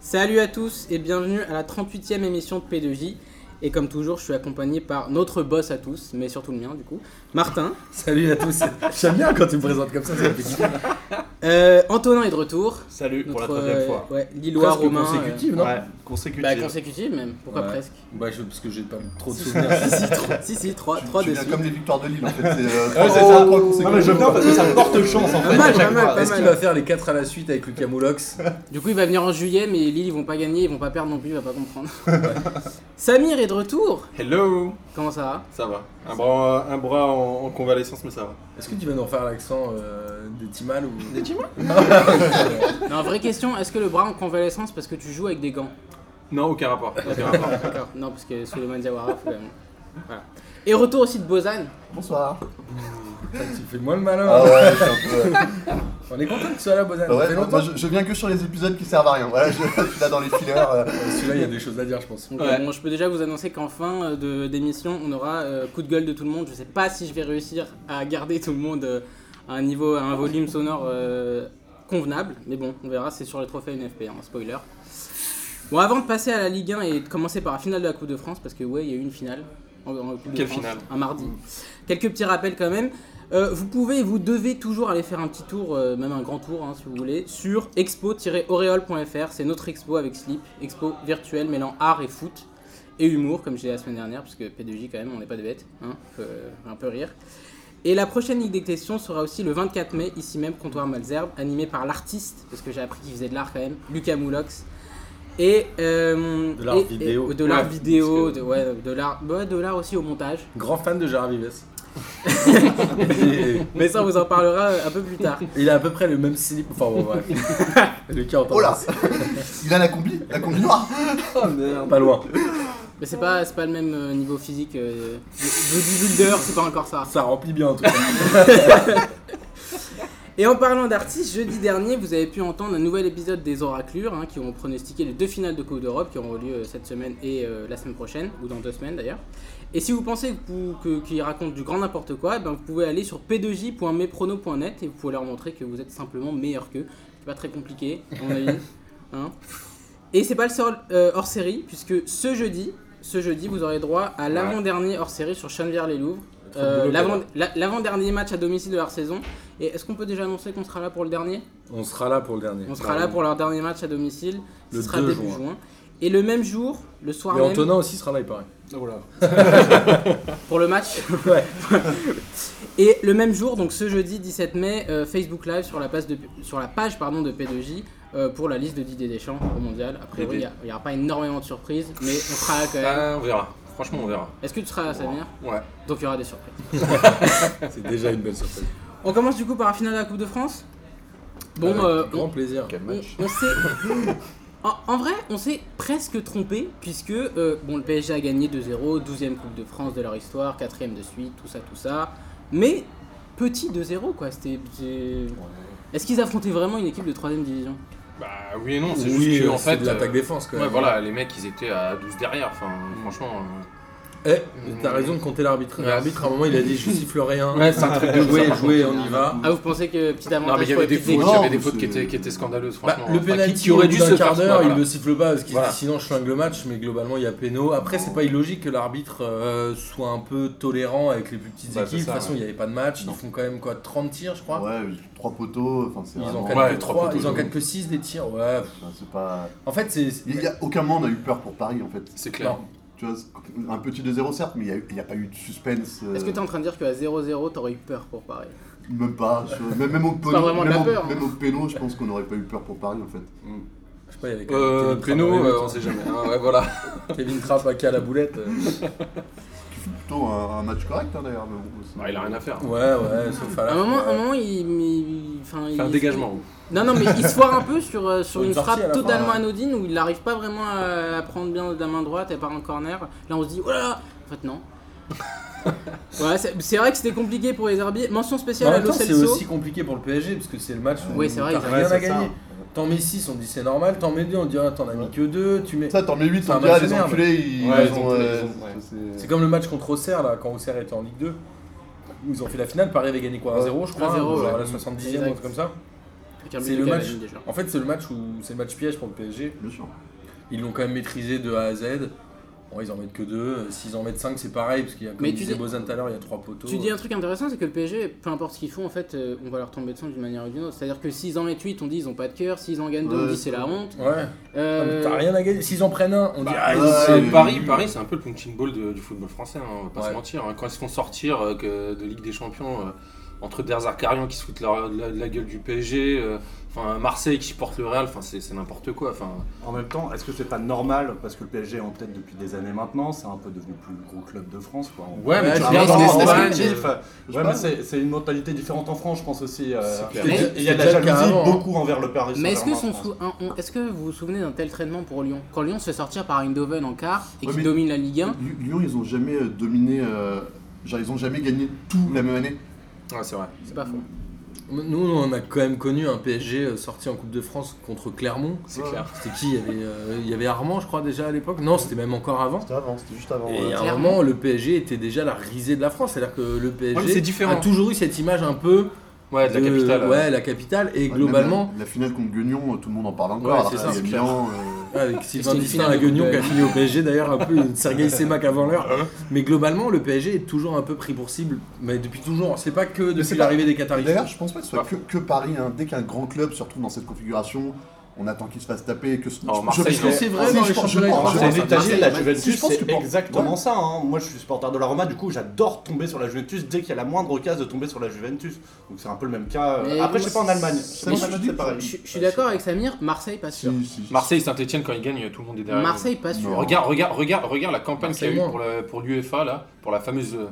Salut à tous et bienvenue à la 38e émission de P2J. Et comme toujours, je suis accompagné par notre boss à tous, mais surtout le mien du coup, Martin. Salut à tous. J'aime bien quand tu me présentes comme ça. ça me fait plaisir. Euh, Antonin est de retour. Salut pour la Notre, troisième euh, fois. Ouais, Lillois Presque romain. consécutive, non Ouais, euh, consécutive. bah, consécutive même, pourquoi Ouais. presque Bah, je- parce que j'ai pas trop de souvenirs. Si, si, trois- Si, si, 3, Tu- 3 tu viens dessus. comme les victoires de Lille en fait. C'est euh, Ouais, c'est ça. Non, mais je viens parce que ça me porte chance en Pas fait. mal, à chaque pas mal, fois. pas Est-ce mal. qu'il va faire les 4 à la suite avec Lucas Moulox Du coup, il va venir en juillet, mais Lille, ils vont pas gagner, ils vont pas perdre non plus, il va pas comprendre. Samir est de retour. Hello Comment ça va Ça va. Un bras, un bras en, en convalescence, mais ça va. Est-ce que tu vas nous refaire l'accent euh, des Timal ou Des Timal Non, vraie question, est-ce que le bras en convalescence parce que tu joues avec des gants Non, aucun rapport. Aucun rapport. D'accord, non, parce que Suleiman Diawara, faut quand même. Voilà. Et retour aussi de Bozan. Bonsoir. Tu fais moins le malin. Ah hein. ouais, c'est un peu- On est content que tu sois là, Bozan. Bah ça ouais, fait moi, longtemps. je, je viens que sur les épisodes qui servent à rien. Voilà, je, je suis là dans les fillers. euh. Celui-là, il y a des choses à dire, je pense. Donc, Ouais. euh, bon, je peux déjà vous annoncer qu'en fin euh, de- d'émission, on aura euh, coup de gueule de tout le monde. Je sais pas si je vais réussir à garder tout le monde euh, à un niveau, à un volume sonore euh, convenable, mais bon, on verra. C'est sur les trophées NFP, hein, spoiler. Bon, avant de passer à la Ligue 1 et de commencer par la finale de la Coupe de France, parce que ouais, il y a eu une finale. en- en Coupe de Quelle France, finale Un mardi. Quelques petits rappels quand même. Euh, vous pouvez et vous devez toujours aller faire un petit tour, euh, même un grand tour hein, si vous voulez, sur expo-auréole.fr. C'est notre expo avec Slip, expo virtuelle mêlant art et foot et humour, comme j'ai dit la semaine dernière, parce que P2J quand même, on n'est pas des bêtes, hein, faut, euh, un peu rire. Et la prochaine Ligue des questions sera aussi le 24 mai, ici même, comptoir Malzerbe, animé par l'artiste, parce que j'ai appris qu'il faisait de l'art quand même, Lucas Moulox. Et, euh, De l'art et- et- vidéo. de l'art Ouais, vidéo, parce de, ouais, de l'art ouais, de l'art aussi au montage. Grand fan de Gérard Vives. Et- Mais ça, on vous en parlera euh, un peu plus tard. il a à peu près le même slip. Enfin, bon, bref. Lucas, on Oh là t'embrasse. Il a la combi, la combi noire. Oh, Pas loin. Mais c'est pas, c'est pas le même euh, niveau physique. euh, bodybuilder, c'est pas encore ça. Ça remplit bien, en tout cas. Et en parlant d'artistes, jeudi dernier, vous avez pu entendre un nouvel épisode des Oraclures hein, qui ont pronostiqué les deux finales de Coupe d'Europe qui auront lieu euh, cette semaine et euh, la semaine prochaine, ou dans deux semaines d'ailleurs. Et si vous pensez que vous- que- qu'ils racontent du grand n'importe quoi, eh ben, vous pouvez aller sur p2j.meprono.net et vous pouvez leur montrer que vous êtes simplement meilleur qu'eux. C'est pas très compliqué, à mon avis. hein. Et c'est pas le seul euh, hors série, puisque ce jeudi, ce jeudi, vous aurez droit à l'avant-dernier hors série sur Chennevières-les-Louvres. Trop de boulot, Euh, l'avant- la- L'avant-dernier match à domicile de leur saison. Et est-ce qu'on peut déjà annoncer qu'on sera là pour le dernier On sera là pour le dernier. On sera là pour leur dernier match à domicile. Ce Bah, Le sera 2 début juin. juin. Et le même jour, le soir Et même, Antonin aussi sera là, il paraît. pour le match. Ouais. Et le même jour, donc ce jeudi 17 mai, euh, Facebook Live sur la page de, sur la page, pardon, de P2J euh, pour la liste de Didier Deschamps au mondial. A priori, il n'y aura pas énormément de surprises, mais on sera là quand même. Ah, on verra. Franchement, on verra. Est-ce que tu seras là, Samir Ouais. Donc il y aura des surprises. C'est déjà une belle surprise. On commence du coup par la finale de la Coupe de France. Bon, Avec euh, grand plaisir. Quel On, on s'est. en, en vrai, on s'est presque trompé, puisque euh, bon, le PSG a gagné 2-0, 12e Coupe de France de leur histoire, 4 de suite, tout ça, tout ça. Mais petit 2-0, quoi. C'était. c'est- Est-ce qu'ils affrontaient vraiment une équipe de 3 division Bah oui et non, c'est Oui, juste que, euh, en c'est fait. de l'attaque euh, défense quand même. Ouais, voilà, les mecs, ils étaient à 12 derrière. Enfin, franchement. euh, Eh, Mmh. t'as raison de compter l'arbitre. Ouais. L'arbitre, à un moment, il a dit je siffle rien. Ouais, c'est un truc de jouer, ça, jouer, on y va. Bah, Ah, vous pensez que petit avantage Non, mais il y pour avait les des petites fautes, il y équipes avait des Non, fautes qui c'est- étaient, qui étaient scandaleuses, Bah, franchement. le Enfin, qui- pénalty qui aurait dû d'un se quart faire d'heure, voilà. il le siffle pas parce qu'il se Voilà. dit sinon je flingue le match, mais globalement il y a péno. Après c'est pas illogique que l'arbitre euh, soit un peu tolérant avec les plus petites Bah, c'est équipes. ça, de toute façon il ouais. n'y avait pas de match, Non. ils font quand même quoi 30 tirs je crois. Ouais, trois poteaux. Enfin, c'est Ils en vraiment- cadrent Ouais, que trois 3, poteaux, ils en oui. cadrent que 6 des tirs. Ouais. pff. Enfin, c'est pas. En fait c'est. Il y a aucun moment on a eu peur pour Paris en fait. C'est clair. Non. Tu vois, c'est- un petit 2-0 certes, mais il y a eu- il n'y a, pas eu de suspense. euh, Est-ce que t'es en train de dire qu'à 0-0, t'aurais eu peur pour Paris Même pas. tu vois. Même, même au pas péno, vraiment de la même, au- peur, hein. même au péno, je pense qu'on n'aurait pas eu peur pour Paris en fait. Je sais pas, il y avait quand même Euh, Kevin Trapp Péno, dans les euh, buts. on sait jamais. hein, ouais, voilà. Kevin Trapp à la boulette. euh. Plutôt un, un match correct hein, d'ailleurs. mais bon, c'est- Bah, il a rien à faire. Ouais ouais, sauf à À la un moment, fin, un ouais. moment, il. il- enfin, Faire un il- dégagement. Non, non, mais il se foire un peu sur, euh, sur Sur une une sortie à la frappe fin, hein. totalement ouais. anodine où il n'arrive pas vraiment à, à prendre bien de la main droite et part en corner. Là, on se dit, oh là là En fait, non. Voilà, c'est c'est vrai que c'était compliqué pour les arbitres. Mention Mais spéciale en à même Lo temps, c'est Celso. aussi compliqué pour le PSG parce que c'est le match où Oui, c'est vrai, t'as ils- rien Ouais, à c'est ça. gagner. T'en mets 6, on dit c'est normal, t'en mets 2, on dit ah, t'en as mis que 2, tu mets. Ça, t'en mets 8, C'est un on dirait match de les merde. enculés, ils, Ouais, ils ils ont. ont- euh, ils ont- ouais. c'est- C'est comme le match contre Auxerre là, quand Auxerre était en Ligue 2, où ils ont fait la finale, Paris avait gagné quoi 1-0 je crois, 1-0, ou genre ouais. à la 70 e Exact. ou un truc comme ça. plus qu'un C'est minute le à la match. ligne, déjà. En fait, c'est le match où c'est le match piège pour le PSG. Bien sûr. Ils l'ont quand même maîtrisé de A à Z. Bon, ils en mettent que deux. S'ils en mettent cinq, c'est pareil, parce qu'il y a, comme Mais tu disait dis- Bozan tout à l'heure, il y a trois poteaux. Tu dis un truc intéressant, c'est que le PSG, peu importe ce qu'ils font, en fait, euh, on va leur tomber dessus d'une manière ou d'une autre. C'est-à-dire que s'ils en mettent 8, on dit ils ont pas de cœur, s'ils en gagnent 2, on Ouais, dit c'est la honte. Ouais. Ah, mais Euh, T'as rien à gagner. S'ils en prennent un, on dit ah, ils ouais, c'est- oui, Bah, euh, Paris, oui. Paris c'est un peu le punching ball de- du football français, hein, on va pas Ouais. se mentir. hein. Quand ils se font sortir euh, que de Ligue des Champions, euh, entre Derzakarian qui se fout de la, de la- de la gueule du PSG, euh, enfin Marseille qui porte le Real, enfin c'est c'est n'importe quoi. Enfin, En même temps, est-ce que c'est pas normal Parce que le PSG est en tête depuis des années maintenant, c'est un peu devenu le plus gros club de France. Quoi. On- Ouais, mais tu Ah, regardes non, en non, Espagne, non, euh, effectif. Je Ouais, sais mais pas. c'est c'est une mentalité différente en France, je pense aussi. euh, C'est clair. et- Mais- et Il y a de la c'est déjà le jalousie cas avant, hein. beaucoup envers le Paris. Mais est-ce que, Saint-Germain, son je pense. sou- un- on- est-ce que vous vous souvenez d'un tel traitement pour Lyon Quand Lyon se fait sortir par Eindhoven en quart et Ouais, qu'il mais- domine la Ligue 1, Lyon- Lyon, ils ont jamais euh, dominé. euh, Genre, ils ont jamais gagné tout la même année. ouais, c'est vrai. c'est pas faux. Nous, on a quand même connu un PSG euh, sorti en Coupe de France contre Clermont. C'est Ouais. clair. C'était qui il y, avait, euh, il y avait Armand, je crois, déjà à l'époque. Non, c'était même encore avant. C'était avant, c'était juste avant. Et ouais. à un Clairement. moment, le PSG était déjà la risée de la France. C'est-à-dire que le Ouais, mais c'est PSG différent. a toujours eu cette image un peu Ouais, de la capitale. euh, ouais, la capitale. Et Ouais, globalement, même La, la finale contre Guignon, euh, tout le monde en parle encore. Ouais, alors c'est que ça, c'est c'est Milan. avec Sylvain une Distin finale à de Coupe Guignon de- qui a fini au PSG, d'ailleurs, un peu une Sergei Semak avant l'heure. Mais globalement, le PSG est toujours un peu pris pour cible. Mais depuis toujours, c'est pas que c'est depuis pas- l'arrivée des euh, Qataris. D'ailleurs, je pense pas que ce soit que, que Paris. hein. Dès qu'un grand club se retrouve dans cette configuration, on attend qu'il se fasse taper. et Que ce- Oh, je- je- je- Marseille, Parce que c'est vrai Si, dans je les pense- je championnats pense- Marseille, je les pense- Italiens, la Marseille, Juventus, si, je pense que c'est pour- exactement ouais. ça. hein. Moi, je suis supporter de la Roma, du coup, j'adore tomber sur la Juventus dès qu'il y a la moindre occasion de tomber sur la Juventus. Donc c'est un peu le même cas. euh, Mais moi, Après, je sais pas en Allemagne. c'est- En je- Allemagne, je- c'est pareil. Oui. Je, je suis Ouais, d'accord je- avec Samir, Marseille pas sûr. Si, si, si. Marseille, Saint-Etienne, quand ils gagnent, tout le monde est derrière. Marseille pas sûr. Non. Regarde, regarde, regarde, regarde la campagne qu'il y a eu Marseille, pour, la- pour l'UEFA, là, pour la fameuse, euh,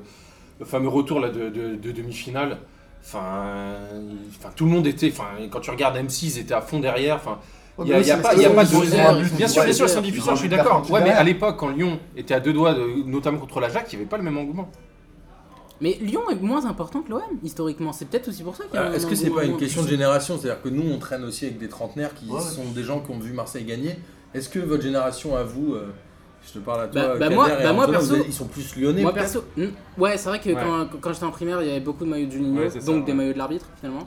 le fameux retour là, de, de- de demi-finale. Enfin, euh, enfin, tout le monde était. Enfin, quand tu regardes M6, ils étaient à fond derrière. Enfin, Ouais, il y mais a, oui, il y a c'est- pas, c'est- il y a c'est- pas c'est- c'est- de. heures, ils c'est- font bien sûr, bien sûr, deux c'est heures. un diffuseur, je suis Ils ont d'accord. perdu Ouais, mais derrière. à l'époque, quand Lyon était à deux doigts, de- notamment contre l'Ajax, il n'y avait pas le même engouement. Mais Lyon est moins important que l'OM historiquement. C'est peut-être aussi pour ça qu'il y a. Alors, un Euh, Est-ce que c'est engouement pas une moins question de puissant. génération C'est-à-dire que nous, on traîne aussi avec des trentenaires qui Ouais. sont des gens qui ont vu Marseille gagner. Est-ce que votre génération, à vous, euh, je te parle à toi, Bah- bah Kader moi- et bah moi, Antonin, perso- vous êtes- ils sont plus lyonnais Moi peut-être perso, hmm, ouais, c'est vrai que Ouais. quand, quand j'étais en primaire, il y avait beaucoup de maillots de Juninho, Ouais, c'est donc ça, des ouais. maillots de l'arbitre finalement.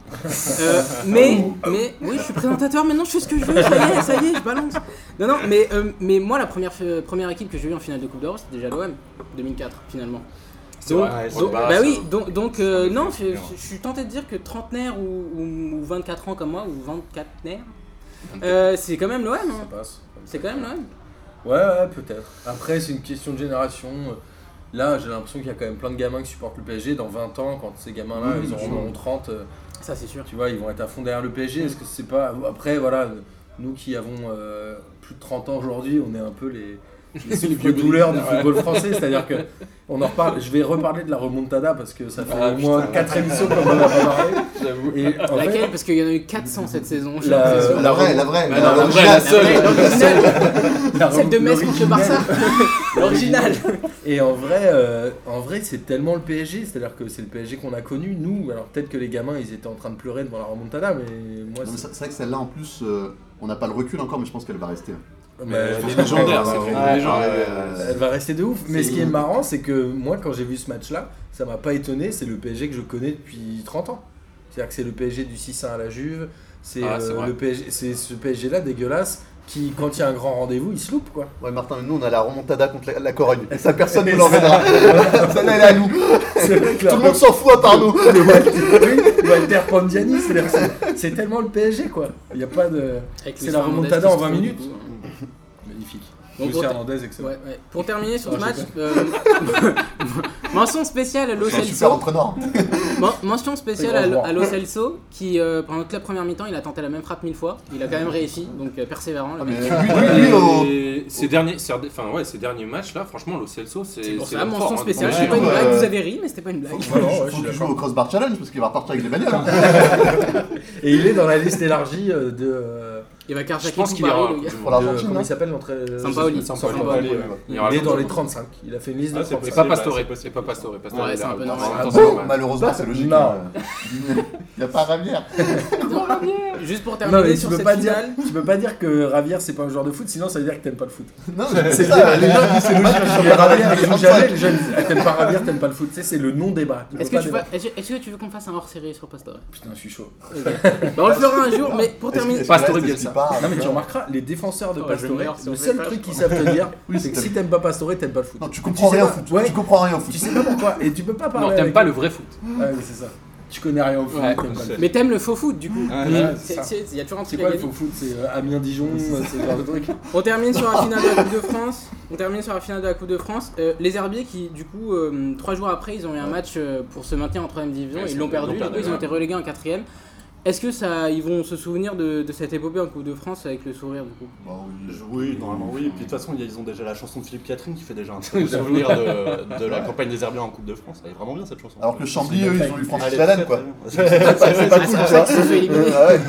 Euh, mais, mais, oui, je suis présentateur maintenant, je fais ce que je veux, ça y est, ça y est, je balance. Non, non, mais, euh, mais moi, la première, euh, première équipe que j'ai eue en finale de Coupe d'Europe, c'était déjà l'OM, 2004 finalement. C'est Donc- vrai, ouais, c'est donc- vrai. bah oui, donc, donc, euh, c'est- non, c'est je, différent. je- je suis tenté de dire que trentenaire ou, ou, ou 24 ans comme moi, ou 24 nerfs, euh, c'est quand même l'OM. Ça hein. passe. C'est quand même l'OM. Ouais, ouais, peut-être. Après, c'est une question de génération. Là, j'ai l'impression qu'il y a quand même plein de gamins qui supportent le PSG. Dans 20 ans, quand ces gamins-là, Oui, ils bien sûr. auront 30, euh, Ça, c'est sûr. tu vois, ils vont être à fond derrière le PSG. Est-ce que c'est pas. Après, voilà, nous qui avons euh, plus de 30 ans aujourd'hui, on est un peu les. les vieux douleurs du football français, c'est-à-dire que on en reparle. Je vais reparler de la remontada parce que ça fait Ah, au moins putain. 4 émissions qu'on en a pas parlé. J'avoue. Et en fait, Laquelle Parce qu'il y en a eu 400 cette saison. je La- suis sûr. La, vraie, la vraie. Bah non, la vraie, la seule. la Celle de Metz contre le Barça. L'original. Et en vrai, euh, en vrai, c'est tellement le PSG, c'est-à-dire que c'est le PSG qu'on a connu, nous. Alors peut-être que les gamins, ils étaient en train de pleurer devant la remontada, mais moi, Non, mais c'est- C'est c'est vrai que celle-là, en plus, euh, on n'a pas le recul encore, mais je pense qu'elle va rester. hein. mais Elle les est gens- légendaire, c'est Ouais, vrai, une légende. ouais, ouais, elle- ouais. elle va rester de ouf. Mais ce qui est C'est- marrant, c'est que moi, quand j'ai vu ce match-là, ça m'a pas étonné. C'est le PSG que je connais depuis 30 ans. C'est-à-dire que c'est le PSG du 6-1 à la Juve. C'est Ah, c'est euh, vrai. le PSG, c'est ce PSG-là dégueulasse qui, quand il y a un grand rendez-vous, il se loupe quoi. Ouais, Martin, nous on a la remontada contre la, la Corogne. Et ça, personne ne l'emmènera. Celle-là, elle est à nous. C'est vrai que la- Tout le monde s'en fout à part nous. le Walter, oui, Walter Pandiani, c'est-à-dire que c'est- c'est tellement le PSG quoi. Il n'y a pas de. Avec Luis C'est la Fernandez remontada qui en se 20 trouve, minutes. du coup, hein. Magnifique. Bon, Luis pour- Hernandez, excellent. Ouais, ouais. Pour terminer sur Non, ce Ah, je match, sais euh, mention spéciale à Lo C'est un super Celso. entraîneur. Men- mention spéciale à grand Lo- joueur. à Lo Celso qui, euh, pendant toute la première mi-temps, il a tenté la même frappe mille fois. Il a quand même réussi, donc euh, persévérant. le Ah, mec. mais- Ouais, lui, euh, lui, et au- ces derniers, ces- enfin ouais, ces derniers matchs là, franchement, Lo Celso, c'est C'est pour c'est ça, l'homme mention fort, hein, spéciale. dans C'est le pas une match. blague, Ouais. vous avez ri, mais c'était pas une Faut blague. qu'il Ouais, non, ouais, je faut suis qu'il joue d'accord. au crossbar hein. challenge parce qu'il va repartir avec des bagnoles. Et il est dans la liste élargie euh, de. euh, Il va Je carjacker pense tout qu'il Paris, ira. le gars. Pour l'Argentine, Comment non il s'appelle l'entraîneur Sampaoli. Sampaoli. Sampaoli. Il Il ira est dans Sampaoli. les 35. Il a fait une liste de Ah, c'est 35. C'est possible, pas ouais, Pastore, c'est c'est pas Pastore. Pastore, Ouais, il c'est a- un peu Ah, normal. bon, Ah c'est normal. Malheureusement, c'est logique. Non. hein. Il n'y a pas Ravière. Juste pour Non, terminer mais tu sur peux, cette pas dire, finale. tu peux pas dire que Ravière c'est pas un joueur de foot, sinon ça veut dire que t'aimes pas le foot. Non, mais c'est C'est le ça. débat. Les gens disent c'est logique. Parce je que regarde Ravière, Ravière, les gens je regarde jamais, les jeunes disent, Ah, t'aimes pas Ravière, t'aimes pas le foot. Tu sais, c'est le non-débat. Tu Est-ce peux que, pas tu débattre. veux- est-ce que- est-ce que tu veux qu'on fasse un hors-série sur Pastore Putain, je suis chaud. Bah, On le fera un jour, mais pour Est-ce qu'il- terminer. est-ce qu'il Pastore reste, Bielsa. est-ce qu'il part Non mais tu remarqueras, les défenseurs de Oh, je vais Pastore, me meilleur sur le les seul pages, truc je qu'ils savent te dire, c'est que c'est- si t'aimes pas Pastore, t'aimes pas le foot. Non, tu comprends sais rien au pas. foot. Ouais. Tu comprends rien au foot. Tu sais pas pourquoi, et tu peux pas parler. Non, t'aimes avec pas eux. le vrai foot. Ouais, mais c'est ça. Tu connais rien au foot, Ouais, t'aimes pas le foot. Mais t'aimes le faux foot du coup. Ah, ouais, c'est ça. Il y a toujours un C'est truc à quoi le gagner. faux foot C'est euh, Amiens-Dijon, euh, c'est ce genre de truc. On termine sur la finale de la Coupe de France. On termine sur la finale de la Coupe de France. Euh, les Herbiers qui, du coup, euh, trois jours après, ils ont eu un match euh, pour se maintenir en troisième division. Ouais, ils c'est- l'ont ils l'ont perdu. Du coup, perdu, ils ont ouais. été relégués en quatrième. Est-ce que ça, ils vont se souvenir de, de cette épopée en Coupe de France avec le sourire du coup Bah oui. Oui, normalement oui. Et puis de toute façon, il y a- ils ont déjà la chanson de Philippe Catherine qui fait déjà un très beau souvenir de, de la campagne des Herbiens en Coupe de France. Elle est vraiment bien cette chanson. Alors que Chambly, eux, ils ont eu Francis Elle est Lalanne, très, quoi. très bien. C'est pas cool, ça. Ils se sont éliminés. Ah ouais.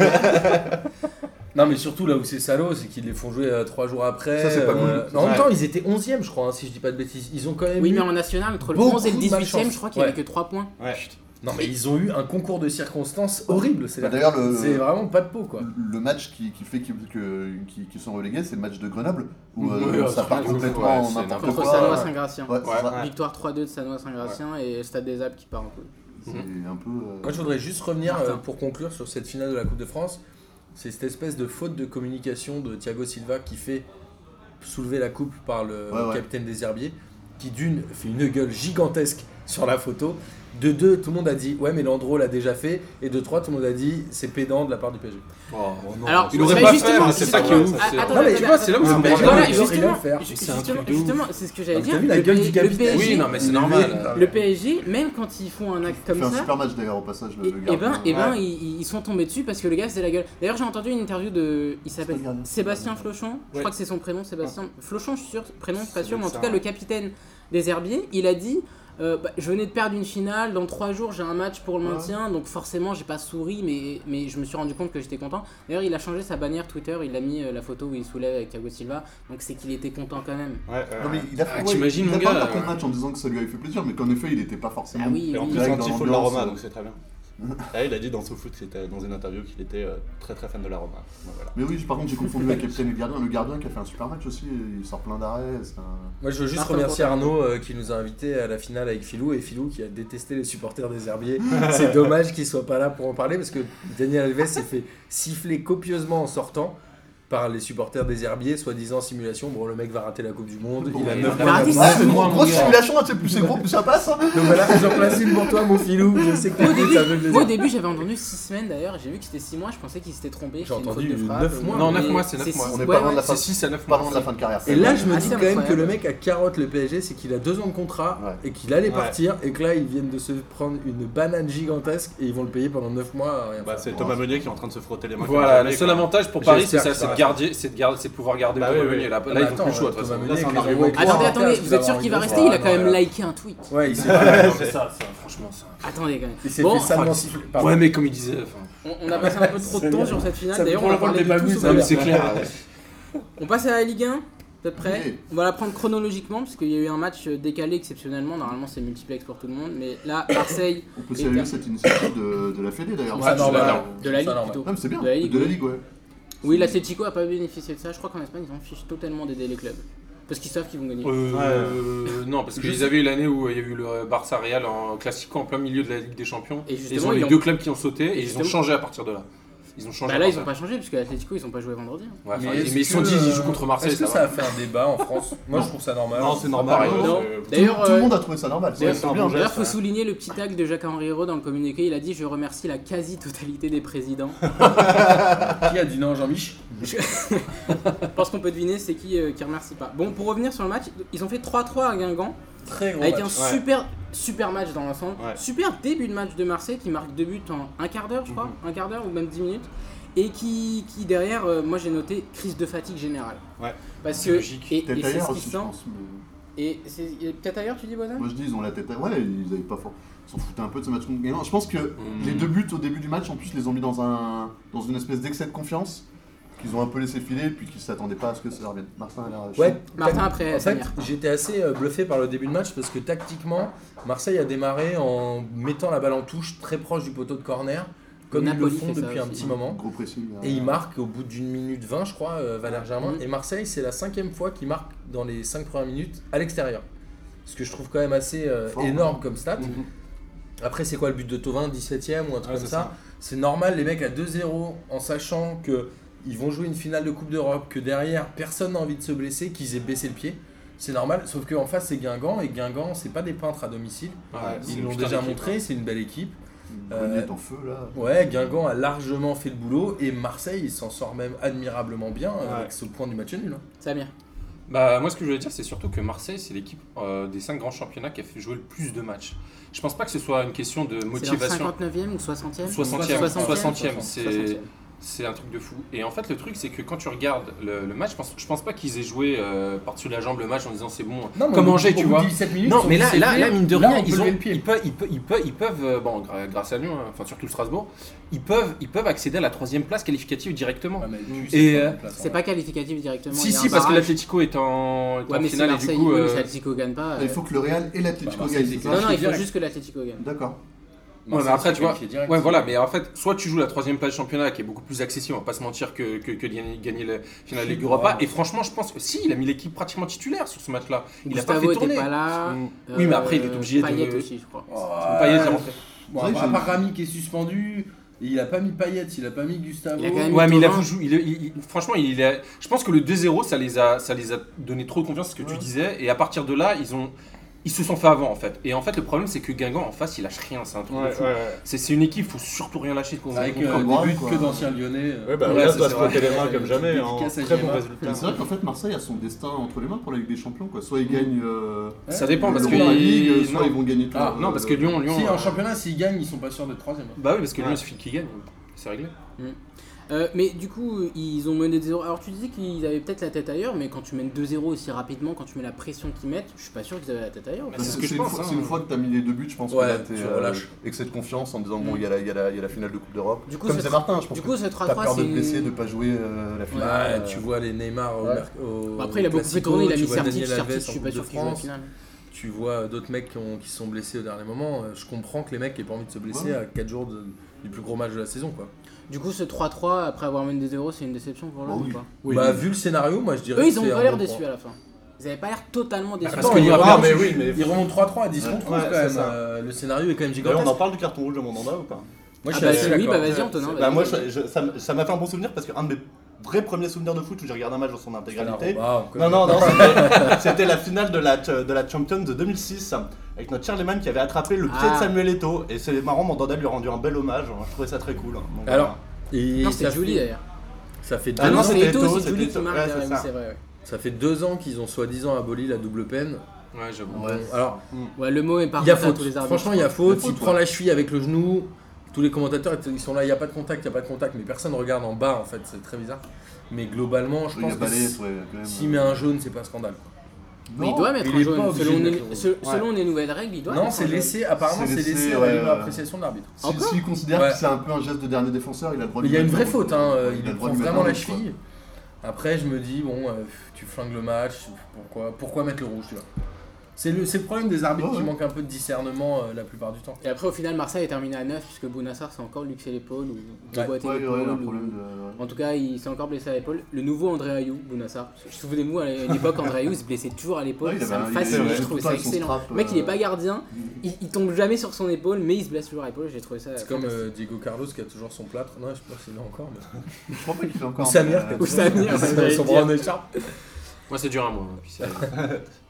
Non, mais surtout là où c'est salaud, c'est qu'ils les font jouer euh, trois jours après. Ça, c'est pas euh, cool. mais En même Ouais. temps, ils étaient 11ème, je crois, hein, si je dis pas de bêtises. Ils ont quand même. Oui, eu- mais en national, entre le Beaucoup 11 et le de 18ème, malchance. je crois qu'il n'y avait Ouais. que 3 points. Ouais. Non, mais ils ont eu un concours de circonstances horrible. C'est Bah, D'ailleurs, le- c'est vraiment pas de peau, quoi. le match qui, qui fait qu'ils que- qui- qu'ils sont relégués, c'est le match de Grenoble, où Ouais, euh, ouais, ça c'est part vrai, complètement ouais, en c'est n'importe n'importe Contre quoi. Sanois Ouais, Saint-Gratien. c'est ça. Ouais. Victoire 3-2 de Sanois Saint-Gratien et Stade des Alpes qui part en couille. C'est un peu. euh, Moi, je voudrais juste revenir Martin. euh, pour conclure sur cette finale de la Coupe de France. C'est cette espèce de faute de communication de Thiago Silva qui fait soulever la coupe par le Ouais, ouais. capitaine des Herbiers, qui d'une fait une gueule gigantesque sur la photo. De deux, tout le monde a dit ouais, mais Landreau l'a déjà fait. Et de trois, tout le monde a dit c'est pédant de la part du PSG. Alors, Il aurait mais pas justement, fait, c'est ça qui est justement, ouf. ah, c'est- attends, Non, mais tu attends, vois, c'est là où attends, c'est attends, bon. voilà, Il aurait justement, rien faire. ju- C'est un justement, truc de ouf. Ah, justement, c'est ce que j'allais T'as dire. vu la gueule du P- capitaine PSG, Oui, non, mais c'est normal. Le PSG, même quand ils font un acte il comme fait un ça, super match d'ailleurs au passage, le, et, le et gardien. ben, et ben ils, ils sont tombés dessus parce que le gars faisait la gueule. D'ailleurs, j'ai entendu une interview de. Il s'appelle C'est pas le gardien. Sébastien Flochon. Je crois que c'est son prénom, Sébastien. Flochon, je suis sûr. Prénom, je suis pas sûr, mais en tout cas, le capitaine des Herbiers, il a dit. euh, bah, je venais de perdre une finale, dans trois jours j'ai un match pour le maintien, donc forcément j'ai pas souri, mais, mais je me suis rendu compte que j'étais content. D'ailleurs il a changé sa bannière Twitter, il a mis euh, la photo où il soulève avec Thiago Silva, donc c'est qu'il était content quand même. Ouais, ouais. Non, mais il a fait. Ah, ouais, t'imagines, il a mon pas gars, attaqué le euh, match en disant que ça lui avait fait plaisir, mais qu'en effet, il n'était pas forcément. Ah oui, Et en oui. plus, Direct un dans tifo de la l'ambiance, Roma, euh. donc c'est très bien. Là, il a dit dans ce foot, c'était dans une interview qu'il était euh, très très fan de la Roma. Donc, voilà. Mais oui, j'ai- par contre, j'ai confondu le capitaine et le gardien. Le gardien qui a fait un super match aussi, il sort plein d'arrêts. c'est un- Moi, je veux juste Martin remercier Courtin. Arnaud euh, qui nous a invités à la finale avec Philou et Philou qui a détesté les supporters des Herbiers. C'est dommage qu'il soit pas là pour en parler parce que Daniel Alves s'est fait siffler copieusement en sortant par les supporters des Herbiers, soi-disant simulation. Bon, le mec va rater la Coupe du Monde, il a mais 9 on points a dit d'avance. ça, c'est une moi, mon grosse gars. simulation, hein, tu sais, plus c'est gros, plus ça passe. hein. Donc voilà, j'en place une pour toi, mon Philou. Je sais que Moi, au t'as début, dit, ça fait plaisir. moi, au début, j'avais entendu 6 semaines d'ailleurs, j'ai vu que c'était 6 mois, je pensais qu'il s'était trompé. J'ai c'était une entendu faute de frappe, 9 euh, mois. Non, 9 mais mois, c'est 9 six mois. On est mois, pas loin de ouais. la fin C'est 6 à 9 Pas mois. loin de la fin de carrière. Et là, je me Ah, dis c'est quand même que incroyable. le mec a carotte le PSG, c'est qu'il a deux ans de contrat Ouais. et qu'il allait Ouais. partir et que là, ils viennent de se prendre une banane gigantesque et ils vont le payer pendant 9 mois. à rien Ah Bah, faire. c'est Thomas Meunier qui est en train de se frotter les mains. comme Voilà, jamais, le seul quoi. avantage pour Paris, c'est J'espère ça, que ça c'est de va. garder, c'est de garder, c'est de pouvoir garder Bah Thomas oui, oui. Meunier. Là, Ah là, bah ils ont attends, plus le choix de toute Thomas façon. Là, Meunier, c'est un avec argument. les Attendez, Ouais, attendez, tu vous vas êtes sûr avoir qu'il une va grosse rester Il a barre, quand même ouais. liké un tweet. Ouais, il s'est Ouais, c'est ça, ça, franchement, ça. Attendez quand même. il s'est Bon, fait salement siffler. Pardon. Ouais, mais comme il disait, enfin, On, on a passé un peu trop de C'est temps bien. sur cette finale, Ça d'ailleurs fait on a trop parlé de longtemps tout qu'on sauf l'a non, pas mais la- Ah c'est clair. On passe à la Ligue 1, peut-être prêt Oui. On va la prendre chronologiquement, parce qu'il y a eu un match euh, décalé exceptionnellement, normalement c'est multiplex pour tout le monde, mais là, Marseille, On peut saluer cette initiative de, de la Fédé d'ailleurs. Ouais, Ça, non, c'est- bah, euh, de la Ça, Ligue normal. plutôt. Non, mais c'est bien. De la Ligue, De la oui. Ligue, ouais. Oui, l'Atletico a pas bénéficié de ça, je crois qu'en Espagne ils en fichent totalement d'aider les clubs, parce qu'ils savent qu'ils vont gagner. Euh, Non, parce qu'ils avaient eu l'année où euh, il y a eu le Barça Real en classico en plein milieu de la Ligue des Champions. Et Et justement, ils ont ils eu ont- deux clubs qui ont sauté et ils ont Justement. changé à partir de là. Ils ont changé. Bah à là ils partir ont pas changé, parce que l'Atletico ils ont pas joué vendredi. hein. Ouais, enfin, est-ce mais ils se sont que, dit, ils euh, jouent contre Marseille. Est-ce que ça a fait un débat en France Moi, je trouve ça normal. Non, c'est normal. pareil. ouais, Non. c'est- Tout, D'ailleurs, tout euh, le monde a trouvé ça normal. D'ailleurs, c'est c'est un bien. bon D'ailleurs, geste, faut ouais. souligner le petit tag de Jacques Henriero dans le communiqué. Il a dit Je remercie la quasi-totalité des présidents. Qui a dit non, Jean-Mich Je pense qu'on peut deviner c'est qui euh, qui remercie pas. Bon, pour revenir sur le match, ils ont fait 3-3 à Guingamp Très gros avec un match. match, ouais. super super match dans l'ensemble. Ouais. Super début de match de Marseille qui marque deux buts en un quart d'heure, je crois, Mhm. un quart d'heure ou même 10 minutes. Et qui, qui derrière, euh, moi j'ai noté crise de fatigue générale. Ouais. Parce C'est que. logique. Et, et Tête c'est ce ailleurs qui aussi, je sent. pense. mais- Et c'est et peut-être ailleurs, tu dis, Bonhomme Moi, je dis, ils ont la tête ailleurs. Ouais, ils avaient pas fort. Ils s'en foutaient un peu de ce match contre Guingamp. Je pense que les deux buts au début du match, en plus, les ont mis dans, un, dans une espèce d'excès de confiance. qu'ils ont un peu laissé filer, puis qu'ils s'attendaient pas à ce que ça revienne. Martin a l'air Ouais, chaud. Martin après En fait, Samir. j'étais assez euh, bluffé par le début de match parce que tactiquement, Marseille a démarré en mettant la balle en touche très proche du poteau de corner, comme Napoli ils le fait font ça depuis un aussi, petit hein. moment. Gros pressing. là. Et il marque au bout d'une minute 20, je crois, euh, Ah. Valère Germain. Mm. Mhm. Et Marseille, c'est la cinquième fois qu'il marque dans les cinq premières minutes à l'extérieur. Ce que je trouve quand même assez euh, Fort, énorme comme stat. Après, c'est quoi le but de Tovin 17ème ou un truc comme Mm-hmm. Ouais, c'est ça ça. C'est normal, les mecs à 2-0, en sachant que ils vont jouer une finale de Coupe d'Europe, que derrière, personne n'a envie de se blesser, qu'ils aient baissé le pied. C'est normal, sauf qu'en face, c'est Guingamp. Et Guingamp, c'est pas des peintres à domicile. Ils l'ont déjà montré, hein. c'est une belle équipe. Grenier euh, est en feu là. Ouais, Guingamp a largement fait le boulot et Marseille il s'en sort même admirablement bien euh, Ouais. avec ce point du match nul. hein. Samir. Bah, moi, ce que je voulais dire, c'est surtout que Marseille, c'est l'équipe euh, des cinq grands championnats qui a fait jouer le plus de matchs. Je pense pas que ce soit une question de C'est leur motivation. 59e ou 60e 60e, 60e. 60e, 60e. c'est c'est un truc de fou. Et en fait, le truc, c'est que quand tu regardes le, le match, je pense, je pense pas qu'ils aient joué euh, par-dessus la jambe le match en disant c'est bon. Comme au Angers, bout- tu au bout vois. de 17 minutes, Non, ils mais ont là, dit, là, c'est là, fait. mine de Là, rien, on peut ils, ont, lever le pied. ils peuvent, ils peuvent, ils peuvent, ils peuvent, euh, bon, gra- grâce à Lyon, hein, enfin surtout Strasbourg, ils peuvent, ils peuvent accéder à la troisième place qualificative directement. Ouais, Ah, mais tu sais Et, pas, euh, on place, C'est hein. pas qualificatif directement. si, il y a si, un parce que barrage. l'Atlético est en, est en Ouais, mais si finale et du Marseille, coup. oui, mais euh, si l'Atlético gagne pas. Il euh, faut que le Real et l'Atlético Bah, Marseille, gagnent. c'est c'est Non, ça clair. non, il faut direct. juste que l'Atlético gagne. D'accord. Ouais, mais après, tu vois, Marseille, c'est qualifié ouais, direct. voilà, mais en fait, soit tu joues la troisième place du championnat qui est beaucoup plus accessible, on va pas se mentir, que, que, que de gagner, gagner la finale Ligue Europa. Et franchement, je pense que si, il a mis l'équipe pratiquement titulaire sur ce match-là. Il a Gustavo pas fait était tourner. pas là. euh, Mm. Oui, mais après, il est obligé de- Payet aussi, je crois. Oh, Payet est rentré. Bon, C'est vrai à que part Rami qui est suspendu, et il a pas mis Payet, il a pas mis Gustavo. Il a quand même- Ouais, mais il a Thauvin. joué- il- il- il- franchement, il, il a- je pense que le 2-0, ça les a, ça les a donné trop de confiance, ce que tu disais, et à partir de là, ils ont, ils se sont fait avant en fait. Et en fait, le problème, c'est que Guingamp en face, il lâche rien, c'est un truc de fou. C'est c'est une équipe, faut surtout rien lâcher. Contre, Avec contre- euh, Comme des moi, buts quoi. que d'anciens lyonnais. euh. Ouais, bah, Ouais, là, ça, doit c'est se frotter vrai. les mains comme jamais. hein. Dédicace à Très bon Gérard. Mais résultat. C'est vrai qu'en fait Marseille a son destin entre les mains pour la Ligue des Champions quoi. Soit ils gagnent euh, hein. Ça dépend parce que l'Europa League, il- soit ils non, vont gagner euh, tout. Ah, non, parce que Lyon, Lyon. bah, Si euh, en championnat, s'ils gagnent, ils sont pas sûrs de troisième. hein. Bah oui, parce que Lyon, Ouais. il suffit qu'il gagne, c'est réglé. Euh, mais du coup, ils ont mené 2-0. Alors, tu disais qu'ils avaient peut-être la tête ailleurs, mais quand tu mènes 2-0 aussi rapidement, quand tu mets la pression qu'ils mettent, je suis pas sûr qu'ils avaient la tête ailleurs. Bah, Parce c'est ce que que je C'est une pense, fois- hein. c'est une fois que t'as mis les deux buts, je pense Ouais, que là t'es tu euh, relâches. excès de confiance en disant bon, il y, a la- il y a la il y a la finale de Coupe d'Europe. Du coup, Comme ce c'est sera- Martin, je pense Du que coup, ce t'as 3-3, peur c'est de te blesser, de une... pas jouer euh, la Ouais, finale. Bah, tu vois les Neymar au, ouais. merc- au- Bon, Après, il a au beaucoup fait Classico, tourner, il a tu mis vois certif, Daniel Alves certif, je suis en Coupe pas de sûr qu'ils jouent la France. finale. Tu vois d'autres mecs qui, ont- qui se sont blessés au dernier moment. Euh, Je comprends que les mecs aient pas envie de se blesser Ouais. à 4 jours de- du plus gros match de la saison. Quoi. Du coup, ce 3-3, après avoir mené 2-0, c'est une déception pour Bah l'homme oui. ou pas bah, vu le scénario, moi je dirais Eux, que ils ont c'est un pas l'air bon déçus point. à la fin. Ils avaient pas l'air totalement déçus. parce Non, qu'il mais regarde, non, mais tu- oui, mais. Ils remontent 3-3 à 10 Ouais, contre ouais, quand c'est même. ça. euh, le scénario est quand même D'ailleurs, gigantesque. on en parle du carton rouge de Mandanda ou pas Ah Moi, je suis bah, assez c'est- oui, d'accord. bah vas-y, Antonin. Bah, vas-y. moi, je- je- ça me- ça m'a fait un bon souvenir parce que un de mes vrais premiers souvenirs de foot où j'ai regardé un match dans son intégralité. Ah, quoi. Non, non, non, c'était- c'était la finale de la, de la Champions de 2006 avec notre Charlemagne qui avait attrapé le pied Ah. de Samuel Eto'o et c'est marrant, Mandanda lui a rendu un bel hommage, je trouvais ça très cool. hein. Donc, Alors, voilà. et Non, ça c'est Julie fait- d'ailleurs. Ça fait Ah Ah non, deux ans. non, c'est c'était Eto, Eto, c'est Julie c'était qui Eto. marque Ouais, derrière, c'est oui, ça. c'est vrai. ouais. Ça fait deux ans qu'ils ont soi-disant aboli la double peine. Ouais, j'avoue. Bon, Alors, Ouais, le mot est par il y a contre à faute. tous les arbitres. Franchement, il y a faute. faute, Il ouais. prend la cheville avec le genou. Tous les commentateurs ils sont là, il n'y a pas de contact, il n'y a pas de contact, mais personne regarde en bas en fait, c'est très bizarre. Mais globalement, je Il y pense a que Balais, si- ouais, quand même. s'il met un jaune, c'est pas scandale. Mais il doit mettre il un est jaune. pas obligé Selon, de les, mettre le se- jaune. selon les nouvelles règles, il doit non, mettre c'est un jaune. laissé, apparemment, C'est c'est laissé, ouais, laissé à ouais. l'appréciation de l'arbitre. Si- S'il considère Ouais. que c'est un peu un geste de dernier défenseur, il a le droit Mais de il y a lui une mettre vraie un faute, jaune. hein, Ouais, il a lui le droit prend de lui mettre vraiment un la jaune, quoi. cheville. Après, je me dis, bon, euh, tu flingues le match, pourquoi, pourquoi mettre le rouge, tu vois C'est le, c'est le problème des arbitres Ouais, qui ouais. manquent un peu de discernement euh, la plupart du temps. Et après, au final, Marseille est terminé à 9 puisque Bounassar s'est encore luxé l'épaule ou Ouais. déboîté Ouais, il y l'épaule. aurait un ou- problème de. En tout cas, il s'est encore blessé à l'épaule. Le nouveau André Ayou, Bounassar. Parce que Je souvenez-vous, à l'époque, André Ayou se blessait toujours à l'épaule. Ouais, il ça avait un- me il avait- fascinait, il je avait trouvais tout ça le temps son excellent. strap, Le mec, il ouais. est pas gardien, il, il tombe jamais sur son épaule, mais il se blesse toujours à l'épaule. J'ai trouvé ça. C'est comme fantastique. euh, Diego Carlos qui a toujours son plâtre. Non, je sais pas s'il l'a encore. Mais... Je crois pas qu'il fait Ou bah, encore. sa mère mais, qui a euh, Ou sa mère, son- ouais, j'allais son dire. bras en écharpe. Moi, c'est dur à moi. hein, puis c'est-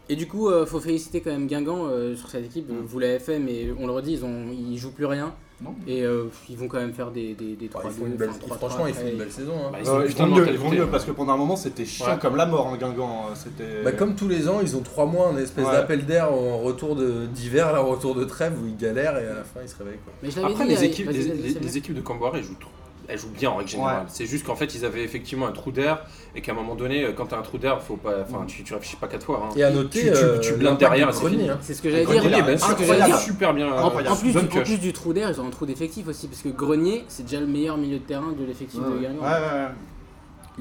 Et du coup, euh, faut féliciter quand même Guingamp euh, sur cette équipe. Mm. Vous l'avez fait, mais on le redit, ils, ont, ils jouent plus rien. Non. Et euh, ils vont quand même faire des, des, des Bah, 3 ils font une belle- Franchement, ils font une belle saison. hein. Bah, ils ont Euh, une ils putain de vont mieux, ils mentalité, vont mieux ouais. euh, parce que pendant un moment c'était chiant Ouais. comme la mort en Guingamp. euh, C'était. Bah, comme tous les ans, ils ont trois mois, un espèce Ouais. d'appel d'air en retour de- d'hiver, là, en retour de trêve, où ils galèrent et à la fin, ils se réveillent. quoi. Mais je l'avais Après, dit, les euh, équipes, vas-y, les, vas-y, les- Samir. les équipes de Camboire, elles jouent, trop- elles jouent bien en règle générale. Ouais. C'est juste qu'en fait, ils avaient effectivement un trou d'air et qu'à un moment donné, euh, quand t'as un trou d'air, faut pas, enfin, tu, tu réfléchis pas quatre fois. hein. Et à noter, Tu- tu- euh, tu blindes l'impact derrière, de c'est Grenier, fini. hein. C'est ce que j'allais Grenier, dire. Grenier, là, ben, c'est c'est incroyable. incroyable, super bien. euh, En, en plus, bonne en pioche. plus du trou d'air, ils ont un trou d'effectif aussi, parce que Grenier, c'est déjà le meilleur milieu de terrain de l'effectif Ouais, de ouais. Ouais, Guingamp. ouais, ouais.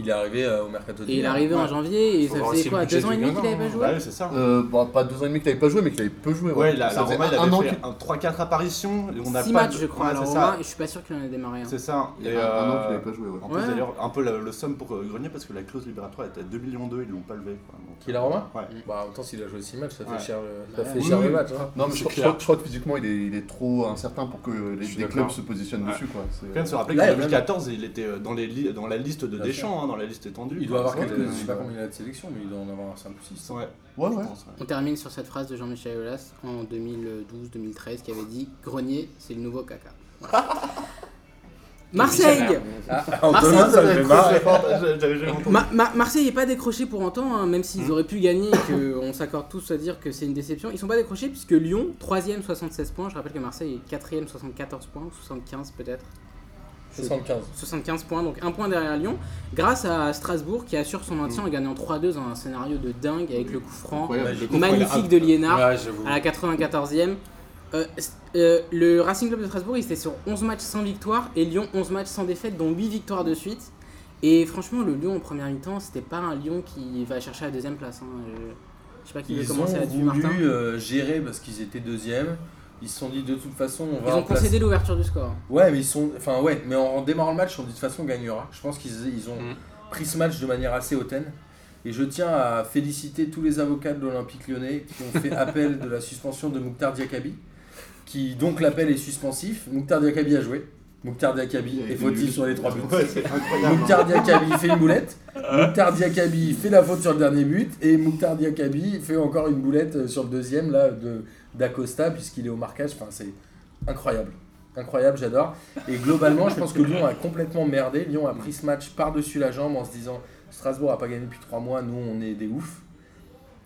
Il est arrivé euh, au mercato Et il est d'hiver. arrivé en janvier, et Faut ça voir faisait aussi le quoi budget Deux ans du et demi qu'il Guingamp, avait pas joué Bah ouais, c'est ça. Euh, bah, pas deux ans et demi qu'il avait pas joué, mais qu'il avait peu joué. Ouais, la, Ça la faisait Roma, il un- un an avait qu'il- fait un- 3-4 apparitions. et On a 6 pas matchs, de- je crois, Ouais, à la c'est Roma, ça. et je suis pas sûr qu'il en ait démarré. hein. C'est ça. Il y Et, a un- un an euh, qu'il avait pas joué. ouais. En plus, Ouais. d'ailleurs, un peu la- le somme pour euh, Grenier parce que la clause libératoire était à 2 millions 2, ils l'ont pas levé. Quoi. Donc, euh, Qui la Roma Ouais. Bah, en même temps, s'il a joué 6 matchs, ça fait Ouais. cher le, ça Ouais. fait Oui, cher le oui. match. hein. Non, mais C'est je, je clair. crois- je crois que physiquement, il est, il est trop incertain pour que les, suis les d'accord. clubs se positionnent Ouais. dessus. Quoi. C'est- Faut quand même se rappeler Là, il y qu'en a même- 2014, il était euh, dans, les li- dans la liste de Bien Deschamps, hein, dans la liste étendue. Il doit avoir Ouais, quelques. ouais, Ah, Je sais pas combien il a de sélection, mais il doit en avoir 5 ou 6. Ouais, Ouais, je ouais. pense, ouais. On termine sur cette phrase de Jean-Michel Aulas en 2012-2013 qui avait dit Grenier, c'est le nouveau caca. Marseille Ah, Marseille, Antonin, ça ça le va fait être marrer. J'avais- j'avais jamais entendu. Ma- Ma- Marseille n'est pas décroché pour autant, hein, même s'ils auraient pu gagner et qu'on s'accorde tous à dire que c'est une déception. Ils sont pas décrochés puisque Lyon, 3ème, 76 points. Je rappelle que Marseille est 4ème, 74 points, ou 75 peut-être. 75. 75 points, donc un point derrière Lyon, grâce à Strasbourg qui assure son maintien en gagnant 3-2 dans un scénario de dingue avec le coup franc Incroyable. Magique. magnifique de Liénard. Ouais, j'avoue. à la 94e. Euh, s- euh, le Racing Club de Strasbourg, il était sur 11 matchs sans victoire et Lyon 11 matchs sans défaite, dont 8 victoires de suite. Et franchement, le Lyon en première mi-temps, c'était pas un Lyon qui va chercher la deuxième place. hein. Je- Je sais pas qui veut Ils ont commencer là-dessus, Martin. voulu euh, gérer parce qu'ils étaient deuxième. Ils se sont dit de toute façon, on va. Ils ont en placer- concédé l'ouverture du score. Ouais, mais ils sont. Enfin, ouais, mais en, en démarrant le match, on dit de toute façon, on gagnera. Je pense qu'ils ils ont Mm. pris ce match de manière assez hautaine. Et je tiens à féliciter tous les avocats de l'Olympique lyonnais qui ont fait appel de la suspension de Mouktar Diakabi, qui donc l'appel est suspensif. Mouktar Diakabi a joué. Mouktar Diakabi Il a est été fautif nul. sur les trois buts. Ouais, c'est incroyable. Mouktar Diakabi fait une boulette. Mouktar Diakabi fait la faute sur le dernier but. Et Mouktar Diakabi fait encore une boulette euh, sur le deuxième, là, de- d'Acosta, puisqu'il est au marquage. Enfin, c'est incroyable. Incroyable, j'adore. Et globalement, je pense que Lyon a complètement merdé. Lyon a pris ce match par-dessus la jambe en se disant Strasbourg a pas gagné depuis trois mois, nous, on est des oufs.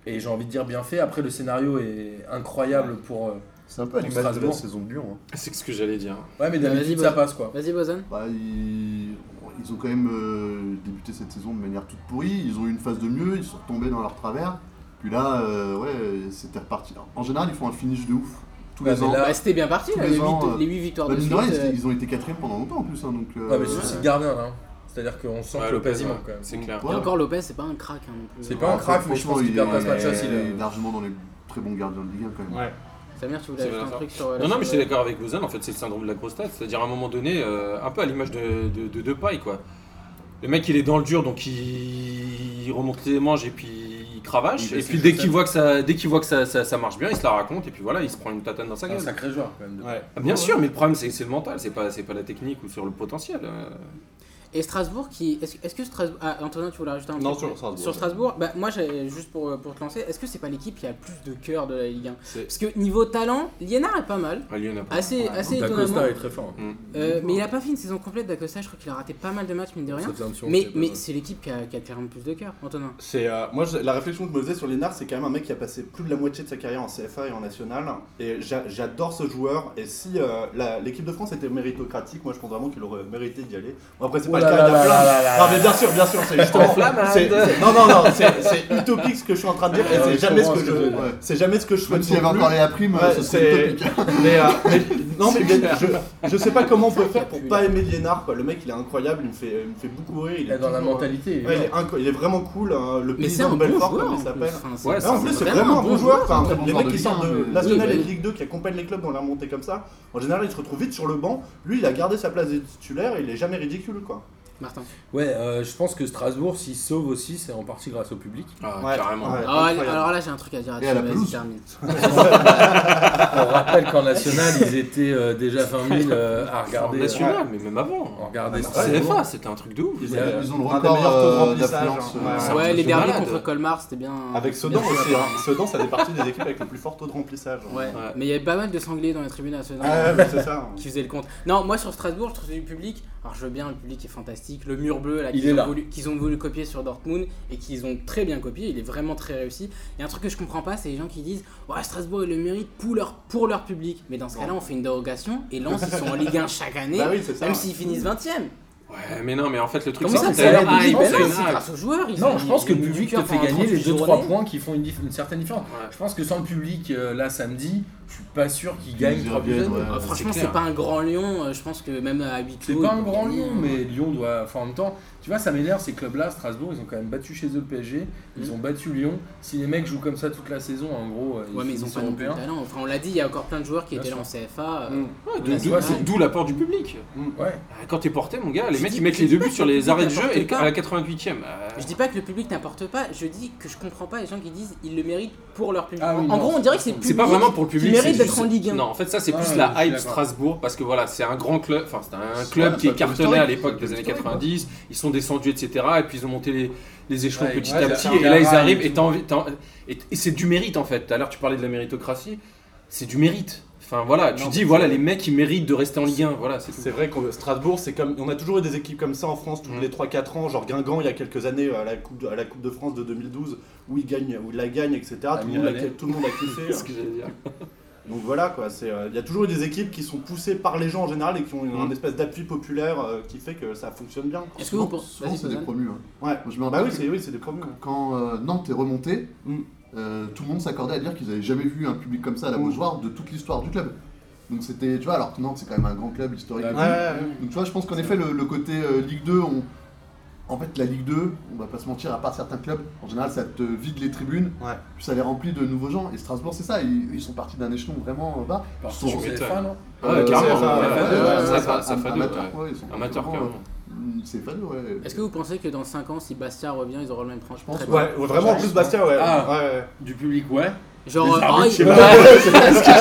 Et j'ai envie de dire bien fait. Après, le scénario est incroyable pour. euh, C'est un peu à Pour l'image de la Strasbourg. saison de Lyon. hein. C'est ce que j'allais dire. Ouais, mais Vas-y, d'habitude, Boz. ça passe, quoi. Vas-y, Bozan. Bah, ils... ils ont quand même euh, débuté cette saison de manière toute pourrie. Ils ont eu une phase de mieux, ils sont retombés dans leur travers. Puis là, euh, ouais, c'était reparti. En général, ils font un finish de ouf tous Ouais, les mais ans. là- Bah, c'était bien parti, tous là, les les, 8, ans, euh, victoires Bah, de mine suite. de rien, ils euh, étaient- ils ont été quatrième pendant longtemps en plus. hein, donc, euh, Ouais, mais suicide gardien, là. hein. C'est-à-dire qu'on sent Ouais, que Lopez, il ouais. manque, quand même. C'est clair. Et encore Lopez, c'est pas un crack. hein, non plus. C'est pas un crack, mais je pense Franchement, qu'il il perd pas est- ce match-là s'il il est largement dans les très bons gardiens de Ligue 1 quand même. Ouais. Samir, tu voulais C'est ajouter bien un ça. truc sur. euh, Non, non, mais je suis sur- d'accord avec Lausanne, en fait, c'est le syndrome de la grosse tête. C'est-à-dire, à un moment donné, euh, un peu à l'image de, de, de Depay, quoi. Le mec, il est dans le dur, donc il, il remonte les manches et puis il cravache. Il et fait puis ses dès jeux qu'il seuls. voit que, ça, dès qu'il voit que ça, ça, ça marche bien, il se la raconte et puis voilà, il se prend une tatane dans sa C'est un gueule. sacré joueur, quand même. de- Ouais. Ah, Bien sûr, mais le problème, c'est c'est le mental, c'est pas, c'est pas la technique ou sur le potentiel. euh. Et Strasbourg qui. Est-ce est-ce que Strasbourg. Ah, Antonin, tu voulais rajouter un Non, truc sur Strasbourg. Sur Strasbourg, bah, moi, j'ai- juste pour, euh, pour te lancer, est-ce que c'est pas l'équipe qui a le plus de cœur de la Ligue 1 C'est- Parce que niveau talent, Liénard est pas mal, Ah, Lyon a pas- assez, assez Da étonnamment. Costa est très fort. hein. Euh, mais il a pas fait une saison complète d'Acosta, je crois qu'il a raté pas mal de matchs, mine de Ça rien. faisait un petit moment Mais, qu'il mais était c'est l'équipe qui a, qui a clairement le plus de cœur, Antonin. C'est euh, moi je- la réflexion que je me faisais sur Lénard, c'est quand même un mec qui a passé plus de la moitié de sa carrière en CFA et en national. Et j'a- j'adore ce joueur. Et si euh, la- l'équipe de France était méritocratique, moi je pense vraiment qu'il aurait mérité d'y aller. Bon, après c'est pas Oh le là là cas. là il y a plein de- là là Non mais bien sûr, bien sûr, c'est justement. c'est- c'est- Non non non, c'est c'est utopique ce que je suis en train de dire. Et Ouais, c'est je jamais ce comprends que ce que je, tu veux dire. c'est jamais ce que je Même souhaite. s'il y avait non plus. encore les primes, Ouais, ce c'est- serait utopique. Mais, euh, mais- non, mais je, je sais pas comment on peut faire pour pas aimer Liénard. Quoi. Le mec, il est incroyable, il me fait, il me fait beaucoup rire. Il Il est dans la toujours, mentalité. euh, ouais, il, est inco- il est vraiment cool. hein, le Mais c'est un paysan de bon Belfort, joueur. en comme il plus. s'appelle. Enfin, c'est- Ouais, Ouais, en plus, c'est vraiment un bon joueur. Enfin, très bon les joueur mecs de qui sortent Ligue un, de mais- National Oui, et de oui. Ligue 2 qui accompagnent les clubs dans la montée comme ça, en général, ils se retrouvent vite sur le banc. Lui, il a gardé sa place de titulaire et il est jamais ridicule. quoi. Martin. Ouais, euh, je pense que Strasbourg, s'il sauve aussi, c'est en partie grâce au public. Ah, Ouais, carrément. ouais. Ah, incroyable. alors là, j'ai un truc à dire Et à la vas-y, pelouse. termine. On rappelle qu'en national, ils étaient euh, déjà 20 000 euh, à En regarder. euh, national, mais même On avant. regardait En Strasbourg. CFA, c'était un truc de ouf. Ils Ils avaient- ils ont le un des record meilleurs taux de euh, remplissage, d'affluence. hein. euh, Ouais, sur- Ouais, c'est les derniers malade. contre Colmar, c'était bien. Avec Sedan bien aussi. joué. hein. Sedan, ça fait partie des équipes avec le plus fort taux de remplissage. Ouais, Ouais. mais il y avait pas mal de sangliers dans les tribunes à Sedan. Ah, mais c'est ça. qui faisait le compte. Non, moi sur Strasbourg, je trouve du public. Alors je veux bien, le public est fantastique. Le mur bleu là Il qu'ils est ont, là. voulu- qu'ils ont voulu copier sur Dortmund et qu'ils ont très bien copié, il est vraiment très réussi. Et un truc que je comprends pas, c'est les gens qui disent Ouais, Strasbourg, ils le méritent pour leur, pour leur public. Mais dans ce cas-là, on fait une dérogation et Lens, ils sont en Ligue 1 chaque année, Bah oui, c'est ça. même s'ils finissent 20ème. Ouais, mais non, mais en fait, le truc, Comment ça, c'est que que ça a l'air t'as de hype, hype, Ben c'est non, une c'est hype. grâce aux joueurs. ils Non, ont- je pense ils que le ont public dû te faire fait un gagner les truc 2-3 journée. points qui font une, dif- une certaine différence. Ouais. Je pense que sans le public, euh, là, samedi, je suis pas sûr qu'il Ils gagne y 3 buts à reviennent, deux. ouais. Ah, franchement, c'est c'est clair. pas un grand lion. euh, Je pense que même à 8 C'est pas un grand Lyon, mais Lyon doit. Enfin, en même temps, tu vois, ça m'énerve ces clubs-là, Strasbourg, ils ont quand même battu chez eux le PSG, ils Mhm. ont battu Lyon. Si les mecs jouent comme ça toute la saison, en gros, euh, Ouais, mais ils ont finissent pas non plus de européens. talent. Enfin, on l'a dit, il y a encore plein de joueurs qui Bien étaient là sûr. en CFA. euh, Mm. Ouais, Ouais, d'où- c'est d'où- vrai. D'où l'apport du public. Ouais. Ah, Quand t'es porté, mon gars, les Je mecs dis- ils mettent je les dis deux pas buts que sur le les public arrêts de jeu n'apporte et pas. à la 88ème. euh, Je dis pas que le public n'importe pas, je dis que je comprends pas les gens qui disent ils le méritent pour leur public. Ah oui, en non, gros, on dirait que c'est le C'est pas public vraiment pour le qui public. mérite c'est d'être juste- en Ligue 1. Non, en fait, ça c'est Ouais, plus ouais, je la suis hype d'accord. Strasbourg parce que voilà, c'est un grand club, enfin c'est un C'est club vrai, qui c'est un est club cartonné à historique, l'époque c'est un des années club 90. Ils sont descendus, etc. Et puis ils ont monté les, les échelons Ouais, petit ouais, à c'est petit. un Et là, ils garage arrivent et et, t'as envie- t'as- et- et c'est du mérite en fait. Tout à l'heure, tu parlais de la méritocratie. C'est du mérite. Enfin voilà, tu Non, dis mais- voilà les mecs ils méritent de rester en Ligue 1. Voilà, c'est tout. C'est vrai que Strasbourg, c'est comme. On a toujours eu des équipes comme ça en France, tous Mm. les 3-4 ans, genre Guingamp il y a quelques années euh, à la Coupe de, à la coupe de France de 2012, où il gagne, où il la gagne, etc. Tout le, monde Miralem. a, tout le monde a kiffé. C'est ce que j'allais dire. Donc voilà quoi, c'est, euh, il y a toujours eu des équipes qui sont poussées par les gens en général et qui ont un Mm. espèce d'appui populaire euh, qui fait que ça fonctionne bien. Est-ce que vous Souvent, pensez. Souvent, c'est des promus. hein. Ouais. Moi, je me Bah rappelle oui, c'est oui, c'est des problèmes. que quand euh, Nantes est remontée, Mm. euh, tout le monde s'accordait à dire qu'ils n'avaient jamais vu un public comme ça à la Mm. Beaujoire de toute l'histoire du club. Donc c'était, tu vois, alors que Nantes c'est quand même un grand club historique. Ouais. Ah, Ouais, ouais, ouais. Donc tu vois, je pense qu'en effet, le, le côté euh, Ligue 2, on... en fait, la Ligue 2, on va pas se mentir, à part certains clubs, en général, ça te vide les tribunes, Ouais. puis ça les remplit de nouveaux gens. Et Strasbourg, c'est ça, ils, ils sont partis d'un échelon vraiment euh, bas. Par Ils contre, sont- c'est m'étonnes. fin, non Ouais, Euh, carrément. c'est- ça, ouais, ouais, ouais, ouais, ouais, ouais, ça, c'est ça, ça fait deux. ouais. amateur, ouais, ils sont Amateur, vraiment, carrément. euh, mm, C'est fabuleux, ouais. Est-ce que vous pensez que dans 5 ans, si Bastia revient, ils auront le même tranche pense, Très ouais. bien. Ouais, ouais, vraiment, en plus Bastia, ouais. Ah. ouais, ouais. Du public, ouais. Genre, Les euh, arbitres, oh, je sais il- pas.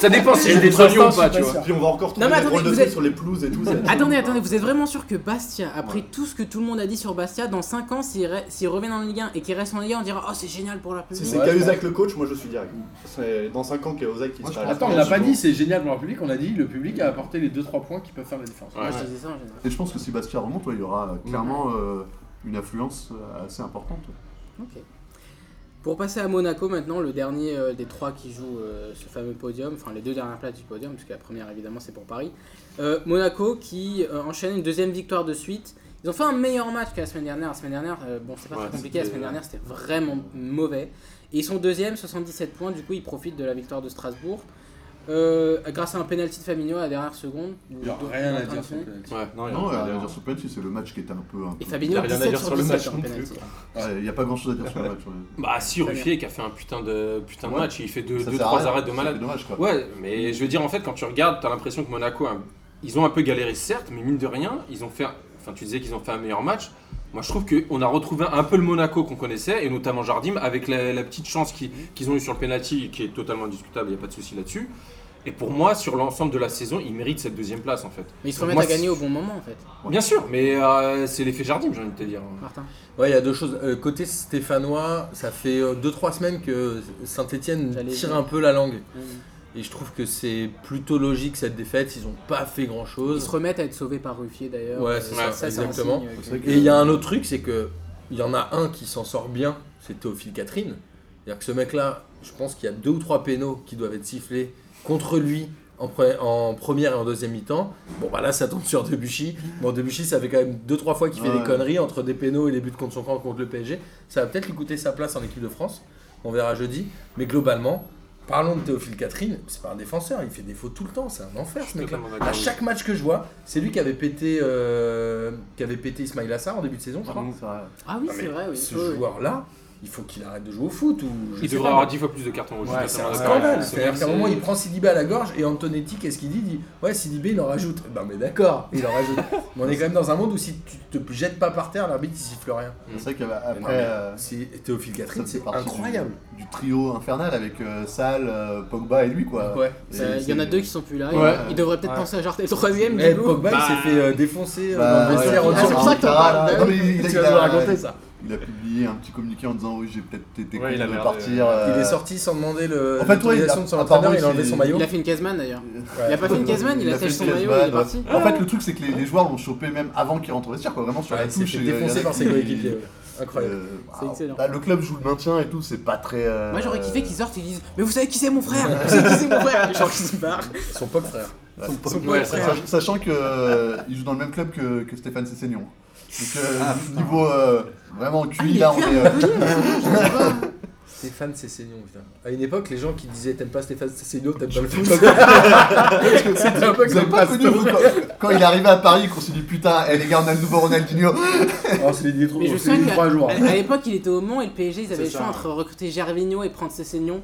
Ça dépend si Et j'ai des pour avions ou l'instant, pas, je tu suis vois. pas Puis on va encore Non, mais trouver des attendez, drôles de vous trucs êtes- sur les pelouses et tout. ça va être Attendez, sympa. attendez, vous êtes vraiment sûr que Bastia, après Ouais. tout ce que tout le monde a dit sur Bastia, dans 5 ans, s'ils re- s'ils reviennent en Ligue 1 et qu'ils restent en Ligue 1, on dira Oh, c'est génial pour la Si public. c'est Ouais, Cahuzac le coach, moi je suis direct. C'est dans 5 ans Cahuzac qui Moi, sera je à la Attends, fin. on n'a pas dit c'est génial pour le public, on a dit le public a apporté les 2-3 points qui peuvent faire la différence. Moi, Ouais. je disais ça en général. Et je pense que si Bastia remonte, ouais, il y aura euh, clairement euh, une influence euh, assez importante. Ok. Pour passer à Monaco maintenant, le dernier euh, des trois qui joue euh, ce fameux podium, enfin les deux dernières places du podium, puisque la première évidemment c'est pour Paris. Euh, Monaco qui euh, enchaîne une deuxième victoire de suite. Ils ont fait un meilleur match que la semaine dernière. La semaine dernière, euh, bon c'est pas Ouais, très compliqué, la c'était- semaine dernière c'était vraiment mauvais. Et ils sont deuxième, 77 points, du coup ils profitent de la victoire de Strasbourg. Euh, grâce à un penalty de Fabinho à la dernière seconde. Il n'y a rien à dire sur le penalty. Ouais. Non, il y a Non, rien à à dire. dire sur penalty, c'est le match qui était un peu. un Et peu- Fabinho Il y a rien à 17 dire sur sur le 17 match en non plus, penalty. quoi. Ouais, Il n'y a pas grand chose à dire sur le match. ouais. Bah si Très Ruffier qui a fait un putain de putain de Ouais. match, il fait deux, Ça deux sert à trois rien, arrêts de c'est malade. dommage quoi. Ouais, mais je veux dire en fait quand tu regardes, t'as l'impression que Monaco, hein, ils ont un peu galéré certes, mais mine de rien, ils ont fait, un- enfin tu disais qu'ils ont fait un meilleur match. Moi je trouve qu'on a retrouvé un peu le Monaco qu'on connaissait et notamment Jardim avec la, la petite chance qui- qu'ils ont eu sur le penalty qui est totalement discutable, il n'y a pas de souci là-dessus. Et pour moi sur l'ensemble de la saison, ils méritent cette deuxième place en fait. Mais ils se Moi, remettent à c'est- gagner au bon moment en fait, Bien sûr, mais euh, c'est l'effet Jardim j'ai envie de te dire. Martin. Ouais, il y a deux choses. Euh, côté stéphanois, ça fait 2-3 semaines que Saint-Etienne J'allais tire dire. un peu la langue. Mm. Et je trouve que c'est plutôt logique cette défaite. Ils n'ont pas fait grand Ils se chose. remettent à être sauvés par Ruffier d'ailleurs. Euh, Ouais, c'est ça, c'est un exactement. signe, euh, C'est vrai que- Et il y a un autre truc, c'est que il y en a un qui s'en sort bien, c'est Théophile Catherine. C'est-à-dire que ce mec-là, je pense qu'il y a deux ou trois pénaux qui doivent être sifflés contre lui en, pre- en première et en deuxième mi-temps. Bon, bah là, ça tombe sur Debuchy. Bon, Debuchy, ça fait quand même deux, trois fois qu'il fait Ouais. des conneries entre des pénaux et les buts contre son camp contre le PSG. Ça va peut-être lui coûter sa place en équipe de France. On verra jeudi. Mais globalement, parlons de Théophile Catherine. C'est pas un défenseur, il fait des fautes tout le temps. C'est un enfer, ce mec-là. Totalement d'accord. À chaque match que je vois, c'est lui qui avait pété, euh, qui avait pété Ismail Assar en début de saison, je crois. C'est vrai. Ah oui, Non, mais c'est vrai, oui. Ce Oui, oui. joueur-là, il faut qu'il arrête de jouer au foot. Ou je Il sais devrait pas, avoir mais- 10 fois plus de cartons rouges. Ouais, notamment c'est un la scandale. dernière. C'est-à-dire qu'à un moment, il prend Sidibé à la gorge et Antonetti, qu'est-ce qu'il dit Il dit Ouais, Sidibé, il en rajoute. Bah, mais d'accord, il en rajoute. mais on est quand même dans un monde où si tu te jettes pas par terre, l'arbitre, il siffle rien. C'est vrai Mais non, mais qu'après. euh, C'est Théophile ça Catherine, fait c'est partie du- incroyable. Du, trio infernal avec euh, Sal, euh, Pogba et lui quoi. Ouais. bah, Et Euh, Il y en a c'est- deux qui sont plus là. Ouais. Il devrait peut-être Ouais. penser à genre le troisième. Eh, du coup. Pogba, il s'est Bah. fait euh, défoncer euh, Bah, dans le vestiaire ouais. en Ah, c'est pour disant- ça que t'en parles. Ah, non, mais il- Tu il- vas il a- nous raconter ça. Il a publié un petit communiqué en disant oui j'ai peut-être été Ouais, il a con de l'air de- partir. Il euh, est sorti sans demander le- En fait, ouais, l'autorisation il a- de son entraîneur, apparemment, il a enlevé c'est- son maillot. Il a fait une caseman d'ailleurs. Ouais. Il a pas fait une caseman, il, Il a a fait caché son une maillot, il casemane, est ouais. parti. En fait, le truc, c'est que les, les joueurs l'ont chopé même avant qu'il rentre au vestiaire, quoi. Vraiment sur la Ouais, il touche. s'est et fait il y en a défoncer par qui- ses coéquipiers. ouais. Incroyable. Euh, C'est wow. excellent. Bah, le club joue le maintien et tout, c'est pas très. euh, Moi j'aurais kiffé qu'ils sortent et qu'ils disent Mais vous savez qui c'est mon frère Vous savez qui c'est mon frère Genre qu'ils se barrent. Son pop frère. Son pote. Son Ouais, pote, ça, frère. Sach- Sachant que euh, il joue dans le même club que, que Stéphane Cessignon. Donc euh, Ah, niveau euh, vraiment Ah, QI, il est là on plus est. euh, Stéphane Cessignon, putain. À une époque, les gens qui disaient t'aimes pas Stéphane Cessignon, t'aimes pas le foot. parce que C'était un peu vous avez comme pas pas connu vous, quand, quand il est arrivé à Paris qu'on s'est dit putain, eh, les gars on a le nouveau Ronaldinho. On se les dit trop, Mais on je se les sais dit trois jours. qu'à à l'époque, il était au Mans et le PSG, ils avaient le ça. choix entre recruter Gervinho et prendre Cessignon.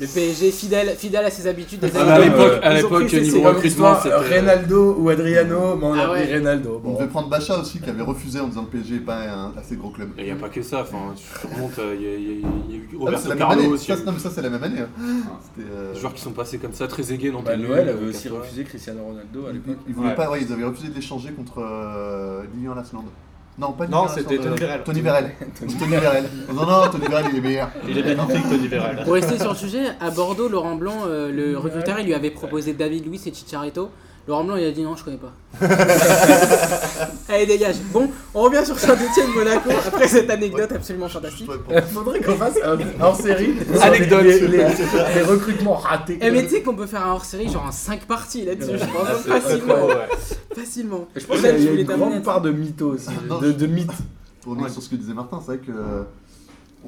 Le PSG, fidèle, fidèle à ses habitudes des Ah, années bah, à quatre-vingt. l'époque, à Ils ont pris l'époque, Cessignon. niveau Comme recrutement, l'histoire, c'était. euh, Reynaldo ou Adriano, mais on a Ah ouais. pris Ronaldo. euh, On Bon. Bah, devait prendre Bacha aussi qui avait refusé en disant que le PSG n'est pas un assez gros club. Il n'y a pas que ça, enfin, tu remontes, euh, il y, a- il y a- il y a eu Ah, mais c'est Roberto la même année. Carlos, il y Ça, a eu c'est- non mais ça c'est la même année. hein. C'était, euh, des joueurs qui sont passés comme ça, très aigués, non Bah, plus, Noël euh, avait aussi Cartois. refusé Cristiano Ronaldo à ils, l'époque. ils voulaient Ouais. pas, ouais, ils avaient refusé de l'échanger contre euh, Lilian Lasland. Non, pas Non, Lilian c'était Lasland, Tony euh, Vérel. Tony Vérel. Tony Vérel. Non, non, Tony Vérel, il est meilleur. Il est magnifique, Tony Vérel. Pour rester sur le sujet, à Bordeaux, Laurent Blanc, euh, le recruteur, il lui avait proposé David Luiz et Chicharito. Laurent Blanc, il a dit non, je connais pas. Allez, dégage. Bon, on revient sur Saint-Etienne Monaco après cette anecdote absolument fantastique. Ouais, pour- Faudrait qu'on fasse un hors série. Anecdote. Les, les- les recrutements ratés. Eh, mais tu sais qu'on peut faire un hors série, genre un 5 parties là-dessus, je pense. Ah, Facilement. Facilement. Je pense Même, qu'il y a voulais terminer une grande là-dessus. part de mythes aussi, Non, de, de mythes. Pour revenir sur ce que disait Martin, c'est vrai que euh,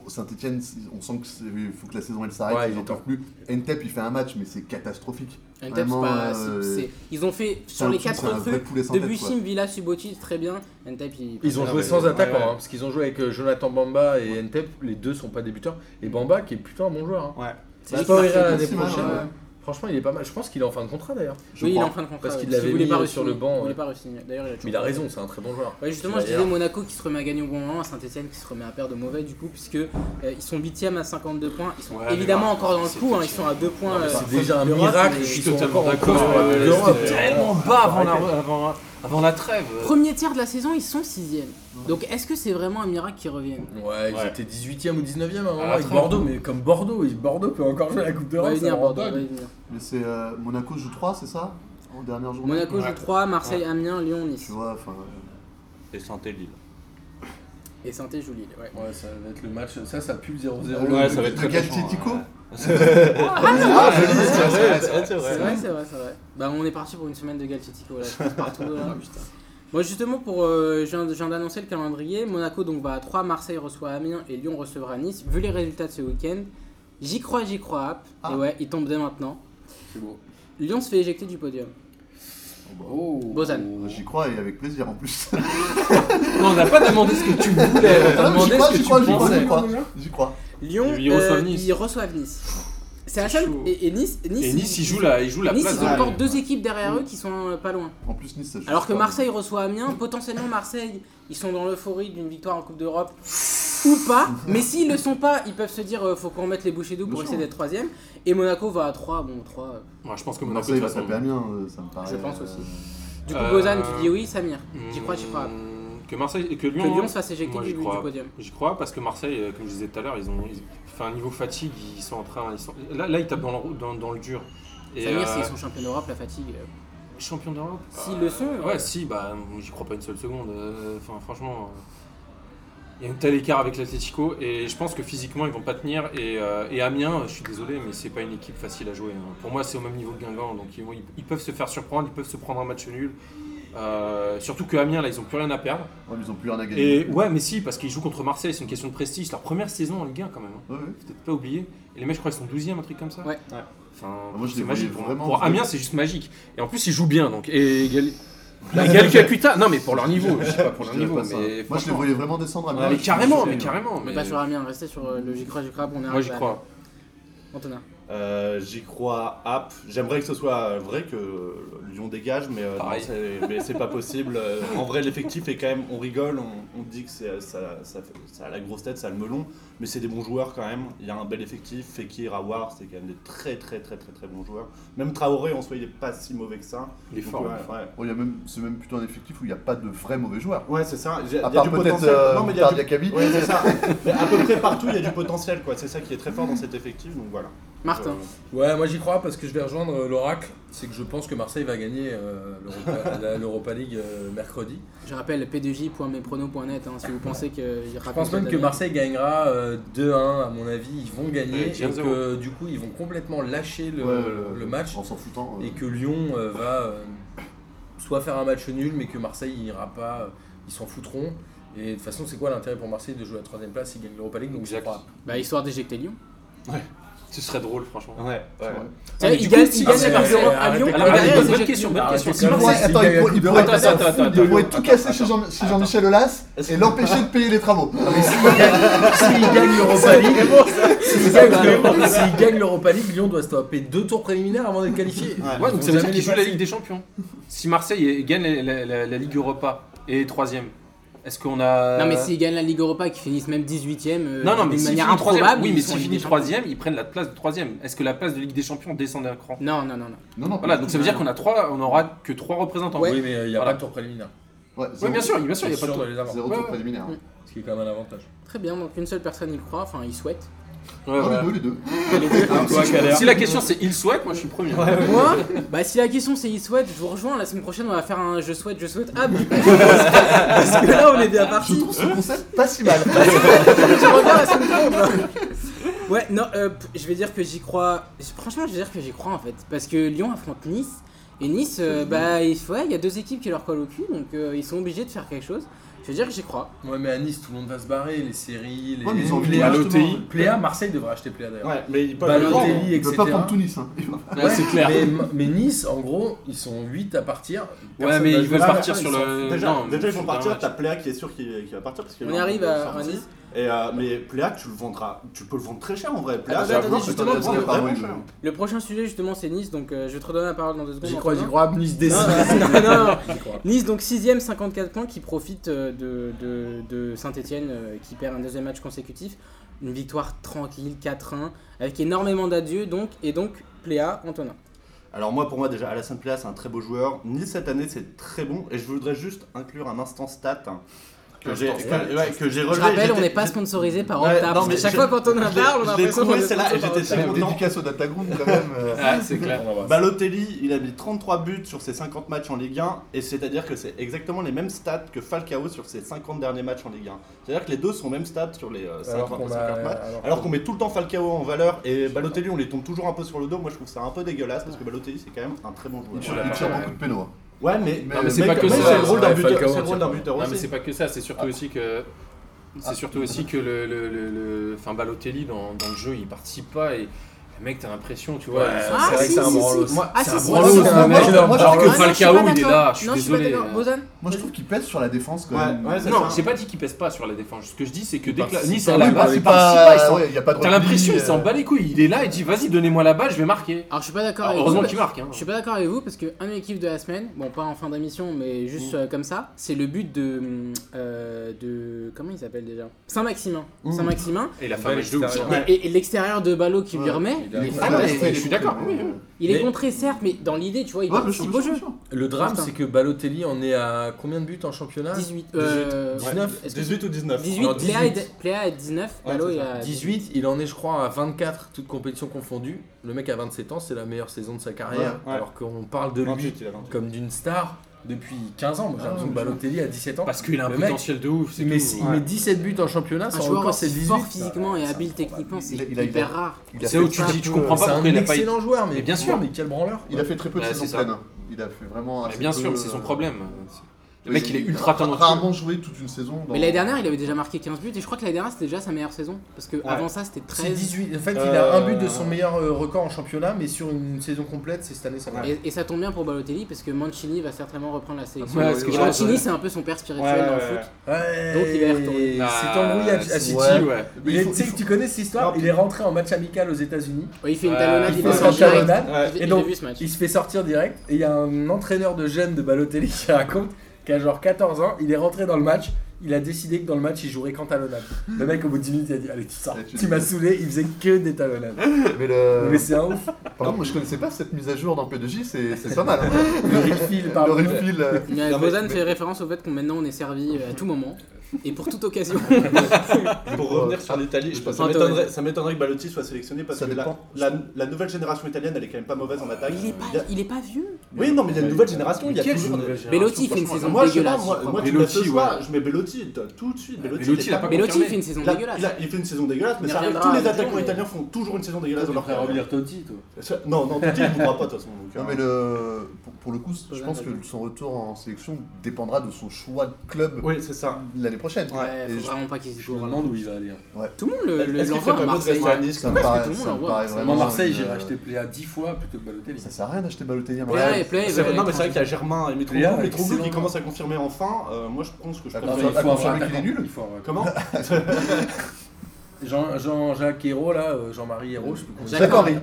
Saint-Etienne, on sent qu'il faut que la saison elle s'arrête, Ouais, il ils en est temps. peuvent plus. Ntep il fait un match, mais c'est catastrophique. Antep, c'est Vraiment, pas- euh, c'est- c'est- Ils ont fait c'est sur un les truc, 4 c'est un vrai recrues poulet sans de tête, quoi. Bushim, Villa, Subotic, très bien. Antep, il. Ils ont Ah joué ouais, sans ouais, attaquant, ouais. hein, parce qu'ils ont joué avec euh, Jonathan Bamba et Ntep, les deux sont pas débuteurs. Et Bamba qui est plutôt un bon joueur. hein. Ouais. C'est Bah, lui qui pas marque Herrera le l'année plus, prochaine. ouais. ouais. Franchement, il est pas mal. Je pense qu'il est en fin de contrat d'ailleurs. Je Oui, il est crois. en fin de contrat. Parce ouais, qu'il parce l'avait voulait mis euh, pas sur re-signer. le banc, Il voulait ouais. pas re-signer. D'ailleurs, il a toujours Mais il a pas raison, c'est un très bon joueur. Ouais, justement, Il a je disais l'air. Monaco qui se remet à gagner au bon moment, Saint-Etienne qui se remet à perdre au mauvais du coup, puisque euh, ils sont 8 à 52 points. Ils sont Ouais, mais évidemment là, encore dans le c'est coup, hein, ils effectivement- sont à 2 points. mais euh, c'est déjà un d'Europe, miracle, mais- Je suis Ils sont totalement encore d'accord. encore, euh, euh, l'Europe. c'était Tellement bas avant la, Arrêtez. avant, avant la trêve. Premier tiers de la saison, ils sont 6 Donc est-ce que c'est vraiment un miracle qu'ils reviennent Ouais, ils Ouais. étaient 18e ou 19e à un moment Ah, avec attends. Bordeaux, mais comme Bordeaux, et Bordeaux peut encore jouer à la Coupe On d'Europe. va venir ça me rend Bordeaux. on dingue. va venir. Mais c'est euh, Monaco joue 3, c'est ça En dernière journée Monaco joue Ouais. 3, Marseille, Amiens, Lyon, Nice. Tu vois, enfin. euh, Et santé Lille. Et saint joue Lille. Ouais. Ouais, ça va être le match. Ça, ça pue le 0-0. le- ça va être le très Galactico hein. Ah, joli, c'est vrai, c'est C'est vrai. vrai, c'est vrai, c'est vrai. Bah, on est parti pour une semaine de Galtitico là, je pense partout. Ah, Là. Bon, justement, pour, euh, je viens je viens d'annoncer le calendrier. Monaco donc va à 3, Marseille reçoit Amiens et Lyon recevra Nice. Vu les résultats de ce week-end, j'y crois, j'y crois, hop. Ah. Et ouais, il tombe dès maintenant. C'est beau. Lyon se fait éjecter du podium. Oh. Bozan. J'y crois et avec plaisir en plus. Non, on n'a pas demandé ce que tu voulais. On Ah t'a non, demandé j'y crois, ce que j'y tu crois, j'y crois, pensais. j'y crois. J'y crois. Lyon, Ils reçoivent euh, Nice. ils reçoivent Nice. C'est la C'est seule. chaud. Et, et Nice, Nice, Et Nice, ils- il joue la, il joue la Nice, place. ils ont de- encore deux équipes derrière eux qui sont euh, pas loin. En plus, Nice, ça joue Alors que pas. Marseille reçoit Amiens, potentiellement Marseille, ils sont dans l'euphorie d'une victoire en Coupe d'Europe ou pas. Mais s'ils ne le sont pas, ils peuvent se dire euh, faut qu'on mette les bouchées doubles pour Bien essayer sûr. d'être troisième. Et Monaco va à 3, bon 3. Ouais, je pense que Monaco, de Marseille toute va façon, taper Amiens, euh, ça me paraît. Je pense aussi. euh, Du coup, Euh, Bozan, tu dis oui, Samir. hmm, J'y crois, j'y crois. Que Marseille et que Que Lyon. Lyon se fasse éjecter moi, du, j'y du crois. podium. J'y crois parce que Marseille, euh, comme je disais tout à l'heure, ils ont ils- enfin niveau fatigue, ils sont en train, ils sont là, là ils tapent dans le, dans, dans le dur. Et Samir, euh, s'ils sont champions d'Europe, la fatigue. euh, champions d'Europe. S'ils le sont, euh, Ouais, si, bah j'y crois pas une seule seconde. Euh, Enfin, franchement, euh, il y a un tel écart avec l'Atlético et je pense que physiquement ils vont pas tenir. Et, euh, et Amiens, je suis désolé, mais c'est pas une équipe facile à jouer. hein. Pour moi, c'est au même niveau que Guingamp, donc ils, vont- ils- ils peuvent se faire surprendre, ils peuvent se prendre un match nul. Euh, surtout que Amiens, là, ils ont plus rien à perdre. ouais, mais Ils ont plus rien à gagner. Et ouais, mais si, parce qu'ils jouent contre Marseille, c'est une question de prestige. C'est Leur première saison en Ligue 1 quand même. hein. Ouais, ouais. Faut Peut-être pas oublier. Et les mecs, je crois, ils sont 12e, un truc comme ça. Ouais. Ouais. Enfin, Ah, moi, je les c'est magique. voyais Pour, vraiment- pour Amiens, c'est juste magique. Et en plus, ils jouent bien. Donc, et Gal- la Gal Calcutta, non, mais pour leur niveau, je sais pas pour Je leur dirais niveau, pas ça. mais Moi, je les franchement. voyais vraiment descendre à Ouais, Amiens. mais Je- carrément, je- mais carrément. Mais mais- pas sur Amiens, restez sur euh, le j'y crois, j'y crois. bon, On est Moi, j'y arrivé à- crois. Antonin. Euh, J'y crois, app. J'aimerais que ce soit vrai que Lyon dégage, mais euh, non, Pareil. c'est- mais c'est pas possible. Euh, en vrai, l'effectif est quand même. On rigole, on, on dit que c'est- ça, ça, fait- ça a la grosse tête, ça a le melon, mais c'est des bons joueurs quand même. Il y a un bel effectif. Fekir, Awar, c'est quand même des très très très très très bons joueurs. Même Traoré, en soi, il est pas si mauvais que ça. Il est Donc, fort. ouais, lui. ouais. Oh, il y a même- C'est même plutôt un effectif où il n'y a pas de vrais mauvais joueurs. Ouais, c'est ça. J'ai- À il y part a du peut-être potentiel. euh, Non, mais il y a Mouktar du- Diakabi. Ouais, c'est ça. Mais à peu près partout, il y a du potentiel, quoi. C'est ça qui est très fort dans cet effectif, donc voilà. Martin. Euh. Ouais, moi j'y crois parce que je vais rejoindre euh, l'oracle. C'est que je pense que Marseille va gagner euh, l'Europa- la- l'Europa League euh, mercredi. Je rappelle p2j.mespronos.net hein, si vous pensez que il Je pense même que Marseille gagnera euh, 2-1, à mon avis. Ils vont gagner Ouais, et 10-0. que du coup ils vont complètement lâcher le, Ouais, ouais, ouais. le match En s'en foutant. euh, et que Lyon euh, va euh, soit faire un match nul, mais que Marseille n'ira pas. euh, Ils s'en foutront. Et de toute façon, c'est quoi l'intérêt pour Marseille de jouer à la troisième place s'ils gagnent l'Europa League Donc j'y Exact. crois. Bah histoire d'éjecter Lyon. Ce serait drôle, franchement. Ouais, Euh, ouais. Tu sais, mais il du gagne coup, il si- gagne Ah, la mais- partie à Lyon. arrêtez, et Alors, derrière, bonne, ils bonne éjectent question, Lyon. bonne question. c'est Si quand Ouais, même- Marseille- Attends, attends, il pourrait- il pourrait attends, passer attends, un attends, fou de attends. Rouen tout casser chez Jean- chez Jean-Michel Aulas et l'empêcher de payer les travaux. S'ils gagnent l'Europa League, s'ils gagnent- s'ils gagnent l'Europa League, Lyon doit se taper deux tours préliminaires avant d'être qualifié. Ouais, Ils donc ça vont veut dire jamais qu'ils les jouent la passer. Ligue des Champions. Si Marseille gagne la, la- la- la Ligue Europa et est troisième, est-ce qu'on a. Non mais s'ils gagnent la Ligue Europa et qu'ils finissent même 18ème euh, Non, non, mais d'une s'ils manière finissent troisième- improbable, Oui, mais ils sont en s'ils Ligue des finissent Champions. troisième, ils prennent la place de troisième. Est-ce que la place de Ligue des Champions descend d'un cran Non non non non. Non, non. Voilà, donc ça veut dire qu'on a trois, on aura que trois représentants. Ouais. Oui, mais il n'y a Voilà. pas de tour préliminaire. Ouais, Oui, zéro- bien sûr, bien sûr, il n'y C'est a pas de sûr tour. Ah, les avoir. Zéro Ouais, tour ouais. préliminaire. Mm. Ce qui est quand même un avantage. Très bien, donc une seule personne y croit, enfin il souhaite. Ouais, Non, voilà. les deux, les deux. Si la question c'est il souhaite, Euh, moi je suis premier. Moi, bah si la question c'est il souhaite, je vous rejoins la semaine prochaine on va faire un je souhaite, je souhaite ah du coup, Parce que là on est bien Je parti. trouve ce concept pas si mal. Tu reviens la semaine pro, ou pas Ouais, non, euh, p- je vais dire que j'y crois. Franchement, je vais dire que j'y crois en fait. Parce que Lyon affronte Nice. Et Nice, euh, bah, il faut- ouais, il y a deux équipes qui leur collent au cul. Donc euh, ils sont obligés de faire quelque chose. Je vais dire que j'y crois. Ouais, mais à Nice, tout le monde va se barrer. Les séries, les. Ouais, mais ils ont envie de Pléa, jouer, justement. Justement, Pléa, Marseille devrait acheter Pléa d'ailleurs. Ouais, mais ils Bah, peuvent le prendre. Balotelli, Il etc. peut pas prendre tout Nice. hein. Ouais, c'est clair. Mais, mais Nice, en gros, ils sont 8 à partir. Ouais, Personne mais va ils jouer. veulent Ah, partir mais sur attends, le. Déjà, non, déjà ils vont sur le partir, match. t'as Pléa qui est sûr qu'il qu'il va partir parce que On arrive à, à sorti. Nice. Et euh, mais Pléa, tu le vendras, tu peux le vendre très cher en vrai. Pléa, Attends, j'avoue, attends, tu peux justement, le vendre parce que- vraiment Ah oui, cher. Le prochain sujet, justement, c'est Nice. Donc euh, je vais te redonner la parole dans deux secondes. J'y crois, Antonin. j'y crois. Nice descend. Non, non, non. J'y crois. Nice, donc 6ème, 54 points, qui profite euh, de, de, de Saint-Etienne, qui perd un deuxième match consécutif. Une victoire tranquille, 4-1, avec énormément d'adieux, donc, et donc Pléa, Antonin. Alors moi, pour moi déjà, Alassane Pléa, c'est un très beau joueur. Nice cette année, c'est très bon. Et je voudrais juste inclure un instant stat hein, que j'ai que- ouais, que j'ai relevé. Je rappelle, J'étais- on n'est pas sponsorisé par Ouais, Opta. non, parce que mais chaque j'ai- fois quand on en parle, on a je l'ai l'impression qu'on trouvé, est celle-là, sponsorisé et par j'étais Opta. sûr. Même dédicace au Dataground quand même. euh. Ah, c'est clair. On l'embrasse. Balotelli, il a mis 33 buts sur ses 50 matchs en Ligue 1, et c'est-à-dire que c'est exactement les mêmes stats que Falcao sur ses 50 derniers matchs en Ligue 1. C'est-à-dire que les deux sont aux mêmes stats sur les euh, 50, Alors qu'on 50 a- matchs. alors Alors qu'on met tout le temps Falcao en valeur, et Balotelli, on les tombe toujours un peu sur le dos. Moi, je trouve ça un peu dégueulasse, parce que Balotelli, c'est quand même un très bon Il joueur. tire il tire beaucoup de pénaux. hein. Ouais, mais, Non, mais c'est mais- pas que mais ça, C'est le rôle c'est d'un vrai, buteur, Falcao c'est le tire. rôle d'un buteur Non, mais aussi. c'est pas que ça, c'est surtout aussi que. C'est surtout aussi que le, le, le, le- enfin, Balotelli dans, dans le jeu il participe pas et le mec t'as l'impression tu vois. Ouais, il- Ah, c'est vrai si, que c'est un si, branleur. si. Moi, Ah, c'est si, un si, branleur, si, c'est si, un si, mec si, énorme. moi, je Alors trouve que Ah, non, je suis Falcao, pas il est d'accord. là, je suis Non, je suis pas désolé. d'accord. Bozan Moi je trouve qu'il pèse sur la défense quand Ouais, même. ouais, c'est Non, ça. j'ai pas dit qu'il pèse pas sur la défense. Ce que je dis c'est que Il dès que la- participe Nice pas, a la oui, balle, bah, il il participe participe pas, il s'en- ouais, il y a pas de T'as repli, l'impression il euh, s'en bat les couilles, il est là, il dit vas-y donnez-moi la balle, je vais marquer. Alors, je suis pas d'accord Alors, avec heureusement vous. qu'il marque. Hein. Je suis pas d'accord avec vous parce que un de mes kiffs de la semaine, bon pas en fin d'émission mais juste euh, comme ça, c'est le but de hum, euh, de comment il s'appelle déjà Saint-Maximin. Saint-Maximin Et la Ouais, fameuse de ouf. l'extérieur. hein. et- et, et l'extérieur de Ballot qui lui Ouais. remet, Il a- il est Ah, non, mais contré, je suis il est d'accord, contré, oui, oui. euh, il est Mais- contré certes mais dans l'idée tu vois il Ouais, bien sûr, participe bien au sûr, jeu. bien sûr. Le drame, Putain. c'est que Balotelli en est à combien de buts en championnat 18 euh, 19, est-ce que- 18 ou 19 18, Non, Pléa est- 18. Pléa est 19, Ouais, Ballot c'est est ça. à 18, il en est je crois à 24, toutes compétitions confondues. Le mec a 27 ans, c'est la meilleure saison de sa carrière. Ouais, ouais. Alors qu'on parle de lui 28, il a 28. comme d'une star depuis 15 ans. Moi, j'ai Ah, l'impression que bien sûr. Balotelli à 17 ans. Parce qu'il a un Le mec, potentiel de ouf, c'est il met, tout. il met 17 buts en championnat, Un son joueur record c'est aussi 18. fort physiquement et habile techniquement, c'est Il a- il a- il a- hyper rare. Il a C'est fait où tu ça, dis, tu euh, comprends C'est pas un pourquoi il a pas excellent joueur, mais Mais bien sûr. mais quel branleur. Il a fait très peu de Ouais, saisons c'est ça. pleines. hein. Il a fait vraiment. Mais assez bien peu, sûr, c'est son euh, problème. Le ils mec, ont- il est ultra ra- talentueux. rarement joué toute une saison. dans- Mais l'année dernière, il avait déjà marqué 15 buts et je crois que l'année dernière c'était déjà sa meilleure saison parce que avant ça c'était C'est 13 18. En fait, il a Euh, un but de son meilleur euh, record en championnat, mais sur une saison complète, c'est cette année ça va. Et, et ça tombe bien pour Balotelli parce que Mancini va certainement reprendre la sélection. Ouais, ce que Et je Mancini, pense, c'est un peu son père spirituel Ouais, dans le ouais, foot. ouais. Ouais, Donc, il va y retourner. C'est Ah, embrouillé à, à City. ouais. ouais. Il est- Tu sais que tu connais cette histoire, il est rentré en match amical aux États-Unis. Ouais, il fait une Ouais, talonnade, il il fait descend une direct. talonnade. Ouais. J'ai- Et j'ai donc, vu ce match. Il se fait sortir direct et il y a un entraîneur de jeunes de Balotelli qui raconte qu'à genre 14 ans, il est rentré dans le match, il a décidé que dans le match il jouerait qu'en talonnade. Le mec au bout de 10 minutes il a dit Allez, tu sors, Ouais, tu tu m'as saoulé, il faisait que des talonnades. Mais le- Mais c'est un ouf, Par contre, moi je connaissais pas cette mise à jour dans P2J, c'est c'est pas mal. hein. le refill par Le refill. euh, Mais, Non, mais- Bozan fait référence au fait qu'on maintenant on est servi euh, à tout moment. et pour toute occasion. Pour revenir sur l'Italie, je pense que ça Antoine. m'étonnerait- ça m'étonnerait que Balotti soit sélectionné parce Ça que la, dépend. la- la nouvelle génération italienne, elle est quand même pas mauvaise en attaque. il, est pas, Il y a- il est pas vieux. Oui, non, mais il y a une nouvelle génération. Il y a Quelle toujours. nouvelle des- génération, Bellotti fait une franchement, saison là. Moi, je sais pas, dégueulasse. moi, je crois. moi, tu me laisses ce Bellotti, soir, je mets Bellotti t- tout de suite. Bellotti, Bellotti, est il a pas- pas Bellotti confirmé. fait une saison il a- dégueulasse. il a- il fait une saison dégueulasse, mais Il ça arrive. reviendra Tous les un jour, attaquants mais- italiens font toujours une saison dégueulasse dans leur Après, carrière. revenir Totti, toi. Non, non, Totti, il ne voudra pas, de toute façon. donc, Non, hein. mais le, pour, pour le coup, je Pas pense mal. que son retour en sélection dépendra de son choix de club Oui, c'est ça. l'année prochaine. Ouais, Et faut je- vraiment pas qu'il se Je me joue. demande où il va aller. hein. Tout le monde le- le- Est-ce qu'il l'envoie ferait à pas mieux de Marseille. rester à Nice Ça me Parce que paraît, tout le monde ça en me voit. paraît vraiment. Moi, Marseille, une- j'ai racheté Plea 10 fois plutôt que Balotelli. Ça sert à rien d'acheter Balotelli. à Ouais, Marseille. ouais, play, C'est vrai- ouais, non, mais c'est vrai qu'il y a Germain et Métroglou. Léa, Métroglou qui excellent. Ah, commence à confirmer enfin. euh, moi, je pense que je Attends, Non, préfère. mais il ça faut confirme avoir un qu'il est attaquant. nul Il faut avoir un attaquant. Comment Jean- Jean-Jacques Hérault, là, euh, Jean-Marie Hérault, je sais plus comment Jacques Henri.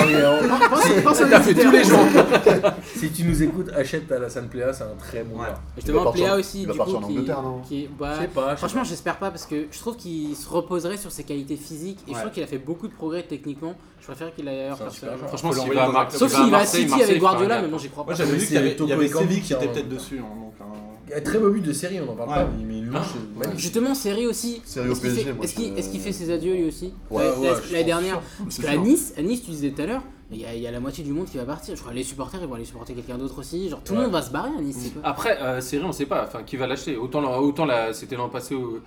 Henri Hérault. Ah, Pense- pense à hein. T'as fait Mister. tous les gens. si tu nous écoutes, achète à la San Plea, c'est un très bon Ouais. gars. Il va Justement, partir- Pléa aussi, il du va coup, partir en qui- Angleterre, non qui, bah, Je sais pas. je sais Franchement, j'espère pas parce que je trouve qu'il se reposerait sur ses qualités physiques et Ouais. je trouve qu'il a fait beaucoup de progrès techniquement. Je préfère qu'il aille ailleurs C'est un faire ça. super joueur. Franchement, Faut s'il l'envoyer va à dans un Mar- club. Sauf s'il va à s'il va à Marseille, City Marseille, avec Guardiola, c'est mais pas bon, un j'y gars. crois Moi, pas. j'avais Mais vu c'est qu'il y avait- il y avait Toko Ekambi Séville qui qui en- était peut-être dessus. hein, donc, hein. Il y a très beau but de série, on en parle Ouais. pas, mais il met une louche Ah. euh, magnifique. Justement, Série aussi. Série au Est-ce qu'il PSG, fait- moi, Est-ce qu'il je- est-ce qu'il fait ses adieux lui aussi Ouais, La- ouais, la- je pense L'année dernière. C'est Parce sûr. qu'à Nice, à Nice, tu disais tout à l'heure, il y, a- il y a la moitié du monde qui va partir. Je crois que les supporters, ils vont aller supporter quelqu'un d'autre aussi. Genre, tout le Ouais. monde va se barrer à Nice. c'est quoi. Après, euh, Série, on sait pas. Enfin, qui va l'acheter Autant, l'an- autant la- c'était l'an passé où,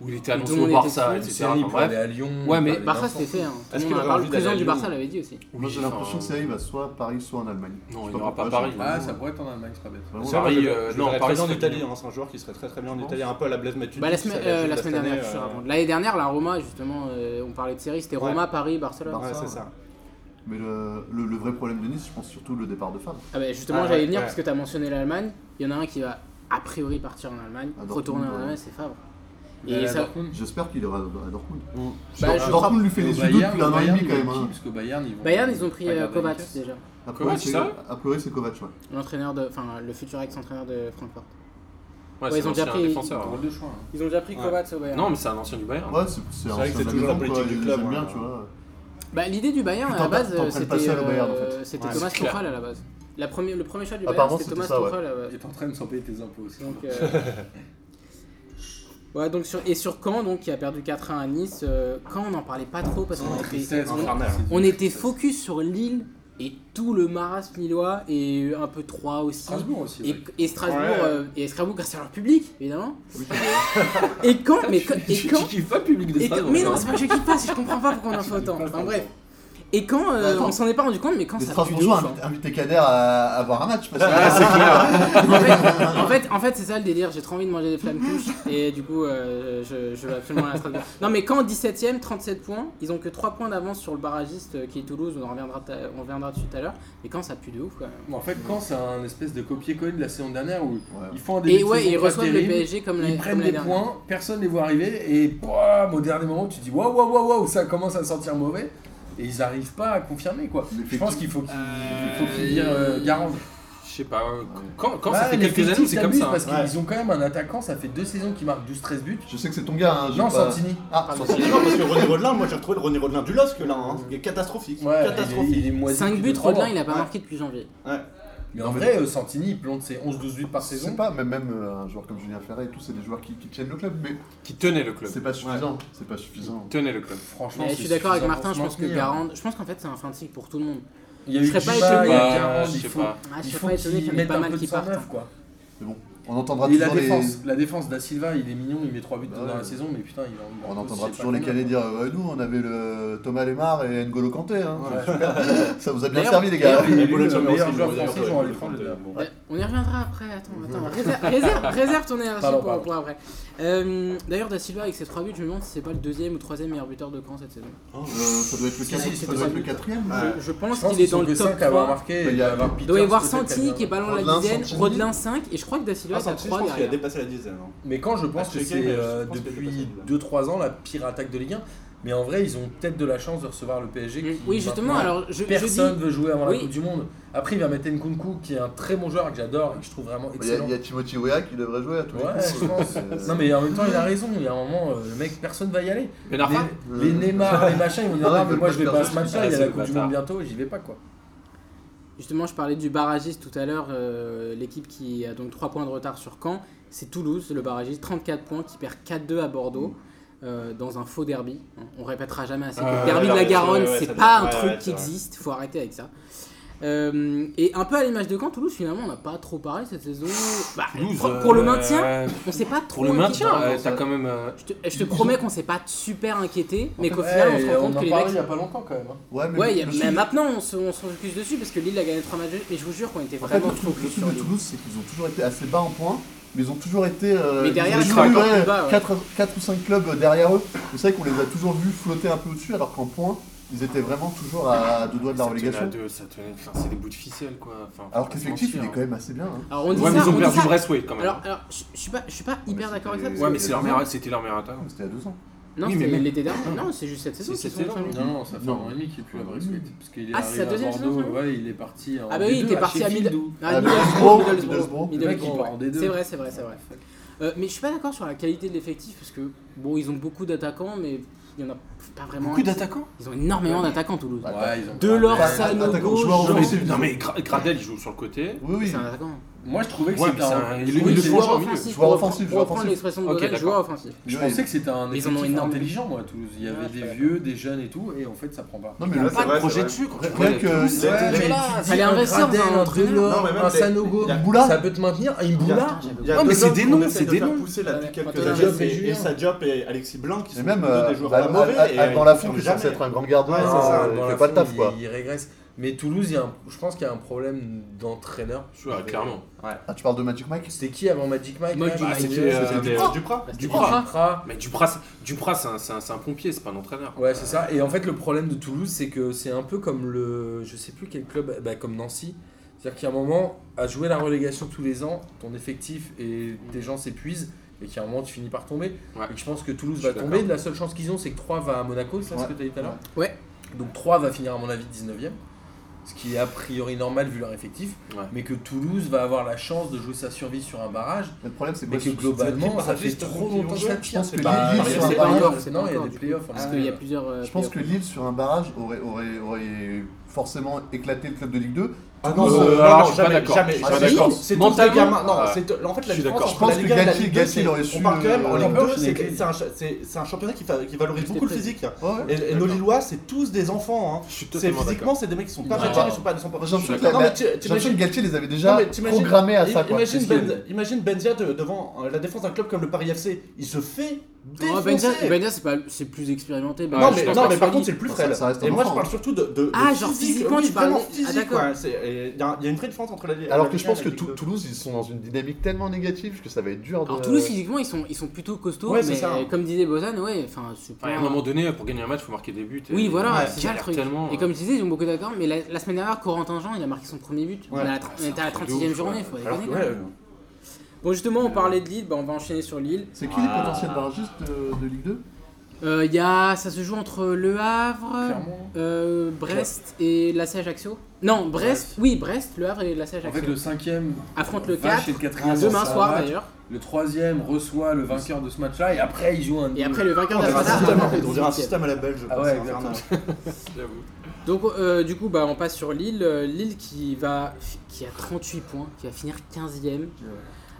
où il était annoncé Tout le au monde était Barça, fou. Une etc. série, il Enfin, peut bref. aller à Lyon. Ouais, il peut mais aller Barça, n'importe c'était fait. hein. Tout Est-ce le qu'il monde en parle. Le aurait envie d'aller président à du Lyon Barça l'avait dit aussi. Moi, j'ai l'impression que Série va soit à Paris, soit en Allemagne. Non, Je sais il n'ira pourquoi, pas à je- où. Ah, Paris. ça pourrait être en Allemagne, c'est pas bête. Vraiment, C'est là, vrai. Paris, Je euh, le non, verrais Paris, très bien en c'est Italie, bien. hein, c'est un joueur qui serait très très bien en Je Italie, un peu à la Blaise Matuidi. Bah, la qui semaine, serait euh, joué la cette semaine dernière, année, je suis euh, sûr, avant. L'année dernière, la Roma, justement, euh, on parlait de série, c'était Ouais. Roma, Paris, Barcelone. Ouais, c'est ça. Mais le, le- le vrai problème de Nice, je pense surtout le départ de Fab. Ah bah justement, Ah, j'allais ouais, venir ouais. parce que tu as mentionné l'Allemagne. Il y en a un qui va a priori partir en Allemagne, À Dortmund, retourner en ouais. Allemagne, c'est Favre. Il Et est à ça, Dortmund. J'espère qu'il ira à Dortmund. Bah, Dort- je Dortmund lui fait Et au les yeux doux Bayern, depuis un au an et Bayern, demi il y quand a même. qui hein. Parce que Bayern, ils vont. Bayern, ils ont pris euh, Regarde, Kovac Benitez. déjà, A priori, Kovac, c'est- c'est ça a priori, c'est Kovac, ouais. l'entraîneur de, enfin le futur ex-entraîneur de Francfort. Ouais, Ouais, c'est ils ont un déjà ancien pris- défenseur. Drôle de choix. hein. Ils ont déjà pris Ouais. Kovac au Bayern. Non, mais c'est un ancien du Bayern. Ouais, c'est c'est vrai que c'est toujours la politique du club, bien, ouais. tu vois. Bah, l'idée du Bayern à Putain, la base, t'en euh, prennes c'était pas seul au Bayern, en fait. euh, c'était Ouais, Thomas c'est clair. Tuchel à la base. La première, le premier choix du Bayern, Apparemment, c'était Thomas c'était ça, ouais. Tuchel à la base. Et t'es en train de sans payer tes impôts aussi. hein. Donc, euh, ouais, donc sur, et sur Caen, donc qui a perdu 4-1 à Nice. euh, Caen, on n'en parlait pas trop parce qu'on était, Tristesse, on- infernal. on On était Tristesse. focus sur Lille et tout le marasme lillois et un peu Troyes aussi. Strasbourg aussi. Et, ouais. et Strasbourg, Ouais. euh, et Strasbourg grâce à leur public, évidemment. et quand, mais quand, et quand, kiffes pas le public de et quand- Strasbourg, mais toi. non, c'est pas que je kiffe pas, c'est que je comprends pas pourquoi on en fait autant. Enfin bref. Et quand, euh, Attends. on s'en est pas rendu compte, mais quand Les ça pue de Strasbourgeois ouf, invitent- invitent Kader à, à voir un match. Parce que Ah, c'est clair. hein. En fait, en fait, en fait, c'est ça le délire. J'ai trop envie de manger des flammes couches et du coup, euh, je, je veux absolument aller à Strasbourg. Non, mais quand 17ème, 37 points, ils ont que 3 points d'avance sur le barragiste euh, qui est Toulouse. On en reviendra, ta- on reviendra dessus tout à l'heure. Mais quand ça pue de ouf, quand même. En fait, quand c'est un espèce de copier-coller de la saison dernière où Ouais. ils font un début Et de ouais, saison ils pas reçoivent le terrible, PSG comme la, Ils comme prennent la des dernière. points, personne ne les voit arriver, et boum, au dernier moment, tu dis waouh, waouh, waouh, waouh, ça commence à sentir mauvais, et ils n'arrivent pas à confirmer quoi. Je pense qu'il faut qu'ils il faut qu'ils euh, garandent. Je sais pas. euh, Quand, quand Ah, ça fait les quelques années, fictifs c'est comme ça. hein. Parce Ouais. qu'ils ont quand même un attaquant, ça fait deux saisons qu'il marque 12-13 buts. Je sais que c'est ton gars. Hein, j'ai Non, pas- Santini. Ah, Pardon. Santini. Non, parce que René Rodelin, moi j'ai retrouvé le René Rodelin du LOSC là, hein. Il est catastrophique. Ouais, catastrophique. il est, il est moisi 5 depuis buts, deux, trois Rodelin, mois. il a pas Ouais. marqué depuis janvier. Mais en vrai, euh, Santini, il plante ses 11-12 buts par Je saison. sais pas, même, même euh, un joueur comme Julien Ferret et tout, c'est des joueurs qui, qui tiennent le club, mais hein. Qui tenait le club. c'est pas suffisant. C'est pas suffisant. Tenait le club. Franchement, Mais je c'est suis d'accord avec suffisant Martin, pour je se pense que maintenir. Garande, je pense qu'en fait c'est un fin de cycle pour tout le monde. Il y a je eu serais pas Kiba, il y a étonné. Garand, Bah, je il sais faut- pas. Ah, je il suis faut pas étonné qu'ils qu'il y en ait mettent pas un mal peu de qui sang partent. neuf hein. quoi. Mais bon, on entendra Et la toujours les. Bah défense, la défense da Silva, il est mignon, il met 3 buts dans Ouais. la saison, mais putain, il va- il va On en entendra poser, toujours pas les combien. Canadiens dire euh, Ouais, nous on avait le Thomas Lemar et N'Golo Kanté. Hein. Ouais. Super. Ça vous a bien D'ailleurs- servi les gars. Euh, d'ailleurs, Et Le Bologna aussi, meilleur je joueur veux dire, français, ouais, genre, à le l'écran, Conte, le- bon. Ouais, Ben, On y reviendra après, attends, attends. Réserve, réserve, réserve ton énergie Pardon, pour, pardon. pour après. Euh, D'ailleurs, Da Silva avec ses 3 buts, je me demande si c'est pas le deuxième ou troisième meilleur buteur de Caen cette saison. Euh, ça doit être le Si, quatrième. si, Ça doit c'est être le possible. quatrième. Je, je pense Euh, Je pense qu'il est qu'ils sont dans le que top cinq à avoir 3. marqué. Mais il y a- avoir Il doit y avoir Peters, euh, peut-être, Santi qui est euh, ballon de la Rodelin, dizaine, Santini. Rodelin 5, et je crois que Da Silva Ah, est à Santi, je 3 pense qu'il a derrière. dépassé la dizaine. hein. Mais quand je pense Ah, que checker, c'est mais je euh, pense que c'est depuis pas possible. 2-3 ans la pire attaque de Ligue 1. Mais en vrai, ils ont peut-être de la chance de recevoir le PSG. Mm. qui, Oui, justement, maintenant, alors je, je Personne dis. veut jouer avant Oui. la Coupe du Monde. Après, il va mettre Nkunku, qui est un très bon joueur et que j'adore et que je trouve vraiment Il y, a- excellent. il y a Timothy Weah qui devrait jouer à tous Ouais, les coups. je pense. Euh, Non, mais en même temps, il a raison. Il y a un moment, euh, le mec, personne va y aller. Ben Les, Arfa les Neymar, les machins, ils vont dire Ah, Ah, ils mais veulent moi, pas je vais faire pas à ça. ce match-là. Il Ah, y a c'est la le Coupe du bâtard. Monde bientôt, j'y vais pas quoi. Justement, je parlais du barragiste tout à l'heure, euh, l'équipe qui a donc 3 points de retard sur Caen. C'est Toulouse, le barragiste, 34 points, qui perd 4-2 à Bordeaux. euh, dans un faux derby. Hein, On répétera jamais assez que le Ah, derby de la ouais, Garonne, ouais, ouais, c'est ça pas doit- un ouais, truc ouais, qui c'est vrai. existe, faut arrêter avec ça. Euh, et un peu à l'image de Caen, Toulouse finalement on n'a pas trop parlé cette saison. Bah, Toulouse, pour, pour le euh, maintien, ouais, on sait pas trop. Pour le inquiété. maintien, euh, ça. t'as quand même. euh, Je te, je te promets qu'on s'est pas super inquiété, mais qu'au Ouais, final on se et rend compte en que les parlait il mecs. y a pas longtemps quand même. hein. Ouais, mais Ouais, le- il y a- le mais truc- maintenant on se, on se focus dessus parce que Lille a gagné 3 matchs, de- mais je vous jure qu'on était En fait, vraiment le trop truc, le focus truc sur de Lille. Toulouse, c'est qu'ils ont toujours été assez bas en points, mais ils ont toujours été. euh, Mais ils derrière, ont ils toujours sont eu, encore plus bas, ouais. 4, ou 5 clubs euh, derrière eux. Et C'est vrai qu'on les a toujours vus flotter un peu au-dessus, alors qu'en points, ils étaient vraiment toujours à deux doigts de la ça tenait à relégation. deux, ça tenait- enfin, c'est des bouts de ficelle quoi. Enfin, Alors faut que pas se l'effectif, il mentir. est quand même assez bien. hein. Alors on dit Ouais, mais ça, ils on ont dit perdu ça. Breastway quand même. Alors, alors je, je suis pas, je suis pas mais hyper c'était d'accord avec ça. les- parce ouais, que- mais c'est leur meilleur- c'était leur meilleur attaque. C'était à deux ans. Non, oui, c'était mais- l'été dernier. Non, c'est juste cette saison. C'est qu'ils cette sont en saison. train de- Non, non, ça fait Non. un an et demi qu'il est plus à Bressuit. Parce qu'il est Ah, c'est arrivé sa à deuxième Bordeaux, saison, ça ouais, il est parti en Ah bah oui, il D2 était à parti à Sheffield, Middle- où Ah, Ah, Middlesbrough. Middlesbrough, Middlesbrough. Le mec, il Middlesbrough, part en ouais. D2. C'est vrai, c'est vrai, c'est vrai. Euh, mais je suis pas d'accord sur la qualité de l'effectif parce que bon, ils ont beaucoup d'attaquants, mais il y en a pas vraiment. Beaucoup d'attaquants. Ils ont énormément d'attaquants Toulouse. Ouais, ils ont Delors, pas- Sano, attaquant, Gauche, joueur Jean- Non mais, offensif. non, mais Gra- Gradel il joue sur le côté. Oui, oui. C'est un attaquant. Moi, je trouvais que Ouais, c'était mais c'est un. un- je il- trouvais il que le c'était- force Joueur au milieu. offensif. Joueur pour offensif, reprendre- joueur reprendre offensif. l'expression de Ok, Gaulle, d'accord. joueur offensif. Je Oui. pensais que c'était Mais ils en un ont effectif énormément. intelligent, moi, à Toulouse. Il y Ouais, avait des je suis vieux, des jeunes et tout, et en fait, ça prend pas. Non, mais Il y là, a pas c'est de vrai, projet c'est dessus quand tu Rien regardes que- Toulouse. C'est dégueulasse. Ouais, mais tu te dis, Fallait un investir dans un Gradel, un entraîneur. Delors, Non, mais même un les- Sanogo, il y a- Boula. ça peut te maintenir. Un y a- Imboula Il y a Ah, mais deux c'est hommes des qu'on noms, essaie c'est de des faire noms. pousser là depuis quelques Antonin années. Jobs et Et, et Julien. Sadiop et Alexis Blanc qui Et sont même tous euh, deux des joueurs à la Al- mauvais. Al- et Al- dans ils la font fille, qui est jamais. censé être un grand gardien, Ouais, c'est ça, euh, il dans fait la pas le fond, taf quoi. Il, il régresse. Mais Toulouse, il y a un- je pense qu'il y a un problème d'entraîneur. Ouais, clairement. Ah, tu parles de Magic Mike C'était qui avant Magic Mike Mike là Duprat. Ah, c'était, euh, C'était, euh, c'était mais- C'est Duprat. Bah, c'était Duprat. Duprat. Duprat. Mais Dupras, c'est- Dupras, c'est un- c'est un, c'est un pompier, c'est pas un entraîneur. Ouais, c'est ça. Et en fait, le problème de Toulouse, c'est que c'est un peu comme le. Je sais plus quel club, bah, comme Nancy. C'est-à-dire qu'il y a un moment, à jouer la relégation tous les ans, ton effectif et tes gens s'épuisent. Et qu'il y a un moment, tu finis par tomber. Ouais. Et je pense que Toulouse Je va suis tomber. La seule chance qu'ils ont, c'est que 3 va à Monaco. C'est ça ce que tu as dit tout à l'heure Ouais. Donc 3 va finir, à mon avis, 19 e Ce qui est a priori normal vu leur effectif. Ouais. Mais que Toulouse va avoir la chance de jouer sa survie sur un barrage. Le problème, c'est Mais quoi que c'est- globalement, ça fait c'est- trop c'est- longtemps que ça Je pense que Bah, Lille- Lille il y a sur un des pas barrage. encore, playoffs, c'est non, pas il y a encore, des du playoffs. hein. en Parce effet. qu'il y a plusieurs. euh, Je pense que playoffs. Lille sur un barrage aurait, aurait, aurait forcément éclaté le club de Ligue 2. Ah non, non, euh, non, alors, je non, suis pas jamais, d'accord. jamais. Je suis Ah, pas si, d'accord. C'est tous des Mentalement, gamins. Non, ouais. c'est en fait la Je suis différence. d'accord. entre Je pense la Ligue que 1 et la Galtier- Ligue 2, Galtier, il aurait c'est- su, On parle quand même en euh, Ligue l'approche, 2, c'est c'est- que c'est un cha- c'est- c'est un championnat qui fa- qui valorise beaucoup le C'était- physique. Ouais, ouais. Et, et nos Lillois, c'est tous des enfants. Hein. Je suis C'est totalement d'accord. physiquement, c'est des mecs qui sont pas Ouais. matures, ils sont pas, ils sont pas. Moi, j'ai l'impression que Non, la- mais la- tu- j'ai l'impression t'imagines- que Galtier les avait non, déjà mais t'imagines- programmés à ça. im- quoi. Imagine, Parce que- Ben- imagine Benzia de- devant euh, la défense d'un club comme le Paris FC, il se fait Oh, défoncer. Benja, Benja, c'est pas- c'est plus expérimenté. Ah, non, Benja, je mais, c'est non, pas mais par solide. contre, c'est le plus Ça, frêle. ça reste un et moi, enfant, je parle surtout de. de- de Ah, genre physique, physiquement, oui, tu parles- vraiment ah, physique. d'accord. quoi. C'est- et Il y, a il y a une vraie différence entre la. la Alors que Ligue je 1 pense et que la Ligue Tou- 2. Toulouse, ils sont dans une dynamique tellement négative que ça va être dur de... Alors Toulouse physiquement ils sont ils sont plutôt costauds Ouais, c'est mais ça. comme disait Bozan ouais enfin c'est pas Enfin, à un moment donné, pour gagner un match, il faut marquer des buts. et- oui voilà Ouais, c'est ça le galère truc Tellement, et comme je disais ils ont beaucoup d'accord mais la, la semaine dernière Corentin Jean il a marqué son premier but on, Ouais. est à la tr- on c'est était à la un truc 36 e de ouf, journée ouais. faut Alors déconner que, quand même. ouais, bon justement on parlait de Lille bah, on va enchaîner sur Lille C'est qui les Ah. potentiels barragistes de, de Ligue 2 Euh, il y a ça se joue entre Le Havre Clairement. euh, Brest et l'AC Ajaccio non Brest oui Brest Le Havre et l'AC En fait, Ajaccio le cinquième affronte le va 4 chez le Ah, quatrième dans demain sa soir match. d'ailleurs Le troisième reçoit le vainqueur de ce match-là et après il joue un. et après le vainqueur On de la dirait un finale système- affronte le on dirait un 18e. système à la belge. je Ah pense, ouais, c'est exactement. infernal. J'avoue. Donc euh, du coup bah on passe sur Lille, Euh, Lille qui va qui a 38 points, qui va finir 15e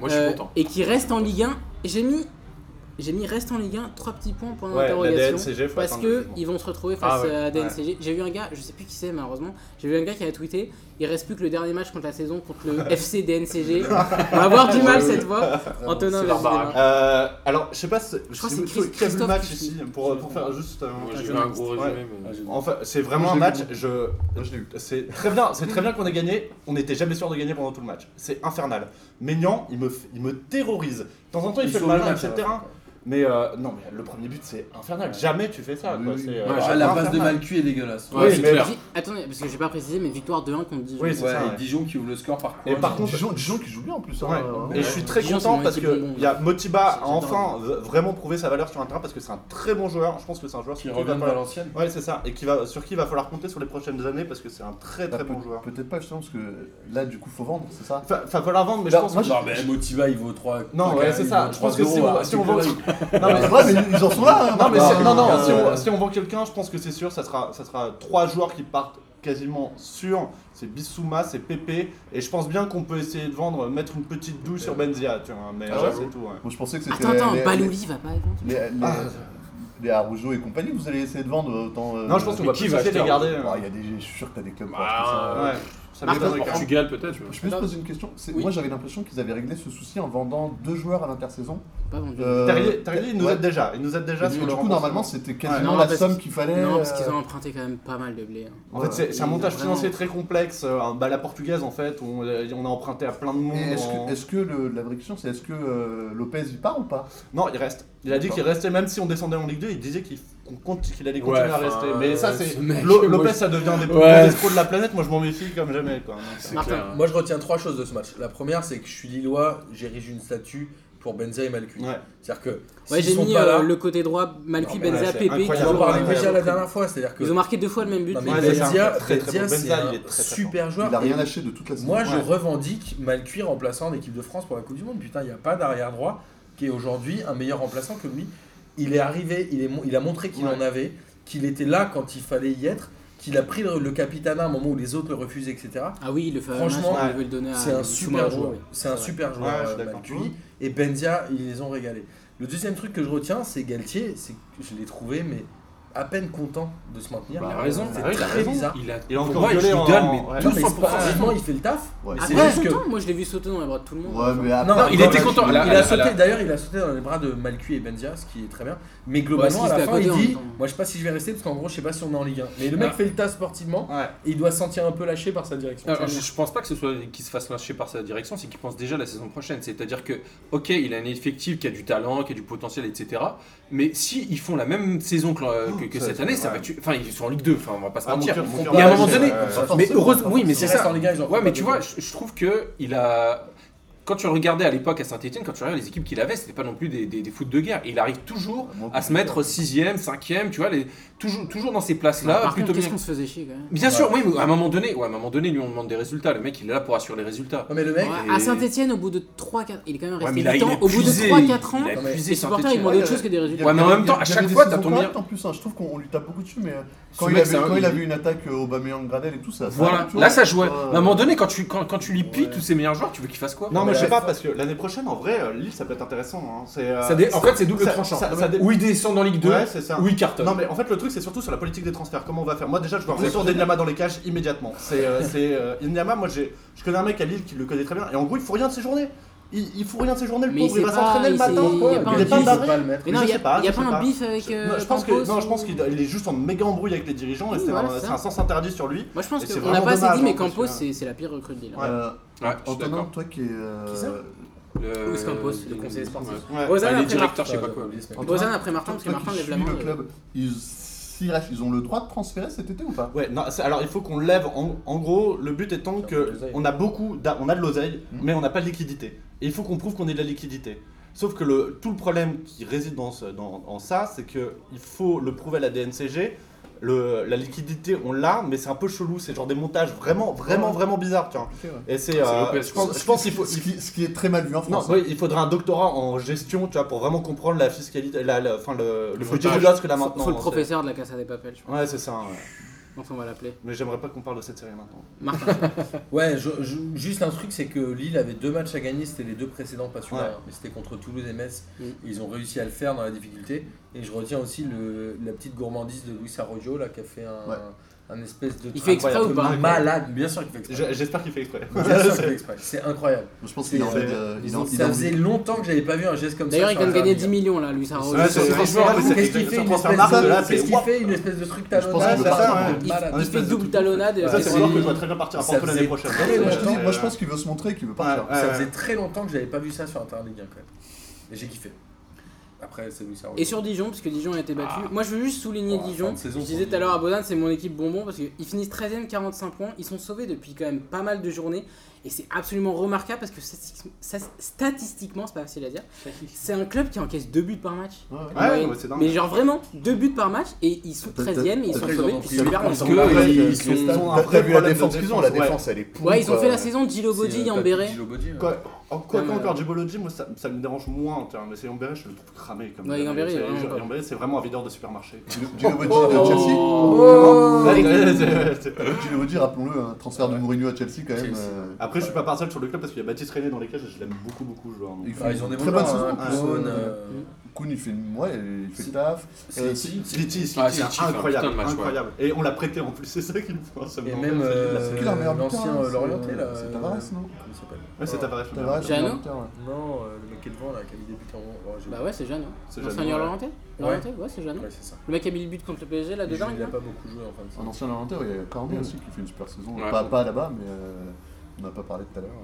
Moi, je suis euh, content. et qui reste en Ligue 1. J'ai mis j'ai mis reste en Ligue 1 trois petits points pour Ouais, la l'interrogation DNCG, faut parce attendre que le ils vont se retrouver face Ah ouais, à DNCG. J'ai vu un gars, je sais plus qui c'est malheureusement, j'ai vu un gars qui a tweeté, il reste plus que le dernier match contre la saison contre le FC DNCG. on va avoir du mal cette fois. Ah, Antonin C'est vas-y, barbare. démarre. Euh, alors, je sais pas, si- je crois sais que pas c'est si tu as vu le Christophe match qui- ici pour, pour faire juste. euh, Moi, J'ai je eu un gros ouais. Ah, résumé. mais- Enfin, c'est vraiment Moi, un je l'ai match. vu. Je, Moi, je l'ai eu. c'est très bien, c'est très bien qu'on ait gagné. On n'était jamais sûr de gagner pendant tout le match. C'est infernal. Maignan, il me, f- il me terrorise. De temps en temps, il, fait le malin, etc. Mais euh, non, mais le premier but, c'est infernal. Jamais tu fais ça. Oui, quoi. oui. C'est, euh, Ouais, c'est Ah, la passe de infernal. Malcu est dégueulasse. Ouais, Oui, c'est mais- clair. Dis- Attendez, parce que j'ai pas précisé, mais victoire de 1 contre 18. Oui, c'est Ouais, ça, et ouais. Dijon qui ouvre le score par Et par contre. contre, Dijon, Dijon qui joue bien en plus. hein. Ouais. Ouais, Et ouais. je suis très Dijon, content c'est parce une équipe que bonbon. il y a Motiba a J'adore. enfin v- vraiment prouvé sa valeur sur un terrain parce que c'est un très bon joueur. Je pense que c'est un joueur Qui sur qui revient va de falloir- Valenciennes. Ouais, c'est ça. Et qui va, sur qui il va falloir compter sur les prochaines années parce que c'est un très Bah, très bon peut- joueur. Peut-être pas justement parce que là du coup faut vendre, c'est ça Enfin, enfin, falloir vendre, mais je Bah, pense moi, que. Non, mais Motiva il vaut 3. Non, ouais, c'est ça. Je pense que si hein, on, si on vend. Non, Ah, mais- Ouais, mais ils en sont là hein, Non mais maintenant. c'est- non non, Euh, si on, si on vend quelqu'un, je pense que c'est sûr, ça sera ça sera trois joueurs qui partent quasiment sûr, c'est Bissouma, c'est Pépé, et je pense bien qu'on peut essayer de vendre, mettre une petite douche sur Benzia, tu vois, mais Ah euh, ouais c'est tout. ouais. Ah, Moi, je pensais que c'était. Attends, attends, les- Balouli va pas contre. Les, les, les, les Arujo et compagnie, vous allez essayer de vendre autant. euh, Non, je pense qu'on mais va qui plus va essayer de les acheter un- garder. hein. Ah, il y a des, je suis sûr que t'as des clubs. pour acheter euh, ça. Bah, Ouais. ça Marco, m'étonnerait. Marco. Portugal peut-être. Je peux Non. juste poser une question C'est- Oui. Moi, j'avais l'impression qu'ils avaient réglé ce souci en vendant deux joueurs à l'intersaison. Pas vendu. Euh, Terrier, Terrier, il nous ouais. aide déjà, il nous aide déjà Et sur Du le coup, remboursement. normalement, c'était quasiment non, la parce somme qu'ils- qu'il fallait. Non, parce qu'ils euh, ont emprunté quand même pas mal de blé. hein. En fait, c'est- c'est un Ils ont montage vraiment- financier très complexe. euh, un- bah, la portugaise, en fait, on, euh, on a emprunté à plein de monde. Et Est-ce en- que, est-ce que le- la vraie question, c'est est-ce que euh, Lopez y part ou pas Non, il reste. Il a dit D'accord. qu'il restait, même si on descendait en Ligue 2, il disait qu'il qu'on compte qu'il allait Ouais, continuer à enfin, euh, rester. Mais ça, c'est. ce mec, Lo- moi, Lopez, je- ça devient un des plus Ouais. gros escrocs de la planète. Moi, je m'en méfie comme jamais. Quoi. Donc, euh, Martin. clair. Moi, je retiens trois choses de ce match. La première, c'est que je suis Lillois, j'érige une statue pour Benzia et Malcuit. Ouais. C'est-à-dire que Ouais, s'ils j'ai sont mis pas euh, là, le côté droit, Malfi, Non, mais là, Benza, c'est Pépé. qui on en incroyable. jouent à parlait Ouais, l'intérieur. déjà la ouais. dernière fois. C'est-à-dire que Ils ont marqué deux fois le même but. Non, mais Ouais, c'est ça. Benzia, Très, très Benzia, bon. c'est Benzia, il est un très, très super Il joueur. n'a rien Et lâché de toute la saison. Moi, je Ouais. revendique Malcuit remplaçant en équipe de France pour la Coupe du Monde. Putain, il n'y a pas d'arrière droit qui est aujourd'hui un meilleur remplaçant que lui. Il est arrivé, il, est, mon- il a montré qu'il Ouais. en avait, qu'il était là quand il fallait y être, qu'il a pris le, le capitanat à un moment où les autres le refusaient, etc. Ah oui, le fameux Franchement, match, ils veulent le Ah, donner à C'est un Soumaré, super joueur. oui. C'est un vrai. super Ouais, Ah, je suis joueur, euh, d'accord. Malcuit. Et Benzia, ils les ont régalés. Le deuxième truc que je retiens, c'est Galtier. C'est que je l'ai trouvé, mais à peine content de se maintenir. Il Bah, a raison, Ouais, c'est ouais, il a très raison. bizarre. Il a Il a pour encore moi, il gueulé lui en- donne, mais ouais. Non, 200%. mais sportivement, il fait le taf. Ouais. c'est Après, juste que- content, moi je l'ai vu sauter dans les bras de tout le monde. Ouais, mais Non, attends, il était attends, content. je- Il Là, a là, là, sauté, là. d'ailleurs, il a sauté dans les bras de Malcuit et Benzia, ce qui est très bien. Mais globalement, Ouais, parce à la qu'il fin, était à il côté en dit même temps. Moi, je sais pas si je vais rester, parce qu'en gros, je sais pas si on est en Ligue 1. Mais le mec Ah. fait le tas sportivement, Ouais. et il doit se sentir un peu lâché par sa direction. Alors, je, je pense pas que ce soit qu'il se fasse lâcher par sa direction, c'est qu'il pense déjà à la saison prochaine. C'est-à-dire que, ok, il a un effectif qui a du talent, qui a du potentiel, etc. Mais si ils font la même saison que, euh, que- que Oh, ça, cette ça, année, ça va ouais. tuer- Enfin, ils sont en Ligue 2, enfin, on va pas se Ah, mon mentir. cœur, mon Il cœur y a un lâche, moment donné, ouais, ça- ouais. mais forcément, heureuse- pas oui, mais c'est S'ils forcément. restent ça. en Ligue 1, ils en font Ouais, pas mais tu des vois, je, je trouve que il a. Quand tu le regardais à l'époque à Saint-Etienne, quand tu regardes les équipes qu'il avait, c'était pas non plus des, des, des foot de guerre. Et il arrive toujours Moi, à se mettre 6ème, 5ème, tu vois, les, toujours, toujours dans ces places-là. Par contre, plutôt qu'est-ce bien. qu'on se faisait chier quand même Bien sûr, oui, mais à un moment donné, ouais, à un moment donné, lui on demande des résultats. Le mec, il est là pour assurer les résultats. Non, mais le mec, Ouais, et- À Saint-Etienne, au bout de 3-4 il est quand même Ouais, resté mais il a- 8 il ans. est Au bout de épuisé, 3-4 ans, il a Non, mais épuisé les supporters Saint-Etienne. ils demandent Ouais, autre chose que des Il y résultats. a- Ouais, mais en il y a- même temps, à il y a chaque des fois, t'as saisons ton meilleur- correctes, En plus, hein. je trouve qu'on lui tape beaucoup dessus, mais euh, Ce quand, mec, il avait, c'est un- quand il il- avait une attaque au Aubameyang gradé et tout, ça. ça allait, Voilà, tu vois. là ça jouait. Euh, Mais à un moment donné, quand tu, quand, quand tu lui pilles Ouais. tous ses meilleurs joueurs, tu veux qu'il fasse quoi Non, mais mais je sais la pas, fin- parce que l'année prochaine, en vrai, euh, Lille, ça peut être intéressant. hein. C'est, euh, Ça dé- En fait, c'est double ça- tranchant. ça- ça dé- Ou il descend dans Ligue 2, Ouais, c'est ça. ou il cartonne. Non mais en fait le truc c'est surtout sur la politique des transferts, comment on va faire Moi déjà je veux Vous retour êtes- d'Enyama dans les cages immédiatement. C'est euh, c'est, euh, Enyama, moi j'ai je connais un mec à Lille qui le connaît très bien et en gros il fout rien de ses journées. Il, il fout rien de ses journées le Mais pauvre, il il va sait pas, s'entraîner le il matin. sait- il y a il pas un est pas bif. barré. pas le mettre. Mais non, je il y sais a pas, il y a je pas sais un pas. bif avec. euh, Non, je pense que- Campos non, je pense ou- qu'il il est juste en méga embrouille avec les dirigeants et Oui, c'est voilà, un, c'est c'est ça. un sens interdit sur lui. Moi je pense Et c'est qu'on vraiment n'a pas assez dommage, dit, mais hein, parce Campos que- c'est c'est la pire recrue de Lille. Ouais. euh, Ouais, je suis Antonin, d'accord. toi qui es. euh, Qui ça Le... Luis Campos, le conseiller sportif. Ouais. Ouais, Ah, Bozan les après euh, Martin. directeurs, je sais pas quoi. Antonin, Bozan après Martin, toi parce que qui Martin lève suis la main. le euh, club, ils- s'ils restent, ils ont le droit de transférer cet été ou pas Ouais, non, c'est- alors il faut qu'on lève. En, en gros, le but étant que l'oseille. on a beaucoup, d'a- on a de l'oseille, Mhm. mais on n'a pas de liquidité. Et il faut qu'on prouve qu'on ait de la liquidité. Sauf que le, tout le problème qui réside dans, ce- dans- en ça, c'est que il faut le prouver à la DNCG. Le, la liquidité, on l'a, mais c'est un peu chelou. C'est genre des montages vraiment, vraiment, vraiment bizarres. Tiens. Ok, ouais. Et c'est. C'est euh, Lopez, je pense, je pense qu'il faut. Ce qui, ce qui est très mal vu en Non, France. oui, il faudrait un doctorat en gestion, tu vois, pour vraiment comprendre la fiscalité, la, la- enfin le, le budget montage. de l'OSC là Faut maintenant. faut le c'est- professeur de la Casa des Papels, je pense. Ouais, c'est ça. ouais. Donc on va l'appeler. Mais j'aimerais pas qu'on parle de cette série maintenant. Martin. Ouais, je- je- juste un truc, c'est que Lille avait deux matchs à gagner, c'était les deux précédents, pas celui-là, Ouais. hein, mais c'était contre Toulouse et Metz. Mm. Ils ont réussi à le faire dans la difficulté. Et je retiens aussi le, la petite gourmandise de Luis Arroyo, là, qui a fait un, Ouais. un espèce de. Il fait exprès incroyable, ou pas de Malade, bien sûr qu'il fait exprès. Je- J'espère qu'il fait exprès. Bien sûr qu'il fait exprès, c'est incroyable. Je pense qu'il a C'est- envie de. il a- il a ça envie- faisait longtemps que j'avais pas vu un geste comme ça. D'ailleurs, il sur vient de un gagner joueur 10 millions là, Luis Ah, Arroyo. Ouais, c'est- Qu'est-ce qu'il Franchement, fait c'est- Qu'est-ce qu'il c'est- fait c'est- Une c'est- espèce c'est- de- c'est- Qu'est-ce qu'il c'est- fait Une espèce de truc pense talonnade qu'il là, veut pas, c'est ouais. un Il, malade. il fait espèce de double truc talonnade. et Ouais, Ça, c'est c'est c'est- alors que je vraiment- vois très bien partir à ça Porto l'année faisait prochaine. très Moi, je te longtemps. dis- moi, je pense qu'il veut se montrer et qu'il veut partir. Ouais, ouais. Ça faisait très longtemps que j'avais pas vu ça sur un terrain de Ligue 1 quand même. Et j'ai kiffé. Après, c'est Luis Arroyo. Et sur Dijon, parce que Dijon a été battu. Moi, je veux juste souligner Ah, fin Dijon. de saison je pour disais tout à Dijon. l'heure à Bodan, c'est mon équipe bonbon, parce qu'ils finissent 13ème, 45 points. Ils sont sauvés depuis quand même pas mal de journées. Et c'est absolument remarquable, parce que statistiquement- ça- statistiquement, c'est pas facile à dire, c'est un club qui encaisse 2 buts par match. Ouais, ouais. Ouais, Ouais, ouais, c'est dingue. mais genre vraiment, 2 buts par match, et ils sont Peut-être- 13ème, et ils sont peut-être sauvés ils en ont depuis pris super huit longtemps. parce que Après, ils- euh, ils sont- ils ont un T'as- vrai T'as vu la problème de défense qu'ils ont La ouais. défense, elle est pourrie. Ouais, ils ont quoi. fait la saison de Gilo C'est, Body, euh, Yambéré. Gilobody, ouais. Quoi- En quoi Non, mais, encore euh, Djibology, moi ça, ça me dérange moins en termes. Mais c'est Yambéré, je le trouve cramé comme. Ouais, ça. Yambéré, C'est- il est vraiment je- pas- Yambéré, c'est vraiment un videur de supermarché. Djibology de Chelsea. Oh Ouais, c'est- c'est- c'est- Djibology, rappelons-le, un transfert de Mourinho à Chelsea quand même. Chelsea. euh, Après, je suis pas partial sur le club parce qu'il y a Baptiste René dans les cages et je l'aime beaucoup, beaucoup, le joueur. donc. il fait Ah, une ils ont des très bonnes bonne saisons, saison. hein, plus, Kuhn, euh, euh, Kuhn, il fait, une- ouais, il fait Si. le taf. Euh, Slity. Slity, Slity, Ah, c'est Slity fait un incroyable, putain de match, ouais. incroyable. Et on l'a prêté en plus, c'est ça qui me fait un seul Et moment. même C'est- euh, qui leur meilleur buteur, l'ancien hein, euh, c'est- l'orienté là. c'est euh, Tavares, non Comment il s'appelle Ouais, c'est Tavares, le Tavares, meilleur. Jeannot c'est un buteur, ouais. Non, euh, le mec qui est devant là, qui a mis des buts en haut. Oh, j'ai- Bah ouais, c'est jeune. Hein. C'est L'ancien Jeannot, Lyon ouais. Laurentais Laurentais Ouais, c'est jeune. hein. Ouais, c'est ça. Le mec qui a mis le but contre le PSG là, de Il joue- dingue. hein. il a là. pas beaucoup joué en fin de saison. Un ancien orienté, il y a Cornet Mm. aussi qui fait une super saison. Ouais. Pas, pas là-bas, mais euh, on n'a pas parlé tout à l'heure.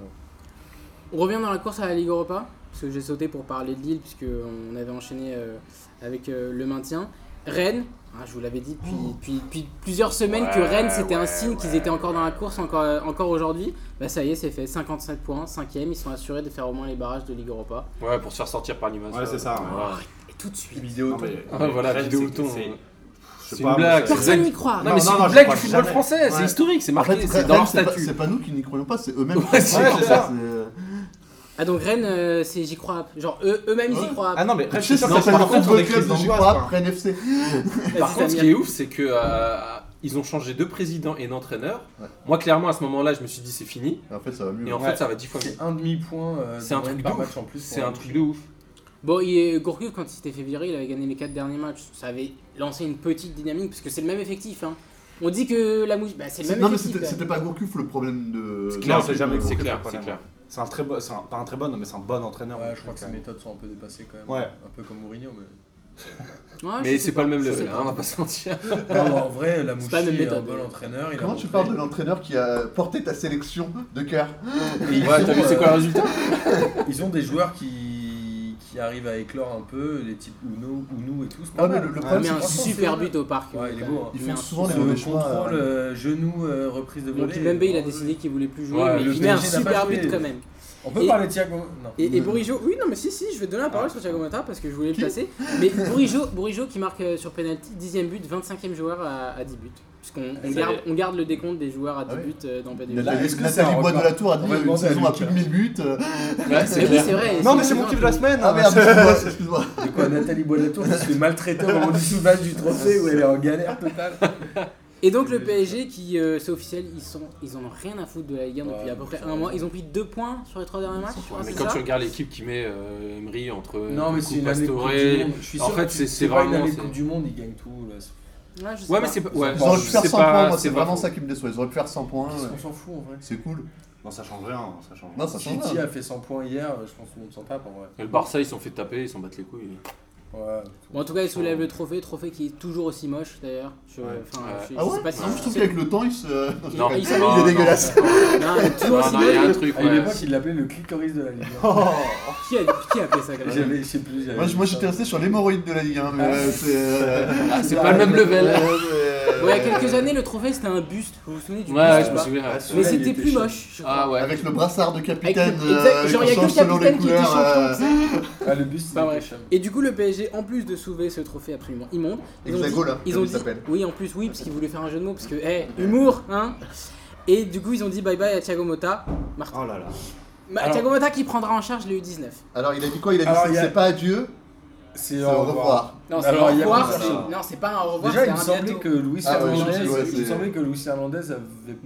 On revient dans la course à la Ligue Europa, parce que j'ai sauté pour parler de Lille, puisque on avait enchaîné euh, avec euh, le maintien. Rennes, hein, je vous l'avais dit depuis, depuis- depuis plusieurs semaines que Oh. Ouais, Rennes c'était un ouais, signe qu'ils ouais, étaient encore dans la ouais. course, encore, euh, encore aujourd'hui. Bah ça y est, c'est fait 55 points, 5ème, ils sont assurés de faire au moins les barrages de Ligue Europa. Ouais, pour se faire sortir par Limassol. Ouais, c'est ça. Voilà. Et tout de suite. Vidéo. Non, mais- Ah, voilà, Rennes, vidéoton. c'est- c'est- je sais C'est une pas, blague. moi, c'est- Personne n'y croit. Non, Non, mais c'est non, non, une je blague du crois football jamais. français, c'est Ouais. historique, c'est En marqué, fait, c'est Rennes, dans leur c'est pas- statut. C'est pas nous qui n'y croyons pas, c'est eux-mêmes qui Ouais, n'y c'est croient pas, ça. c'est, euh, Ah donc Rennes, euh, c'est j'y crois. Genre eux- eux-mêmes ils y Ouais. croient. Ah non, mais Tu sais, ça non, s'appelle par le contre, on football est club crise de J'y d'angoisse, crois, quoi. Rennes FC. Vas-y, Ah, Par contre, ce Samir. qui est ouf, c'est que euh, ils ont changé de président et d'entraîneur. Ouais. Moi, clairement, à ce moment-là, je me suis dit c'est fini. En fait, ça va mieux. Et en Ouais. fait, ça va 10 fois mieux. C'est un demi-point euh, C'est un de truc moyenne de par ouf. match en plus. C'est pour un truc de ouf. Bon, il est- Gourcuff, quand il s'était fait virer, il avait gagné les 4 derniers matchs. Ça avait lancé une petite dynamique, parce que c'est le même effectif. hein. On dit que la mouche. Bah, c'est le C'est- même Non, mais effectif. c'était quand c'était même. pas Gourcuff le problème de. C'est Clair, Non, c'est jamais c'est gros, clair, c'est c'est clair. C'est un très bon, c'est un- pas un très bon, mais c'est un bon entraîneur. Ouais, je crois que ses Donc, euh, méthodes sont un peu dépassées quand même. Ouais. Un peu comme Mourinho. Mais... Ouais, je Mais sais c'est pas le même je level, sais hein, pas. on va pas se mentir. Non, en vrai, la C'est pas la même Mouchi est un méthode, bon mais- entraîneur. il a Comment tu montré- parles de l'entraîneur qui a porté ta sélection de cœur Ouais, t'as vu, euh, c'est quoi le résultat Ils ont des joueurs qui, qui arrivent à éclore un peu, les types Uno, Uno et tout. c'est pas Ah, mais mal. le, le Ah, problème, mais c'est un que super but au parc. Ouais, il est beau, hein. Ils Mais font un- souvent les Ce mauvais choix. contrôle, euh, euh, genou, euh, reprise de Donc volée. hein. Euh, Kimpembe, il a décidé qu'il voulait plus jouer, Ouais, mais le il met un PSG n'a pas super joué. but quand même. On peut Et- parler de Thiago. Non. Et, et Bourigeau, oui, non, mais si, si, je vais te donner la parole Ah. sur Thiago Motta parce que je voulais le placer. Mais Bourigeau, Bourigeau qui marque euh, sur penalty, 10ème but, 25ème joueur à, à 10 buts. Puisqu'on on Ça garde, y on garde le décompte des joueurs à 10 Ah oui. buts euh, dans PDU. Là, est-ce Nathalie que c'est un Nathalie Bois de la record Tour a On dit euh, va une demander à saison à Lucas. plus de 1000 buts. euh, Ouais, Mais c'est oui, clair. c'est vrai. Non, mais c'est mon kiff de la semaine. hein, Ah merde, excuse-moi, excuse-moi. De quoi Nathalie Boilatour qui se fait maltraiter au moment du soulevage du trophée où elle est en galère totale. Et donc le Désolé, PSG qui, euh, c'est officiel, ils sont, ils en ont rien à foutre de la Ligue 1 depuis Ouais, à peu près ça un va. mois. Ils ont pris deux points sur les trois derniers matchs. je crois, Mais c'est quand ça tu regardes l'équipe qui met euh, Emery entre Non, mais c'est Coupe une année de Coupe Pastore, du Monde. Je suis en sûr fait, que c'est- c'est pas une vraiment- année de c'est- Coupe du Monde, ils gagnent tout. Là. Ouais, je sais Ouais, pas. mais c'est pas. Ouais, Ils auraient pu c'est faire 100 pas- points, c'est moi, c'est pas vraiment faux. ça qui me déçoit. Ils auraient pu faire 100 points. Qu'est-ce Ah ouais. qu'on s'en fout en vrai C'est cool. Non, ça change rien, ça change rien. Non, ça change City rien. a fait 100 points hier, je pense que tout le monde s'en tape en vrai. Et le Barça, ils se sont fait taper, ils s'en battent les couilles. Ouais. Bon, en tout cas, ils soulèvent le trophée, trophée qui est toujours aussi moche d'ailleurs. Je, Ouais. enfin, Ouais. je- je Ah ouais sais pas si Je trouve qu'avec le temps, il se. Non, il il s'est- non, est non, dégueulasse. Non, mais toujours Non, aussi non, il y Ah, bah, a moche. un truc. À une ouais. époque, Ah, il l'appelait le clitoris de la Ligue. Qui a, qui a appelé ça comme ça J'avais, je sais plus. j'avais Moi, je- moi, vu ça. j'étais resté sur l'hémorroïde de la Ligue 1, mais Ah. euh, c'est. euh, Ah, C'est pas le même ouais, level. mais- euh, Bon, il y a quelques années, le trophée c'était un buste. Vous vous souvenez du Ouais, buste ouais, ou je me pas souviens. ouais. Ah, Mais celui-là, il c'était était plus chiant. moche. je crois. Ah ouais. Avec le brassard de capitaine. Avec le- exact, euh, genre, il y a qu'on que change le selon les capitaine qui était couleurs, euh, Ah, le bus, Pas vrai. Et du coup, le PSG, en plus de sauver ce trophée absolument immonde, ils ont dit, Hexagone, hein, ils comme ont il dit- s'appelle. oui, en plus, oui, parce qu'ils voulaient faire un jeu de mots, parce que, hey, humour, hein. Et du coup, ils ont dit bye bye à Thiago Motta. Mar- Oh là là. Ma- Alors- Thiago Motta qui prendra en charge le U19. Alors, il a dit quoi Il a dit Alors, c'est- il y a- c'est pas adieu, C'est c'est au au revoir. revoir. Non, c'est un au Alors, il y a revoir. pas c'est- ça. Non, c'est pas un au revoir, Déjà, c'est il me un semblait bientôt. que Luis Ah ouais, Fernandez, ouais, il me c'est- euh, semblait que Louis Fernandez avait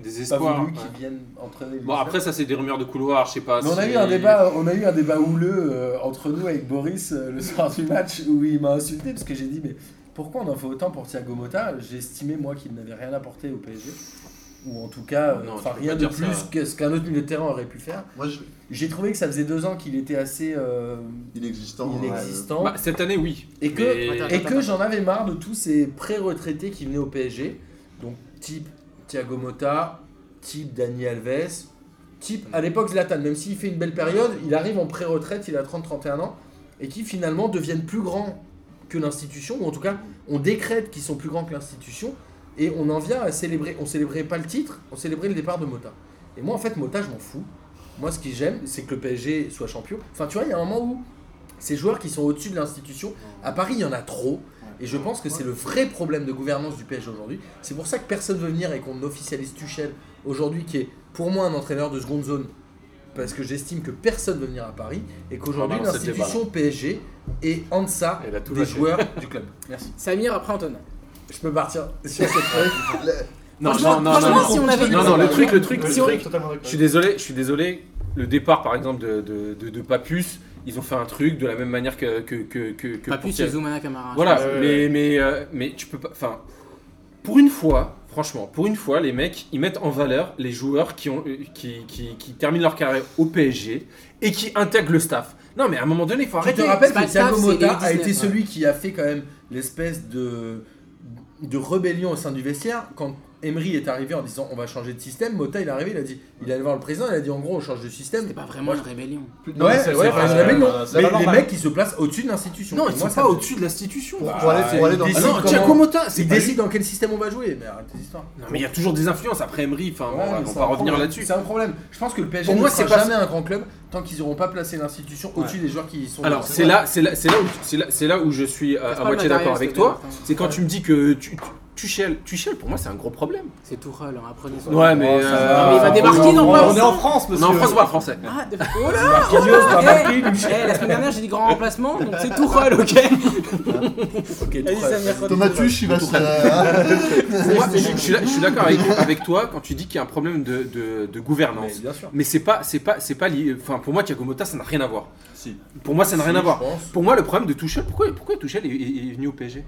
Des pas espoirs. voulu qu'il ouais. vienne entraîner. le Bon, après, ça, c'est des rumeurs de couloir, je sais pas. Mais on a si- eu un débat, on a eu un débat houleux euh, entre nous avec Boris euh, le soir du match où il m'a insulté parce que j'ai dit mais pourquoi on en fait autant pour Thiago Motta J'ai estimé moi qu'il n'avait rien apporté au PSG ou en tout cas euh, Non, tu enfin peux rien pas de dire plus ça. que ce qu'un autre milieu de terrain aurait pu faire. Moi, je... J'ai trouvé que ça faisait deux ans qu'il était assez euh, inexistant. ouais. inexistant Bah, cette année, oui. et que Mais- Attends, et que j'en avais marre de tous ces pré-retraités qui venaient au PSG donc type Thiago Motta, type Dani Alves, type à l'époque Zlatan, même s'il fait une belle période, il arrive en pré-retraite, il a 30-31 ans, et qui finalement deviennent plus grands que l'institution, ou en tout cas on décrète qu'ils sont plus grands que l'institution, et on en vient à célébrer, on célébrait pas le titre, on célébrait le départ de Mota. Et moi en fait Mota je m'en fous, moi ce que j'aime c'est que le PSG soit champion, enfin tu vois il y a un moment où ces joueurs qui sont au-dessus de l'institution, à Paris il y en a trop, et je pense que c'est le vrai problème de gouvernance du PSG aujourd'hui, c'est pour ça que personne veut venir et qu'on officialise Tuchel aujourd'hui qui est pour moi un entraîneur de seconde zone parce que j'estime que personne ne veut venir à Paris et qu'aujourd'hui Ah bah, On va lancer le l'institution PSG est en deçà Elle a tout des lâché. joueurs du club. Merci. Samir après Antonin. Je peux partir sur cette feuille. Non, Franchement- non, non, franchement, non, si on avait non, dit- non, le truc, le truc, le Si on- truc. Totalement d'accord. Je suis désolé, je suis désolé. Le départ, par exemple, de, de, de, de Papus, ils ont fait un truc de la même manière que que que que. que Pas plus pour- chez Zoumana hein. Camara. Voilà, Ouais, ouais, mais mais euh, mais tu peux pas. Enfin, pour une fois, franchement, pour une fois, les mecs, ils mettent en valeur les joueurs qui ont euh, qui qui, qui terminent leur carrière au PSG et qui intègrent le staff. Non, mais à un moment donné, il faut Je arrêter. te rappelle c'est pas que Thiago grave, c'est Motta les a 19, été ouais. celui qui a fait quand même l'espèce de, de rébellion au sein du vestiaire. Quand Emery est arrivé en disant on va changer de système, Motta il est arrivé, il a dit il est allé voir le président, il a dit en gros on change de système. C'était pas vraiment une rébellion. Ouais, ouais, c'est pas- une rébellion. euh, c'est Mais pas les normal. mecs qui se placent au-dessus de l'institution. Non, Et ils moi, sont ça pas me- au-dessus de l'institution. Pour, Bah, pour aller, pour aller dans il Ah décide non, comment- Thiago Motta, c'est Ils pas lui. décident dans quel système on va jouer. Mais arrête tes histoires. Non, mais il y a toujours des influences après Emery. Enfin, on Ouais, va- mais on c'est va un revenir problème. là-dessus. C'est un problème. Je pense que le PSG Pour moi, ne c'est sera pas- jamais un grand club tant qu'ils n'auront pas placé l'institution au-dessus des joueurs qui y sont. Alors dans le c'est club. là, c'est là, c'est là où c'est là, c'est là où je suis à, Casse Ah, à pas le moitié matériel, d'accord s'il avec te plaît, toi. Martin. C'est quand tu me dis que tu, tu, Tuchel, Tuchel, pour moi c'est un gros problème. C'est tout râle, hein, apprenez ça. Ouais, mais, ça euh, va. mais il va débarquer On- dans pas On est en France, monsieur. Non, en France, pas français. Ah, de- oh là oh là Eh, eh, La semaine dernière, j'ai dit grand remplacement, donc c'est tout rôle, ok Ok, Vas-y, tout rêve. Samir, Thomas continue. Tuch, il va se. euh, Moi, je, je suis là- je suis d'accord avec, avec toi quand tu dis qu'il y a un problème de, de, de Mais gouvernance. bien sûr. Mais c'est pas, c'est pas, c'est pas lié. Enfin, pour moi, Thiago Motta, ça n'a rien à voir. Si. Pour moi, ça n'a rien Si, à voir. je pense. Pour moi, le problème de Tuchel, pourquoi, pourquoi Tuchel est, est- est venu au PSG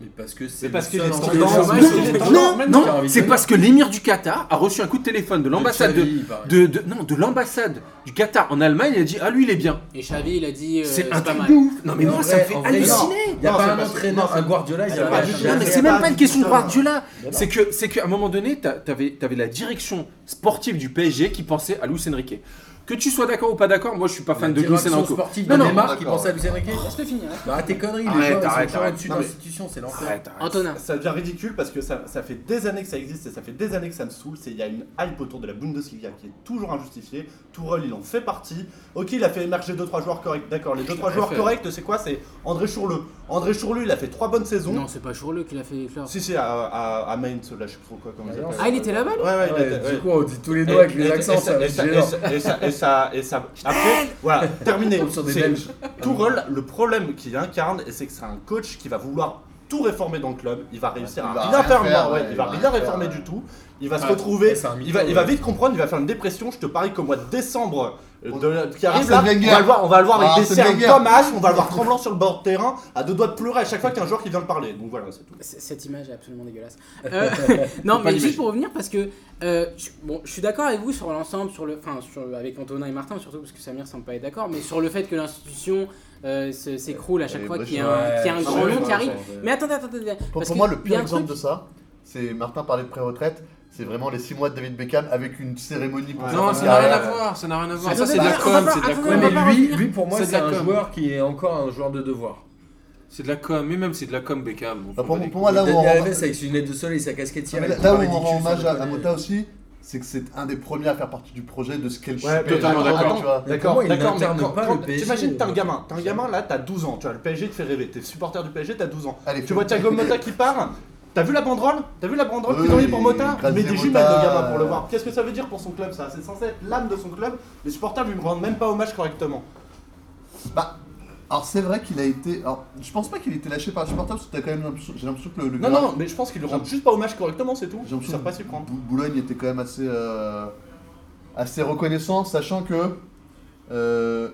Mais parce que c'est C'est parce le que seul les endroit- tendances- le seul Non, non, endroit- le seul Non, endroit- non, J'ai envie de c'est dire. parce que l'émir du Qatar a reçu un coup de téléphone de l'ambassade de, Xavi, il paraît. de, de- non, de l'ambassade du Qatar en Allemagne, il a dit ah lui il est bien. Et Xavi, il a dit. euh, c'est pas un truc mal. de ouf. Non mais En moi ça me vrai, fait en vrai, halluciner. Il n'y a Non, pas c'est un parce que- entraîneur, non, un c'est- Guardiola, il y a pas Non, mais de- c'est Non, mais c'est même pas une question de Guardiola. Mais non. C'est que, c'est qu'à un moment donné, t'a- t'avais, t'avais la direction sportive du PSG qui pensait à Luis Enrique. Que tu sois d'accord ou pas d'accord, moi je suis pas fan de Luis direction Enrique. sportive Non, de non. Neymar qui D'accord. pensait à Lucien Riquet. Laisse-le finir. hein. Bah tes conneries, les Arrête, gens ils arrête, sont toujours arrête. au-dessus Non, de mais- l'institution, c'est l'enfer. Arrête, arrête. Antonin. Ça devient ridicule parce que ça, ça fait des années que ça existe et ça fait des années que ça me saoule. C'est il y a une hype autour de la Bundesliga qui est toujours injustifiée. Tourelle, il en fait partie. Ok, il a fait émerger 2-3 joueurs corrects. D'accord, les 2-3 joueurs fait. corrects, c'est quoi C'est André Chourleux. André Chourleux, il a fait 3 bonnes saisons. Non, c'est pas Chourleux qui l'a fait éclore. Si, si, à, à, à Mainz, là, je sais plus trop quoi. Comment ils appellent. Ah, il était là-bas, lui Ouais, ouais, il Ouais, était. Du ouais. coup, on dit tous les Et- noms avec les et- accents, et- ça va et- être et- gênant. et- et- et- et- ça- et ça- Après, voilà, terminé. Comme sur des C'est- Belges. Tourelle, le problème qu'il incarne, et c'est que c'est un coach qui va vouloir tout réformer dans le club. Il va réussir il va à rien rien faire, faire, non, ouais, ouais, il va rien réformer faire, du tout. Il va se Ouais, retrouver, c'est un mytho, il, va, il va ouais. vite comprendre, il va faire une dépression. Je te parie qu'au mois de décembre euh, de, la- qui arrive, Arsène là, Wenger. on va le voir, on va le voir avec des Arsène cernes Wenger. comme H, on va le voir tremblant sur le bord de terrain, à deux doigts de pleurer à chaque fois qu'un joueur qui vient de parler. Donc voilà, c'est tout. C- Cette image est absolument dégueulasse. Euh, non, mais juste pour revenir, parce que euh, je, bon, je suis d'accord avec vous sur l'ensemble, sur le, enfin, sur, avec Antonin et Martin, surtout parce que Samir semble pas être d'accord, mais sur le fait que l'institution euh, se- s'écroule à chaque Elle fois est qu'il y a moche, un, qu'il y a un ouais. grand Ouais, nom ouais, qui arrive. ouais. Mais attendez, attendez, attendez. Pour, parce pour que moi, le il y a pire un exemple truc- de ça, c'est Martin parlait de pré-retraite. C'est vraiment les 6 mois de David Beckham avec une cérémonie pour Ouais. sa Non, fin ça de n'a rien à carrière. voir, ah, ça n'a rien à voir. Attendez, Ça c'est de la bah, on va com, pas- c'est de la attendez, Ouais, on com. va mais pas lui, revenir. lui, pour moi, C'est de c'est la un com. joueur qui est encore un joueur de devoir. C'est de la com, mais même c'est de la com Beckham. Bah, pour, Faut pas pour moi, là où on Daniel rend, Alves avec une lunette de soleil, sa casquette non, mais cirée, là- qui là où paraît on rend ridicule, ça hommage à, me à connaît. Mota aussi, c'est que c'est un des premiers à faire partie du projet de ce qu'elle Ouais, totalement Tu d'accord. vois. Mais pour moi, il D'accord, mais n'incarne quand- pas quand- le PSG. T'imagines, euh, t'es un gamin, t'es un gamin là, t'as 12 ans, tu vois, le PSG te fait rêver, t'es supporter du PSG, t'as 12 ans. Allez, Tu vois Thiago Motta qui part T'as vu la banderole T'as vu la banderole Oui, qu'ils ont mis pour Motta grâce Mais des des Motta, jumelles de gamin pour le euh. voir. Qu'est-ce que ça veut dire pour son club ça C'est censé être l'âme de son club. Les supporters lui rendent même pas hommage correctement. Bah, alors c'est vrai qu'il a été. Alors, je pense pas qu'il a été lâché par les supporters parce que t'as quand même l'impression. J'ai l'impression que le. le Non, gars- non, mais je pense qu'ils lui rendent juste pas hommage correctement, c'est tout. j'ai Ils l'impression savent que pas s'y prendre. Bou- Boulogne était quand même assez. euh, assez reconnaissant, sachant que. euh,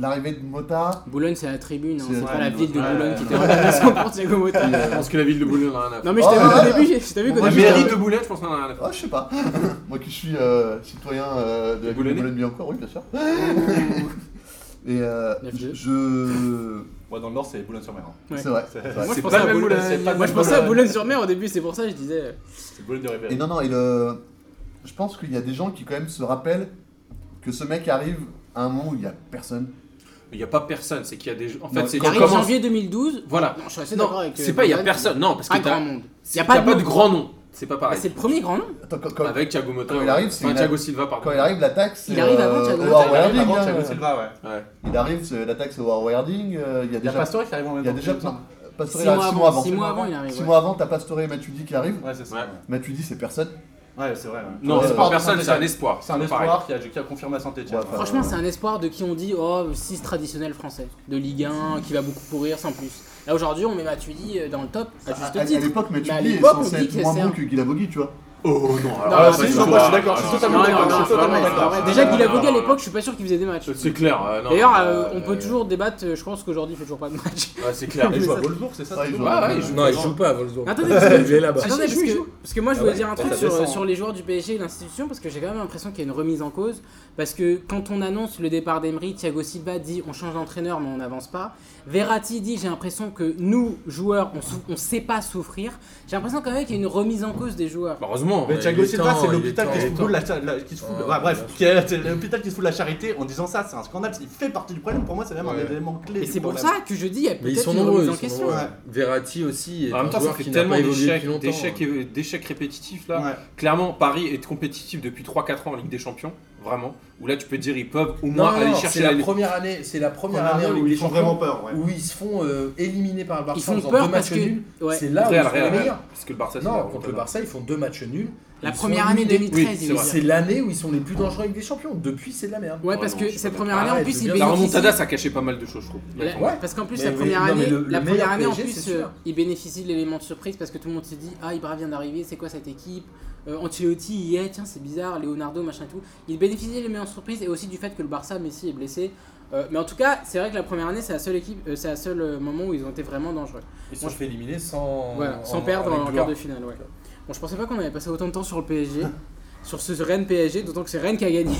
L'arrivée de Mota. Boulogne, c'est la tribune, hein, C'est c'est la pas la tribune, ville de ouais. Boulogne qui était remplacée pour Thiago Motta. qui, Je euh, pense que la ville de Boulogne n'a rien à Non, voir. mais je t'avais dit Oh, ouais. au début, j'ai- je t'avais vu qu'au Moi, La début. mairie de Boulogne, je pense qu'on n'a rien à Ah, je sais pas. Moi qui suis euh, citoyen euh, de la ville de Boulonnais. Boulogne encore, oui, bien sûr. Et euh, 9-2. je. Ouais, dans le nord, c'est Boulogne-sur-Mer. hein. Ouais. C'est vrai. c'est vrai. Moi, je C'est pensais pas à la même Boulogne. Boulogne. Moi, je pensais à Boulogne-sur-Mer au début, c'est pour ça que je disais. euh, C'est Boulogne de Et Ribéry. non, non, il, euh, je pense qu'il y a des gens qui quand même se rappellent que ce mec arrive à un moment où il n'y a personne. Il n'y a pas personne, c'est qu'il y a des. En Non, fait, c'est Il quand qu'on arrive en commence. janvier 2012. Voilà. Non, je suis assez d'accord Non, avec. euh, Ah, c'est pas il y n'y a personne. Non, parce que Pas t'as grand monde. il y a pas pas de de nom. grand nom. C'est pas Bah, pareil. C'est le premier grand nom. Attends, quand, quand- Avec Thiago Motta. Quand il ouais. arrive, c'est Enfin, une- Thiago Silva, pardon. quand il arrive, l'attaque c'est. Il arrive avant euh, Thiago au Motta, Il arrive Howard Harding, avant hein. Thiago Silva, ouais. Ouais. Il arrive, c'est l'attaque c'est Howard Harding. euh, Il y a Il y a déjà. Pastore qui arrive en même Il y a temps. déjà. que Non, lui. Pastore Six il arrive mois six avant- mois avant. six mois avant, il arrive, Six ouais. mois avant, t'as Pastore et Matuidi qui arrivent. Ouais, c'est ça. Ouais. Matuidi c'est personne. Ouais, c'est vrai. ouais. Non, Ouais, c'est ouais. pas personne, c'est un espoir. C'est un espoir qui a, qui a confirmé à Saint-Etienne. Ouais, enfin, Franchement, c'est un espoir de qui on dit oh, 6 traditionnel français de Ligue 1 qui va beaucoup courir sans plus. Là aujourd'hui, on met Matuidi euh, dans le top à À, juste Ah, à- à titre. l'époque, Mathieu Mais à Lee est l'époque, on censé dit être que moins c'est bon un- que Guilabogui, tu vois. Oh non, Non, alors là, non, c'est non, sûr, moi, je suis d'accord, je suis Non, totalement non, d'accord, non, je suis c'est pas totalement vrai, c'est pas d'accord. vrai. Déjà, Non, Guy non, Labogui, à non, l'époque, je suis pas sûr qu'il faisait des matchs. C'est clair. euh, non, D'ailleurs, euh, euh, on peut euh, toujours débattre, euh, je pense qu'aujourd'hui, il fait toujours pas de match. Ouais, c'est clair. Il joue à Wolfsburg, c'est ça Ouais, c'est il tout joue à Ouais, ouais, il Wolfsburg. joue. Non, il joue pas à Wolfsburg. Attendez, il est là-bas. Attendez, parce que, parce que moi je voulais Ah ouais, dire un truc ça sur, descend, hein. sur les joueurs du PSG et l'institution, parce que j'ai quand même l'impression qu'il y a une remise en cause. Parce que quand on annonce le départ d'Emery, Thiago Silva dit on change d'entraîneur mais on n'avance pas. Verratti dit j'ai l'impression que nous, joueurs, on sou- on sait pas souffrir. J'ai l'impression quand même qu'il y a une remise en cause des joueurs. Heureusement. Mais Ouais, Thiago il est Silva, temps, c'est il est l'hôpital temps, qui se il est fout de la, cha- la- qui se fout de- Ouais, ouais, bref, ouais. qui est- c'est l'hôpital qui se fout de la charité en disant ça, c'est un scandale, il fait partie du problème. Pour moi, c'est même un Ouais. des éléments clés. Et du c'est pour problème. ça que je dis il y a Mais ils peut-être sont une nombreux. remise Ils en sont question. nombreux. ouais. Verratti aussi. est En même un temps, ça joueur fait qui n'a tellement pas évolué d'échecs depuis longtemps. d'échecs et- d'échecs répétitifs là. Ouais. Clairement, Paris est compétitif depuis 3-4 ans en Ligue des Champions, vraiment. Où là, tu peux dire ils peuvent au hein. Non, moins non, aller non, chercher c'est la la- première année, c'est la première Première année en année Ligue où des ils font vraiment Champions peur. ouais. où ils se font euh, éliminer par le Barça Ils font en faisant peur deux parce matchs que- nuls. ouais. C'est là où Real, ils sont les Real, meilleurs. Parce que le Barça, c'est la Non, honte, contre le là. Barça, ils font deux matchs nuls. La Ils sont première année éliminés. 2013, Oui, c'est il vrai. dit. C'est l'année où ils sont les plus dangereux avec des champions. Depuis, c'est de la merde. Ouais, Oh parce non, que je suis cette pas première année, en d'accord. plus, il Arrête de La dire- bénéficie. remontada, ça cachait pas mal de choses, je trouve. La- Ouais. Parce qu'en plus, Mais la oui, première non, mais année, le- le la première meilleur année en PSG, plus, c'est sûr. euh, il bénéficie de l'élément de surprise parce que tout le monde se dit Ah, Ibra vient d'arriver, c'est quoi cette équipe Euh, Ancelotti y est, tiens, c'est bizarre, Leonardo, machin et tout. Il bénéficie de l'élément de surprise et aussi du fait que le Barça, Messi est blessé. Euh, mais en tout cas, c'est vrai que la première année, c'est la seule équipe, euh, c'est la seule euh, moment où ils ont été vraiment dangereux. Ils se sont fait éliminer sans, Voilà, sans en- perdre avec en quart gloire. de finale. Ouais. Bon, je pensais pas qu'on avait passé autant de temps sur le PSG, sur ce Rennes PSG, d'autant que c'est Rennes qui a gagné.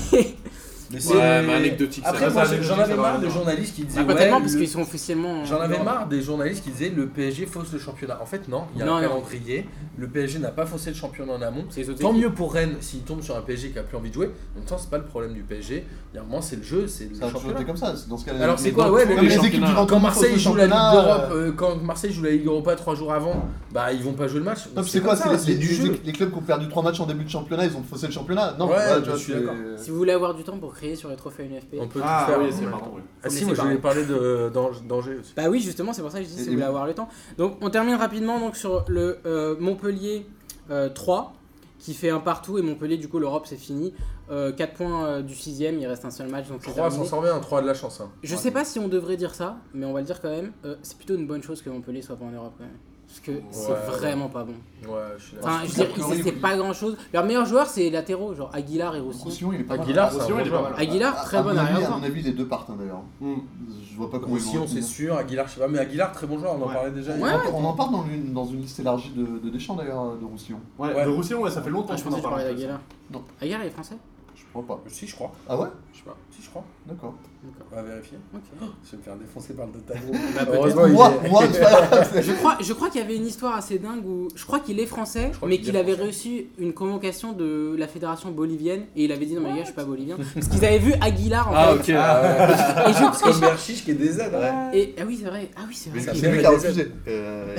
Mais Ouais, mais anecdotique, ça. Après, Ça, moi, c'est j'en anecdotique, avais ça marre va, des non. journalistes qui disaient. Bah, pas ouais, tellement, parce le- qu'ils sont officiellement. J'en avais Non. marre des journalistes qui disaient le PSG fausse le championnat. En fait, non, il y a Non, un non. calendrier. Le PSG n'a pas faussé le championnat en amont. C'est les autres Tant équipes. mieux pour Rennes s'il tombe sur un PSG qui a plus envie de jouer. En même temps, c'est pas le problème du PSG. Il y a un moment, c'est le jeu, c'est le Ça a toujours championnat. été comme ça. c'est Dans ce cas Alors, c'est quoi Ouais, mais les les équipes championnats- du Quand Marseille joue la Ligue d'Europe, d'Europe. euh, quand Marseille joue la Ligue Europa trois jours avant, bah ils vont pas jouer le match. C'est quoi comme ça, C'est les- du les jeu. les clubs qui ont perdu 3 matchs en début de championnat, ils ont faussé le championnat Non, Ouais, voilà, tu je vois, suis c'est- d'accord. Si vous voulez avoir du temps pour créer sur les trophées UNFP. On peut Ah tout faire. oui, c'est marrant. oui. Faut Ah me si, moi laisser je voulais parler de d'en- d'Angers aussi. Bah oui, justement, c'est pour ça que je dis si Et- vous et- voulez avoir le temps. Donc, on termine rapidement donc, sur le euh, Montpellier euh, 3, qui fait un partout. Et Montpellier, du coup, l'Europe, c'est fini. 4 points euh, du 6 il reste un seul match. Donc c'est 3 s'en terminé. sort bien, 3 de la chance. hein. Je sais pas si on devrait dire ça, mais on va le dire quand même. Euh, c'est plutôt une bonne chose que Montpellier soit pas en Europe quand même. Parce que c'est Ouais. vraiment pas bon. Ouais, je suis d'accord. Enfin, je veux dire, a ils priori, essaient oui. pas grand chose. Leur meilleur joueur, c'est les latéraux, genre Aguilar et Rossi. Roussillon, il est pas mal. Aguilar, c'est un Roussillon, bon il est pas joueur. mal. Aguilar, À- très à bon Ah, mon avis- arrière À mon avis, les deux partent hein, d'ailleurs. Mm. Je vois pas comment ils Hmm. Roussillon, vont. c'est sûr. Aguilar, je sais pas, mais Aguilar, très bon joueur, on en Ouais. parlait déjà. Ouais, On on en parle dans une, dans une liste élargie de, de Deschamps d'ailleurs, euh, de Roussillon. Ouais, Ouais. Le Roussillon, ouais, ça fait longtemps Ah, je qu'on pensais que je en parlais parle. d'Aguilar. Non. Aguilar, il est français Je crois pas. Si, je crois. Ah ouais Je sais pas. Si, je crois. D'accord. D'accord. On va vérifier. Ok. Je vais me faire défoncer par le total. Moi, moi, tu vois, c'est- Je crois, je crois qu'il y avait une histoire assez dingue où je crois qu'il est français, crois mais qu'il qu'il est avait français. reçu une convocation de la fédération bolivienne et il avait dit non mais les gars je suis pas bolivien parce qu'ils avaient vu Aguilar en Ah, fait. ok. ah, ouais. Et je- C'est comme Berchiche qui est des aides. Et ah oui c'est vrai, ah oui c'est vrai. ça c'est lui qui a refusé. Euh,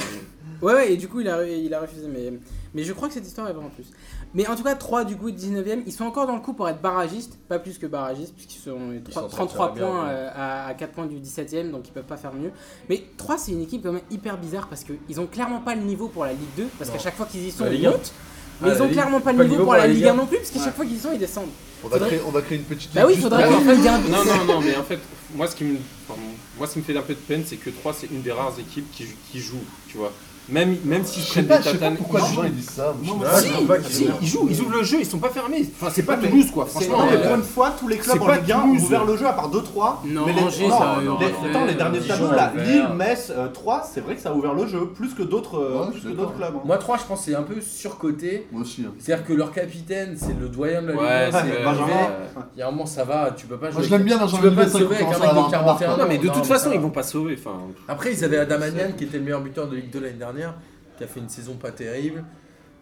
Ouais, ouais, et du coup, il a, il a refusé. Mais, mais je crois que cette histoire est vraie en plus. Mais en tout cas, 3 du coup, 19ème, ils sont encore dans le coup pour être barragistes, pas plus que barragistes, puisqu'ils sont les trois- s'en 33 sortiraient bien, points ouais. euh, à, 4 points du 17ème, donc ils peuvent pas faire mieux. Mais 3, c'est une équipe quand même hyper bizarre parce qu'ils ont clairement pas le niveau pour la Ligue 2, parce Non. qu'à chaque fois qu'ils y sont, La ils Ligue 1. montent. Mais Ah, ils la ont Ligue- clairement pas le niveau pour la Ligue 1 non plus, parce qu'à Ouais. chaque fois qu'ils y sont, ils descendent. on, va Faudrait- créer, on va créer une petite Bah oui, liste faudrait pour- qu'en fait, il y ait un. Non, non, non, mais en fait, moi ce qui me, pardon, moi, ce qui me fait un peu de peine, c'est que 3, c'est une des rares équipes qui, qui joue, tu vois. Même, même s'ils Je se sais prennent pas, des je sais pas tatanes. pourquoi ils les jouent. gens ils disent ça. moi, je sais Non, pas. mais Ah, Si, je vois pas si, ils jouent, ils ouvrent le jeu, ils sont pas fermés. Enfin, c'est pas Toulouse, quoi, franchement. Non, mais Ouais. pour une fois, tous les C'est clubs en pas Ligue 1 ont Toulouse. ouvert le jeu à part 2-3. Non, mais les, Angers, non, ça, les- non, non, attends, les non, derniers Dijon, tableaux, là, ouvert. Lille, Metz, euh, 3, c'est vrai que ça a ouvert le jeu, plus que d'autres euh, Ouais, plus je suis que d'autres clubs. hein. Moi, 3, je pense que c'est un peu surcoté. Moi aussi. hein. C'est-à-dire que leur capitaine, c'est le doyen de la Ligue Ouais, 1, c'est c'est euh, Benjamin. Benjamin. Il y a un moment, ça va, tu peux pas jouer. Moi je l'aime bien Benjamin Tu peux pas te Lillet, ça il sauver avec commence un à mec avoir de un peu marre, 41 Non, mais de Non, toute mais ça façon, va. ils vont pas sauver. Enfin, Après, ils avaient Adamanian qui était le meilleur buteur de Ligue 2 l'année dernière, qui a fait une saison pas terrible.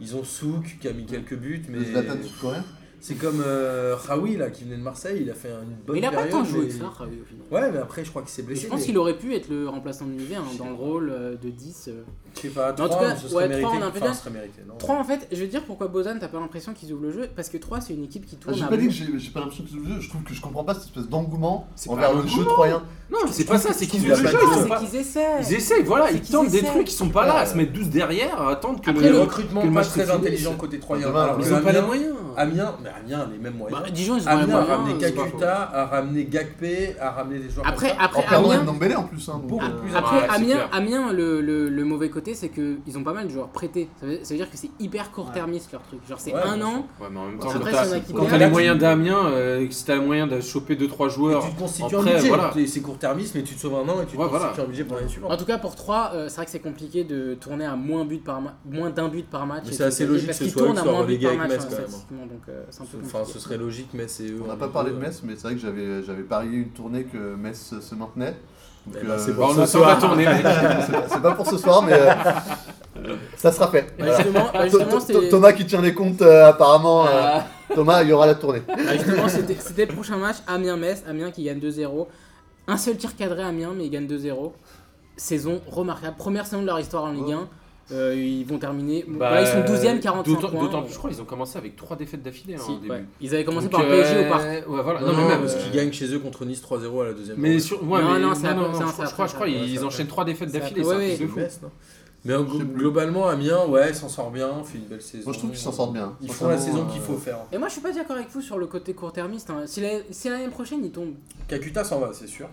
Ils ont Souk qui a mis quelques buts, mais quoi. Zlatan sud-coréen C'est comme euh, Raoui, là, qui venait de Marseille, il a fait une bonne Mais il a pas période, tant joué mais- que ça, Raoui, au final. Ouais, mais après, je crois qu'il s'est Et blessé. Je pense mais- qu'il aurait pu être le remplaçant de Nivet hein, dans le rôle euh, de 10. euh. Je sais pas, tout 3, cas, ce ouais, serait mérité. trois, on a un peu Enfin, bien. ce serait mérité, non 3 en fait, je veux dire pourquoi Bozan, t'as pas l'impression qu'ils ouvrent le jeu Parce que 3 c'est une équipe qui Ah, tourne J'ai à pas dit bout. que j'ai j'ai pas l'impression que c'est le jeu, je trouve que je comprends pas cette espèce d'engouement C'est pas envers un le jeu engouement. troyen. Non, mais c'est pas ça, c'est qu'ils qu'il a jouent pas déjà, de ils Non, sont c'est pas- qu'ils essaient. Ils essayent, voilà, C'est ils qu'ils tentent des essaient. trucs, ils sont pas là, à Ouais. se mettre 12 derrière, à attendre que Après, le, le recrutement que le pas match se très finisse. intelligent côté Troyen. Dommage, Alors mais que Ils ont pas les Amiens- moyens. Amiens, mais Amiens a les mêmes moyens. Bah, Dijon, ils ont les Amiens a moyens, ramené hein, c'est pas faux. Kakuta, a ramené Gakpé, a ramené des joueurs. Après, comme ça. En après perdant Amiens, Ndombele en plus. Hein, donc, Beaucoup euh, plus Après, Ouais, c'est Amiens, clair. Amiens le, le- le mauvais côté, c'est qu'ils ont pas mal de joueurs prêtés. Ça veut, ça veut dire que c'est hyper court-termiste leur truc. Genre, c'est Ouais, un bien an. Ouais, mais en même temps, Après, quand s'il y t'as- en a qui quand t'as gagnent- les moyens d'Amiens, euh, si t'as le moyen de choper 2-3 Et joueurs. tu te constitues après, un budget. voilà. T'es- C'est court-termiste, mais tu te sauves un an et tu te Ouais, constitues voilà. un budget pour l'année En suivante. tout cas, pour 3, c'est vrai que c'est compliqué de tourner à moins, but par ma- moins d'un but par match. Mais et c'est tout, assez logique parce que ce qu'ils soit eux tournent qui à soient moins but par relégués match. avec ouais, Metz, quand même. effectivement, donc euh, c'est un peu Enfin, compliqué. ce serait logique, mais c'est eux. On n'a en pas niveau, parlé de euh, Metz, mais c'est vrai que j'avais j'avais parié une tournée que Metz se maintenait. Donc, euh, Eh ben, c'est Bah, pour on ce attend pas soir. tourner. c'est pas- c'est pas pour ce soir, mais euh, ça sera fait. Bah, Voilà. justement, bah, justement, Tho- Tho- c'est- Thomas qui tient les comptes euh, apparemment. euh, Ah. Thomas, il y aura la tournée. Bah, justement, c'était c'était le prochain match, Amiens-Metz, Amiens qui gagne 2-0. Un seul tir cadré à Amiens, mais ils gagnent 2-0. Saison remarquable, première saison de leur histoire en Ligue 1. Euh, ils vont terminer. Bah, voilà, ils sont 12e, 45 d'autant- points. D'autant plus, je crois, ils ont commencé avec 3 défaites d'affilée hein, Si, au début. ouais. Ils avaient commencé Donc, par le PSG euh, au parc. Ouais, voilà. Non, Non, mais même. parce qu'ils gagnent chez eux contre Nice 3-0 à la deuxième. Mais journée. sur. Ouais, Non, mais- non, c'est après, c'est je après, crois- je crois, je crois, c'est après. ils enchaînent 3 défaites C'est d'affilée, après, c'est un ouais, truc de fou. Metz, non Mais en- Je sais plus. globalement, Amiens, ouais, s'en sort bien, fait une belle saison. Moi, je trouve qu'ils s'en sortent bien. Ils font la Sincèrement, saison qu'il euh, faut faire. Et moi, je suis pas d'accord avec vous sur le côté court-termiste. hein. Si la- si l'année prochaine, ils tombent. Kakuta s'en va, c'est sûr.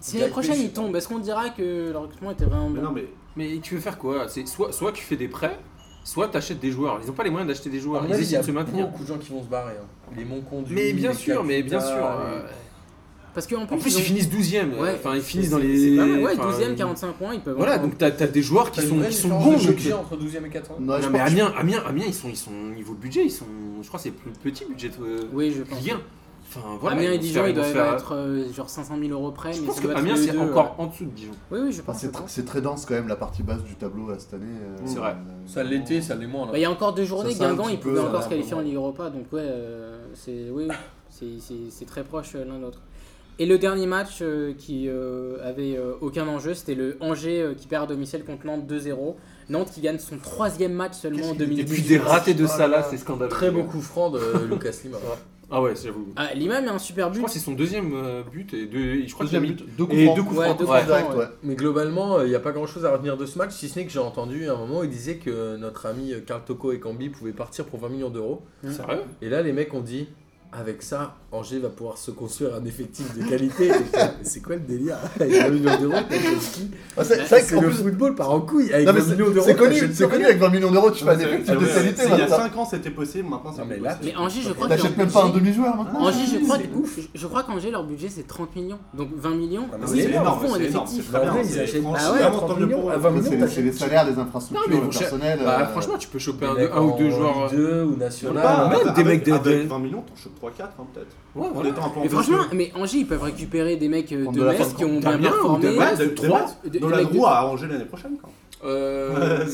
Si l'année Black prochaine, Bay, ils tombent, est-ce qu'on dira que leur recrutement était vraiment Mais non, bon mais Mais tu veux faire quoi C'est soit, soit tu fais des prêts, soit tu achètes des joueurs. Ils n'ont pas les moyens d'acheter des À joueurs. mon Ils avis, essaient de se Il y a maintenir. beaucoup de gens qui vont se barrer. hein. Les monts conduits. Mais bien les sûr, mais bien Kakuta, sûr. les- euh, Parce qu'en plus, En ils plus, ils ont- finissent 12ème. Ouais. Enfin, ils finissent dans c'est les. pas mal, ouais, enfin, euh, 12e, 45 points, ils peuvent. Voilà, encore- donc t'as t'as des joueurs qui T'as une sont, vraie qui sont différence bons. de mais qui- budget entre 12e et 14e. non, je Non, mais pense- Amiens, Amiens, Amiens, ils sont, ils sont niveau budget, ils sont. Je crois que c'est le plus petit budget de Oui, je pense. Ligue 1. Enfin, voilà. Amiens vont et se Dijon, faire- ils vont se doivent faire- être euh, genre 500 000 euros près. Je mais pense ça que doit être Amiens, tous les c'est deux, encore Ah, en dessous de Dijon. ouais. Oui, oui, je Enfin, pense. c'est je tr- pense. c'est très dense quand même la partie basse du tableau là, cette année. euh, C'est vrai. euh, Ça l'était, ça l'est moins. Bah, là. Il y a encore deux journées, Ça, c'est un Guingamp, petit ils peu, pouvaient ça encore a euh, se qualifier en vraiment- Ligue Europa. Donc, ouais, euh, c'est oui, oui, c'est- c'est- c'est très proche euh, l'un de l'autre. Et le dernier match euh, qui euh, avait euh, aucun enjeu, c'était le Angers euh, qui perd à domicile contre Nantes 2-0. Nantes qui gagne son troisième match seulement en Qu'est-ce qu'il Et 2018. puis des ratés de Ah, Salah, là. c'est scandaleux. Très beau coup franc de euh, Lucas Lima. Ah ouais, j'avoue. Ah, L'imam a un super Je but. crois que c'est son deuxième euh, but et deux. et Je crois qu'il a Deuxième mis but, deux coups et francs. deux coups Ouais, francs. deux Ouais. coups Direct, francs, ouais. Mais globalement, euh, il n'y a pas grand chose à retenir de ce match, si ce n'est que j'ai entendu à un moment, il disait que notre ami euh, Carl Toko et Cambi pouvaient partir pour 20 millions d'euros. Sérieux Et là, les mecs ont dit avec ça, Angers va pouvoir se construire un effectif de qualité. Et putain, mais C'est quoi le délire Avec 20 millions d'euros, t'achètes qui Ah, C'est C'est c'est vrai que qu'en le plus- football part en couille. Avec Non, mais 20 millions c'est- d'euros, c'est connu, t'achètes c'est connu avec 20 millions d'euros, tu fais un effectif de qualité c'est- il y a maintenant. 5 ans c'était possible, maintenant c'est Non, mais plus là, possible. Mais Angers, je crois que T'achètes même pas un budget- demi-joueur maintenant Angers, je crois, C'est je, je crois qu'Angers, leur budget c'est 30 millions. Donc 20 millions. Ah, mais ils c'est leur énorme, font un c'est énorme, effectif. c'est très bien. Ils achètent- franchement, Ah ouais, vraiment, 30 tant mieux pour millions, eux. à 20 Mais millions, c'est les- C'est les t'achètes salaires, les Non, infrastructures, mais le bon, personnel. Bah, euh, franchement, tu peux choper un, Des mecs un ou en deux joueurs. Ligue 2 ou Même national. pas, Même avec- des mecs des- avec 20 millions, t'en chopes 3-4 hein, peut-être. euh, Ouais, On voilà. était un peu Mais ambitieux. franchement, mais Angers, ils peuvent récupérer des mecs euh, Prendre de de la Metz force, qui ont bien Damien ou performé. Damien. Ouais, de- de trois, base, des- Dans des la mecs de- roue à Angers l'année prochaine. quoi. Euh,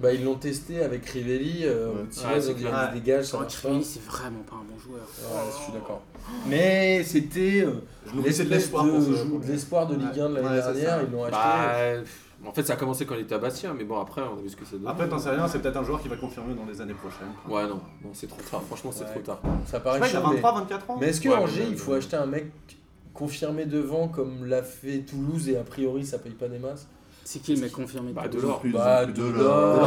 Bah, ils l'ont testé avec Rivelli, euh, Ouais. au petit Ouais, reste, c'est il clair. a Ouais. des dégages, ça Oh, marche pas. Crivelli, c'est vraiment pas un bon joueur. Ouais, je suis d'accord. Mais c'était euh, Je nous laissais l'espèce de de l'espoir pour ce jou- de l'espoir de Ligue 1 de l'année Ouais, c'est dernière, ça. ils l'ont acheté. bah, en fait, ça a commencé quand il était à Bastia, mais bon, après, on a vu ce que ça donne. Après, t'en sais rien, c'est peut-être un joueur qui va confirmer dans les années prochaines. Ouais, non, non c'est trop tard. Franchement, c'est Ouais. trop tard. Ça Je sais paraît pas, il a chiant, mais- 23, 24 ans. Mais est-ce que Ouais, mais Angers, même, il faut euh, acheter un mec confirmé devant comme l'a fait Toulouse et a priori ça paye pas des masses C'est qui le mec confirmé de Bah, Toulouse de l'or. plus- Bah, plus Delors.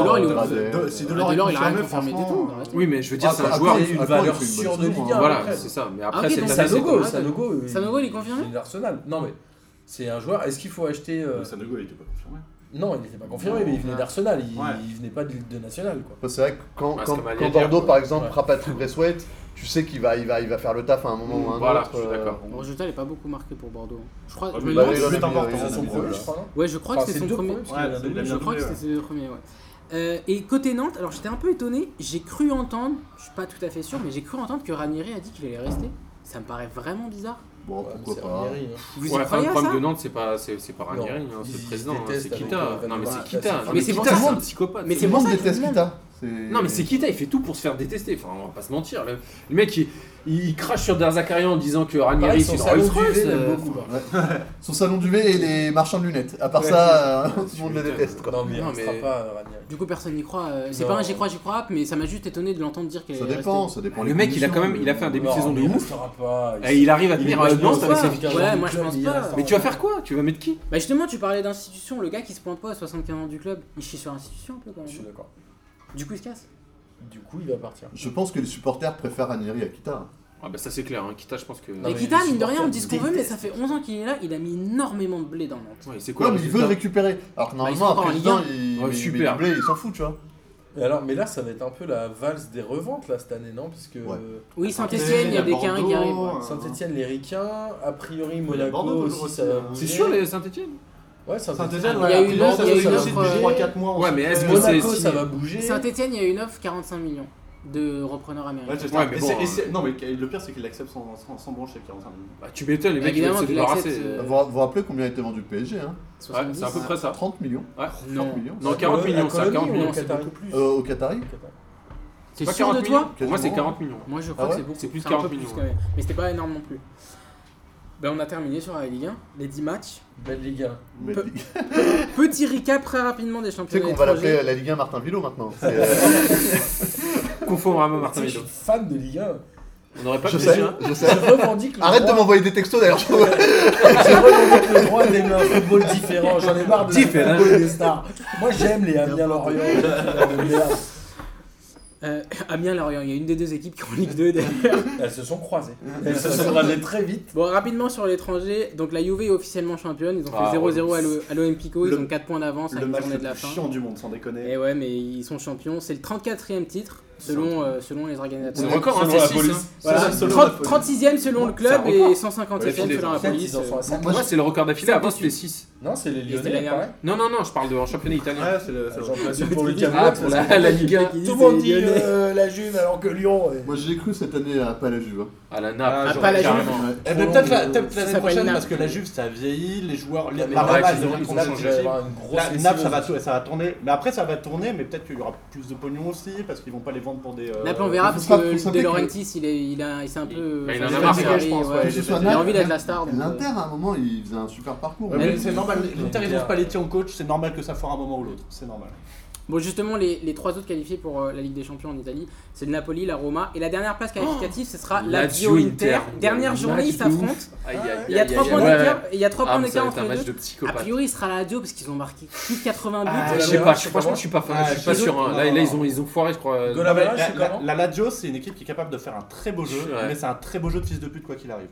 Delors, il est au- Gradet. De- si Delors Ah, est Delors, il a rien confirmé, confirmé du tout. franchement, arrête. Oui, mais je veux dire, c'est un Après, joueur. après, une après, valeur c'est une sûre bonne de saison, Ligue un. hein. Voilà, après. c'est ça. Mais Ah, après, ok, c'est donc cette ça année, c'est Sanogo, Sanogo, pas mal. Sanogo, Sanogo, il est confirmé de l'Arsenal. Non mais c'est un joueur. Est-ce qu'il faut acheter euh, Le Sanogo, il était pas confirmé. Non, il n'était pas confirmé, mais il venait Ouais. d'Arsenal. Il, Ouais. il venait pas de Ligue de Nationale quoi. Bah, C'est vrai que quand, Bah, c'est quand, comme quand Aliaga, Bordeaux, quoi. par exemple, Ouais. Rapatou Braithwaite, tu sais qu'il va, il va, il va faire le taf à un moment ou à un Voilà, autre. je suis euh, d'accord. Bon, le résultat, il est pas beaucoup marqué pour Bordeaux. Je crois, Ouais, je mais me bah, demande il si- a- c'est important, C'est son c'est premier, bizarre. je crois. non Ouais, je crois Enfin, que c'est son deux premier. premiers, parce Ouais, qu'il a c'est doublé. bien Je crois que doublé, c'était ses deux premiers, ouais. Euh, et côté Nantes, alors j'étais un peu étonné, j'ai cru entendre, je suis pas tout à fait sûr, mais j'ai cru entendre que Ranieri a dit qu'il allait rester. Ça me paraît vraiment bizarre. Bon, Ouais, pourquoi c'est pas. Ranieri, hein. Vous y Ouais, enfin, croyez le à problème de ça Nantes, c'est pas, c'est, c'est pas Ranieri, Non, hein, ils- c'est ils le président, hein, détestent c'est avec, Kita. euh, non, mais Van c'est Basten. Kita. Mais Mais c'est c'est pour Kita, hein. ça- c'est un psychopathe. Mais Tout c'est le pour monde ça que tout déteste le monde- Kita. Non mais c'est Kita, il fait tout pour se faire détester, enfin on va pas se mentir. Le, le mec il, il crache sur Derzakarian en disant que Ranieri Pareil, son c'est une salon Rolls du Royce, V, j'aime euh, beaucoup. Son salon du V et les marchands de lunettes. À part ça, euh, tout le monde le déteste. Quoi. Non, mais il Non, restera mais- pas, euh, Ranieri. Du coup, personne n'y croit. euh, C'est Non. pas un j'y crois, j'y crois, mais ça m'a juste étonné de l'entendre dire qu'elle Ça est dépend, restée. ça dépend. Le des mec il a quand même conditions, il a fait un mais- début Non, de saison de mais il ouf. restera pas. Et il arrive à Eh, il est tenir pas euh, joué non, au ça va, stade. c'est efficace. Ouais, du moi, je club, pense il pas. restera Mais tu vas faire quoi Tu vas mettre qui Bah justement, tu parlais d'institution. Le gars qui se pointe pas à 75 ans du club, il chie sur l'institution un peu quand Je suis même. d'accord. Du coup, il se casse. Du coup, il va partir. Je pense que les supporters préfèrent Ranieri à Kita. Ah bah ça c'est clair, hein. Kita je pense que... Non, Mais mais Kita, les mine de rien, on dit ce qu'on supporters veut, mais ça fait 11 ans qu'il est là. Il a mis énormément de blé dans Nantes. Ouais, c'est Quoi, quoi mais le ils veulent résultat récupérer. Alors que ils sont normalement, encore un en président, Ligue il, Ouais, il- super. il blé, il s'en fout, tu vois. Et alors, mais là, ça va être un peu la valse des reventes là cette année, non Parce que Ouais. euh, Oui, Saint-Étienne, Saint-Etienne, il y a il des y a carrés qui Bordeaux, arrivent. ouais. euh, Saint-Etienne, les Ricains, a priori Monaco Bordeaux aussi, aussi, ça va hein. bouger. C'est sûr les Saint-Etienne Ouais, Saint-Etienne, Saint-Etienne, Il y a ouais, eu une après, offre, ça, il y a eu ça, une c'est offre, depuis euh, 3-4 mois. euh, Ouais, mais est-ce que c'est... Monaco, ça va bouger. Saint-Etienne, il y a une offre 45 millions de repreneurs américains. Ouais, Ouais, mais mais bon, c'est- hein. et c'est- euh, Non, mais le pire, c'est qu'il l'accepte sans, sans, sans brancher 45 minutes. Bah, tu m'étonnes, les mecs ils Évidemment veulent se qu'il débarrasser. accepte, euh. euh, Vous vous rappelez combien a été vendu le PSG hein Ouais, c'est à peu près ça. 30 millions Ouais. 30 Non. millions Non, À 40 millions, Colombie, ça, 40 ou millions, au c'est Qatar beaucoup plus. Euh, Au Qatari T'es Pas sûr 40 de millions toi Pour moi c'est Quasiment. 40 millions. Moi, je Ah crois que ouais c'est beaucoup. C'est plus de un peu 40 plus millions, quand même. Mais c'était pas énorme non plus. Ben, on a terminé sur la Ligue 1, les 10 matchs. Belle Ligue 1. Mais Peu- Tu Petit récap très rapidement des sais championnats qu'on va l'appeler étrangers. euh, la Ligue 1 Martin Villot maintenant. C'est, euh, Conformément à Tu Oh, Martin sais, je suis Villot. fan de Ligue 1. On n'aurait pas Je pu sais, dire. hein. je Je sais. revendique le Arrête de droit, m'envoyer des textos d'ailleurs. je- je revendique le droit d'aimer un football différent. J'en ai marre de la Différent. football des stars. Moi, j'aime les Amiens Lorient. les footballeurs de merde. Euh, Amiens, Lorient, il y a une des deux équipes qui est en Ligue 2 d'ailleurs. Elles se sont croisées. Elles se sont croisées très vite. Bon, rapidement sur l'étranger, donc la Juve est officiellement championne. Ils ont fait Ah, 0-0 à l'O- à l'Olympico, ils Le- ont 4 points d'avance à Le une match journée le de la plus fin. chiant du monde, sans déconner. Et ouais, mais ils sont champions. C'est le 34e titre selon, euh, selon les C'est organisateurs. le record, hein, Selon c'est la 6. police. Voilà, Selon- selon 30 la police. 36e selon le club C'est un record. et 150e selon la Peut-être police. euh, ils en sont à ça. Moi, Moi Ah, c'est le record d'affilée, avant c'était 6. Non, c'est C'était les la Lyonnais, dernière. pareil. Non, non, non, je parle de, en championnat italien. Ouais, c'est le. c'est le- J'en passe L'autre pour le qui dit, Cameroun, ah, c'est pour ça. la, la Ligue 1. Tout le monde dit euh, la Juve alors que Lyon. est- Moi j'ai cru cette année à pas la Juve. hein. À la nappe, Ah, genre, pas la carrément. Ouais. Eh ben, peut-être la, peut-être Ça l'année s'appelle prochaine Naples. parce que la Juve ça vieillit, les joueurs, les mais par Naples, là-bas, ils ils ont- ont ils ils ont ont changé. changé. Il va y avoir une grosse La Naples ça va, lessiveuse. ça va tourner, mais après ça va tourner, mais peut-être qu'il y aura plus de pognon aussi parce qu'ils vont pas les vendre pour des. euh, Naples, on verra faut parce pas- faut que savoir De que- Laurentiis, il, est, il, a, il s'est un peu. Bah, il enfin, en a s'est marre, servi, je pense, ouais. ouais. Que ce soit Il a Naples, envie d'être la star. donc, euh, L'Inter à un moment ils faisaient un super parcours. Ouais, mais c'est normal, l'Inter ils ont Inter. Spalletti en coach, c'est normal que ça foire un moment ou l'autre, c'est normal. Bon, justement, les, les trois autres qualifiés pour euh, la Ligue des Champions en Italie, c'est le Napoli, la Roma. Et la dernière place qualificative, ce sera Lazio Inter. Dernière journée, ils s'affrontent. Aïe, aïe, aïe, Il y a aïe, trois aïe, points aïe. d'écart- il y a trois Ah, points mais ça d'écart va être entre un match les de deux. Ah, A psychopathe. priori, il sera à la Lazio parce qu'ils ont marqué plus de 80 buts. Bah, Ah, hein. Je Golabella, sais pas, c'est franchement, comment je suis pas fan, Ah, je suis pas je suis sûr. hein. désolé. Là, là, ils ont, ils ont foiré, je crois. euh, Golabella, la, c'est la- comment la Lazio c'est une équipe qui est capable de faire un très beau jeu, Ouais. mais c'est un très beau jeu de fils de pute quoi qu'il arrive.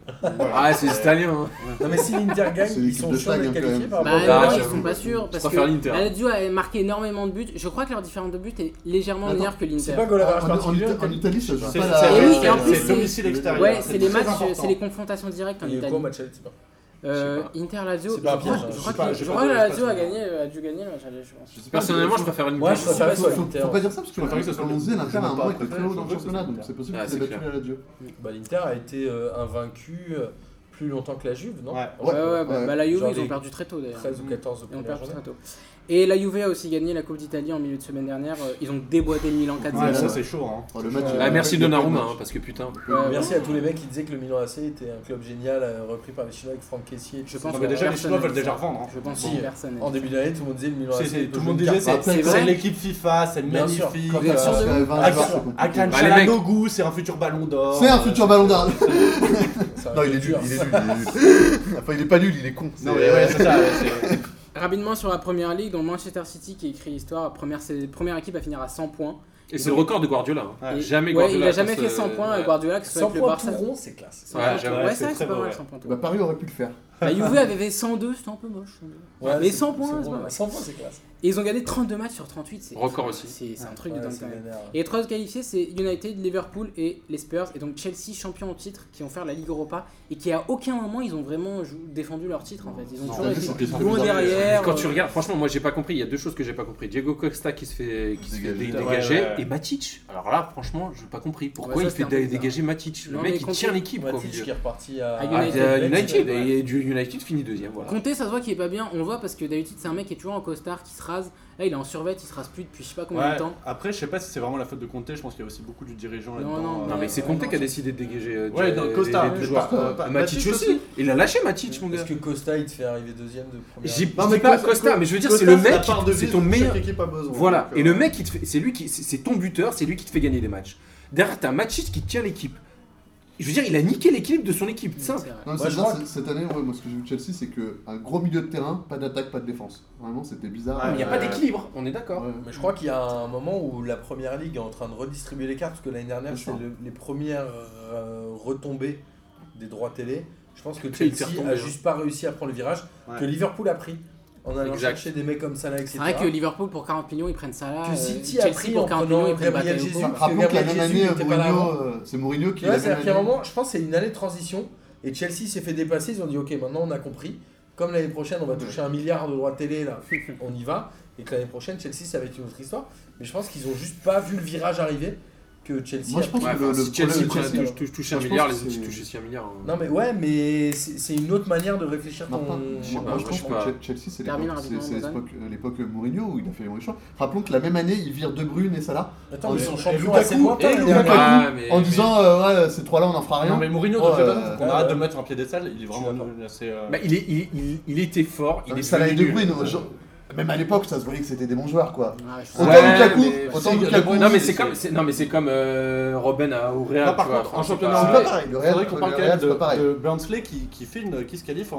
Ah, c'est italien. hein. Non, mais si l'Inter gagne, C'est ils l'équipe sont de sûrs Stag, d'être quand qualifiés même. par Bah rapport bon, non, bah, ils j'avoue. sont pas sûrs parce que préfère l'Inter. la Lazio a marqué énormément de buts. Je crois que leur différence de buts est légèrement Attends, meilleure que C'est l'Inter. pas Golabella Ah, en, en particulier, Ita- en Italie ça joue C'est pas Et oui, la. et en c'est plus, c'est- domicile extérieur. Ouais, c'est les très matchs, euh, important. c'est les confrontations directes en Il y a eu Italie. quoi au match aller, tu sais pas Euh, Je sais Inter Lazio, C'est pas je un crois- piège, hein. je Je crois sais que pas, je j'ai crois pas que de- la j'ai pas Lazio de- a gagné, euh, a dû gagner le match aller, je pense. Personnellement, je préfère l'Inter. Moi, je Faut, préfère faut, soit faut, l'Inter. faut pas dire ça parce que Je préfère l'Inter que ce soit comme on disait l'Inter a un l'Inter. moment avec le très haut dans Je le préfère championnat que ce donc soit c'est possible l'Inter. qu'ils aient Ah, c'est battu clair. la Lazio. Bah, l'Inter a été euh, invaincu euh, plus longtemps que la Juve, non Ouais. Ouais, ouais, bah, ouais. bah, la Juve, Genre ils ont les perdu très tôt d'ailleurs. 13 ou 14 de Ils ont première perdu journée. très tôt. Et la Juve a aussi gagné la Coupe d'Italie en milieu de semaine dernière. Euh, Ils ont déboîté le Milan 4-0. Ouais, ça c'est chaud hein. Oh, le match, Ah, Ah, euh, merci le match. Donnarumma, hein, parce que putain. Ouais, Merci à tous les mecs qui disaient que le Milan AC était un club génial euh, repris par les Chinois avec Franck Caissier. Je Je pense Non, que mais déjà les personne Chinois veulent ne déjà sait. revendre. hein. Je pense Si, que personne. n'est- En début d'année, tout le monde disait le Milan C'est- AC. c'est- peut Tout le jouer monde une disait carte. c'est- C'est vrai c'est l'équipe FIFA, c'est Bien sûr, magnifique. comme Quand Euh, ça se fait 20 Akan- joueurs, c'est compliqué. Akan Bah, les mecs- Chalanoglu, c'est un futur ballon d'or. C'est un futur ballon d'or. Ça Non, aurait il est été nul, dur. il est nul, il est nul. Enfin, il est pas nul, il est con. Non, C'est- mais ouais, c'est ça. ouais, c'est- Rapidement sur la première ligue, donc Manchester City qui écrit l'histoire, première, c'est- première équipe à finir à 100 points. Et c'est le record de Guardiola. hein. Ouais. Et- Jamais ouais, Guardiola. Il a jamais passe, fait euh, 100 points à ouais. Guardiola, que ce soit 100 avec le points tout Barça. rond, c'est classe. 100 Ouais, points, j'avoue, ouais, ouais, c'est vrai c'est que c'est très pas beau, mal ouais. 100 points. tout Bah, rond. Paris aurait pu le faire. La Juve avait fait 102, c'est un peu moche. 102. Ouais, Mais c'est- 100 points, c'est c'est bon. pas mal. 100 points, c'est classe. Et ils ont gagné 32 matchs sur 38, c'est Record aussi. c'est c'est un truc de Ouais, dingue c'est quand même. vénère. Et les trois autres qualifiés, c'est United, Liverpool et les Spurs. Et donc Chelsea, champion en titre, qui ont fait la Ligue Europa et qui à aucun moment ils ont vraiment jou- défendu leur titre en fait. Ils ont Non, toujours ça, été c'était loin bizarre. derrière. Quand tu euh, regardes, franchement, moi j'ai pas compris. Il y a deux choses que j'ai pas compris. Diego Costa qui se fait, qui se fait Dégager. dé- Ouais, dégager ouais, ouais. et Matic. Alors là, franchement, j'ai pas compris pourquoi Ouais, ça, il fait c'était un peu dé- dégager Matic. Le Non, mais mec il contre- tient l'équipe quoi, au Matic milieu. qui est reparti À à Ah, United. euh, United, United ouais. et du United finit deuxième. Voilà. Comté, ça se voit qu'il est pas bien. On le voit parce que d'habitude, c'est un mec qui est toujours en costard, qui se rase. Là, il est en survêt, il se rase plus depuis je sais pas combien Ouais. de temps. Après, je sais pas si c'est vraiment la faute de Comté, je pense qu'il y a aussi beaucoup du dirigeant Non, là-dedans. non, euh, Non, mais c'est Ouais, Comté non, qui a c'est- décidé de dégager. euh, Ouais, des- non, des- Costa, des mais joueurs. par contre, Euh, pas- Matic Matic aussi. Il a lâché Matic, mon gars. Parce que Costa, il te fait arriver deuxième de première. J'ai Non, je mais dis pas Costa- Costa, mais je veux dire, c'est le mec, c'est ton meilleur. Chaque équipe a besoin. Voilà, Donc, et euh, le mec, il te fait- c'est lui qui, c'est c'est ton buteur, c'est lui qui te fait gagner des matchs. Derrière, t'as Matic qui tient l'équipe. Je veux dire, il a niqué l'équilibre de son équipe, c'est simple. C'est vrai. Non, mais Ouais, c'est je bizarre, crois c'est- cette année, ouais, moi, ce que j'ai vu de Chelsea, c'est que un gros milieu de terrain, pas d'attaque, pas de défense. Vraiment, c'était bizarre. Il n'y Ah, a pas Ouais. d'équilibre, on est d'accord. Ouais. Mais je crois qu'il y a un moment où la première ligue est en train de redistribuer les cartes, parce que l'année dernière, C'est c'est ça. le- les premières euh, retombées des droits télé. Je pense que Putain, il s'est Chelsea retombé, a hein. juste pas réussi à prendre le virage Ouais. que Liverpool a pris en allant Exact. chercher des mecs comme Salah, etc. C'est vrai que Liverpool pour 40 millions ils prennent euh, ça là. Que City a pris en prenant Gabriel Jesus. Enfin, Rappelons que la Gabriel même Jésus année, était pas là Mourinho, avant. euh, c'est Mourinho qui Tu vois, la c'est-à-dire même qu'à un année. moment, je pense que c'est une année de transition et Chelsea s'est fait dépasser. Ils ont dit Ok, maintenant on a compris. Comme l'année prochaine, on va toucher un milliard de droits télé, là, on y va. Et que l'année prochaine, Chelsea, ça va être une autre histoire. Mais je pense qu'ils ont juste pas vu le virage arriver que Chelsea Moi, je a pense Ouais, que le, enfin, le si problème Chelsea de touche- Chelsea, touche- touche- touche un Moi, je milliard, pense les que autres ils c'est- touchent aussi un milliard. hein. Non mais ouais, mais c'est c'est une autre manière de réfléchir Non, pas- ton. je sais Ouais, pas, je je pense sais pas. que Che- Chelsea, c'est Termine l'époque- c'est- rapidement, c'est Bozan. l'époque- l'époque Mourinho où il a fait les mauvais choix. Rappelons que la même année, il vire De Bruyne et Salah Attends, mais ils sont Et champions Lukaku, assez lointains. et les Lukaku. gars. Ouais, mais- en mais- disant euh, ouais, ces trois-là, on n'en fera rien. Non, mais Mourinho, Oh, donc, euh, attends, qu'on ouais, arrête de ouais. le mettre en piédestal, il est vraiment. c'est, euh, Bah, il, est, il, il- il était fort, il Euh, est Salah et De devenu Bruyne, nul. genre, même à l'époque, ça se voyait que c'était des bons joueurs quoi. Ah, Ouais, Autant Lukaku, mais- autant c'est- Lukaku. Non mais c'est comme, c'est- non mais c'est comme euh, Robin à au Real. Ah, par tu vois, contre, enfin, en c'est championnat pas- C'est anglais, pas pareil, le C'est Real, vrai qu'on le parle quand Real, même c'est de, pas pareil. de Burnsley qui, qui fait une, qui se qualifie en,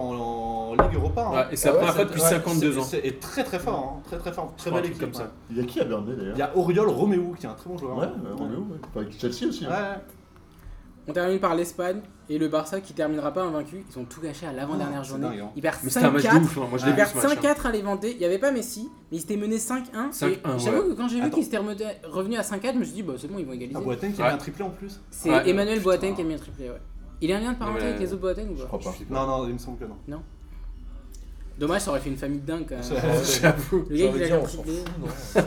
en Ligue Europa. hein. Ouais, et c'est la Ah ouais, première ça- fois depuis Ouais, 52 c'est- ans. c'est- Et très très fort, hein. très très fort, très Ouais, un belle truc équipe. comme ça. ouais. Il y a qui à Burnley Il d'ailleurs y a Oriol Romeo qui est un très bon joueur. Ouais, euh, Romelu, ouais. Enfin, avec Chelsea aussi. Ouais, hein. ouais. On termine par l'Espagne et le Barça qui terminera pas invaincu. Ils ont tout gâché à l'avant-dernière Ah, c'est journée. dingue, hein. Ils perdent Mais c'était un match 5-4. de ouf, hein. moi je l'ai Ils vu perdent ce match. 5-4 à l'Eventé, il n'y avait pas Messi, mais ils étaient menés 5-1. 5-1, Et J'avoue que quand j'ai vu Attends. qu'ils étaient remontés- revenus à 5-4, je me suis dit, bah c'est bon, ils vont égaliser. Ah, Boateng qui a Ouais. mis un triplé en plus c'est Ouais. Emmanuel Boateng qui a mis un triplé, ouais. Il a un lien de parenté Ouais. avec les autres Boateng ou Je pas crois pas. Non, non, il me semble que non. Dommage, ça aurait fait une famille de dingue quand même. J'avoue. Le J'ai gars, envie il de a dire, un on s'en triplé. fout,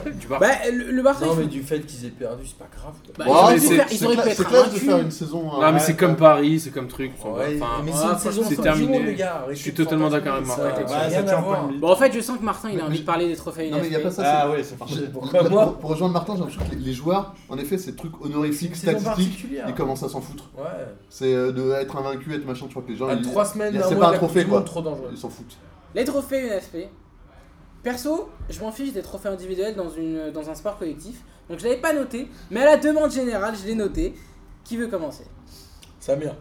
non Du Barça. Bah, le, le Barça, Non ils mais font- du fait qu'ils aient perdu, c'est pas grave. quoi. bah, ils auraient Ouais, mais pu c'est- faire- ils C'est auraient pu cla- être C'est classe de invaincus. faire une saison. Non mais euh, c'est comme Paris, c'est comme truc. on va- Ouais, enfin, mais ouais, c'est une franchement, saison c'est sans terminé. jumeaux, les gars. Arrêtez Je suis de fantasmer, totalement d'accord avec ça Marc. a Ouais, rien ça à tient voir. pas le Bon, en fait, je sens que Martin, il a Mais- envie de parler des trophées. Non mais il n'y a NFP. pas ça. c'est- Ah ouais, c'est parti. J'ai- Pourquoi pour- moi Pour rejoindre Martin, j'ai l'impression que les- les joueurs, en effet, ces trucs honorifiques, C'est une saison statistiques, particulière. ils commencent à s'en foutre. Ouais. C'est euh, de être invaincu, être machin, tu vois que les gens À ils, trois semaines, il y a- un c'est mois, pas un la Coupe trophée, du quoi. Monde, trop dangereux. ils s'en foutent. Les trophées E UNFP. Perso, je m'en fiche des trophées individuels dans, une, dans un sport collectif. Donc je l'avais pas noté, mais à la demande générale, je l'ai noté. Qui veut commencer Ça mire.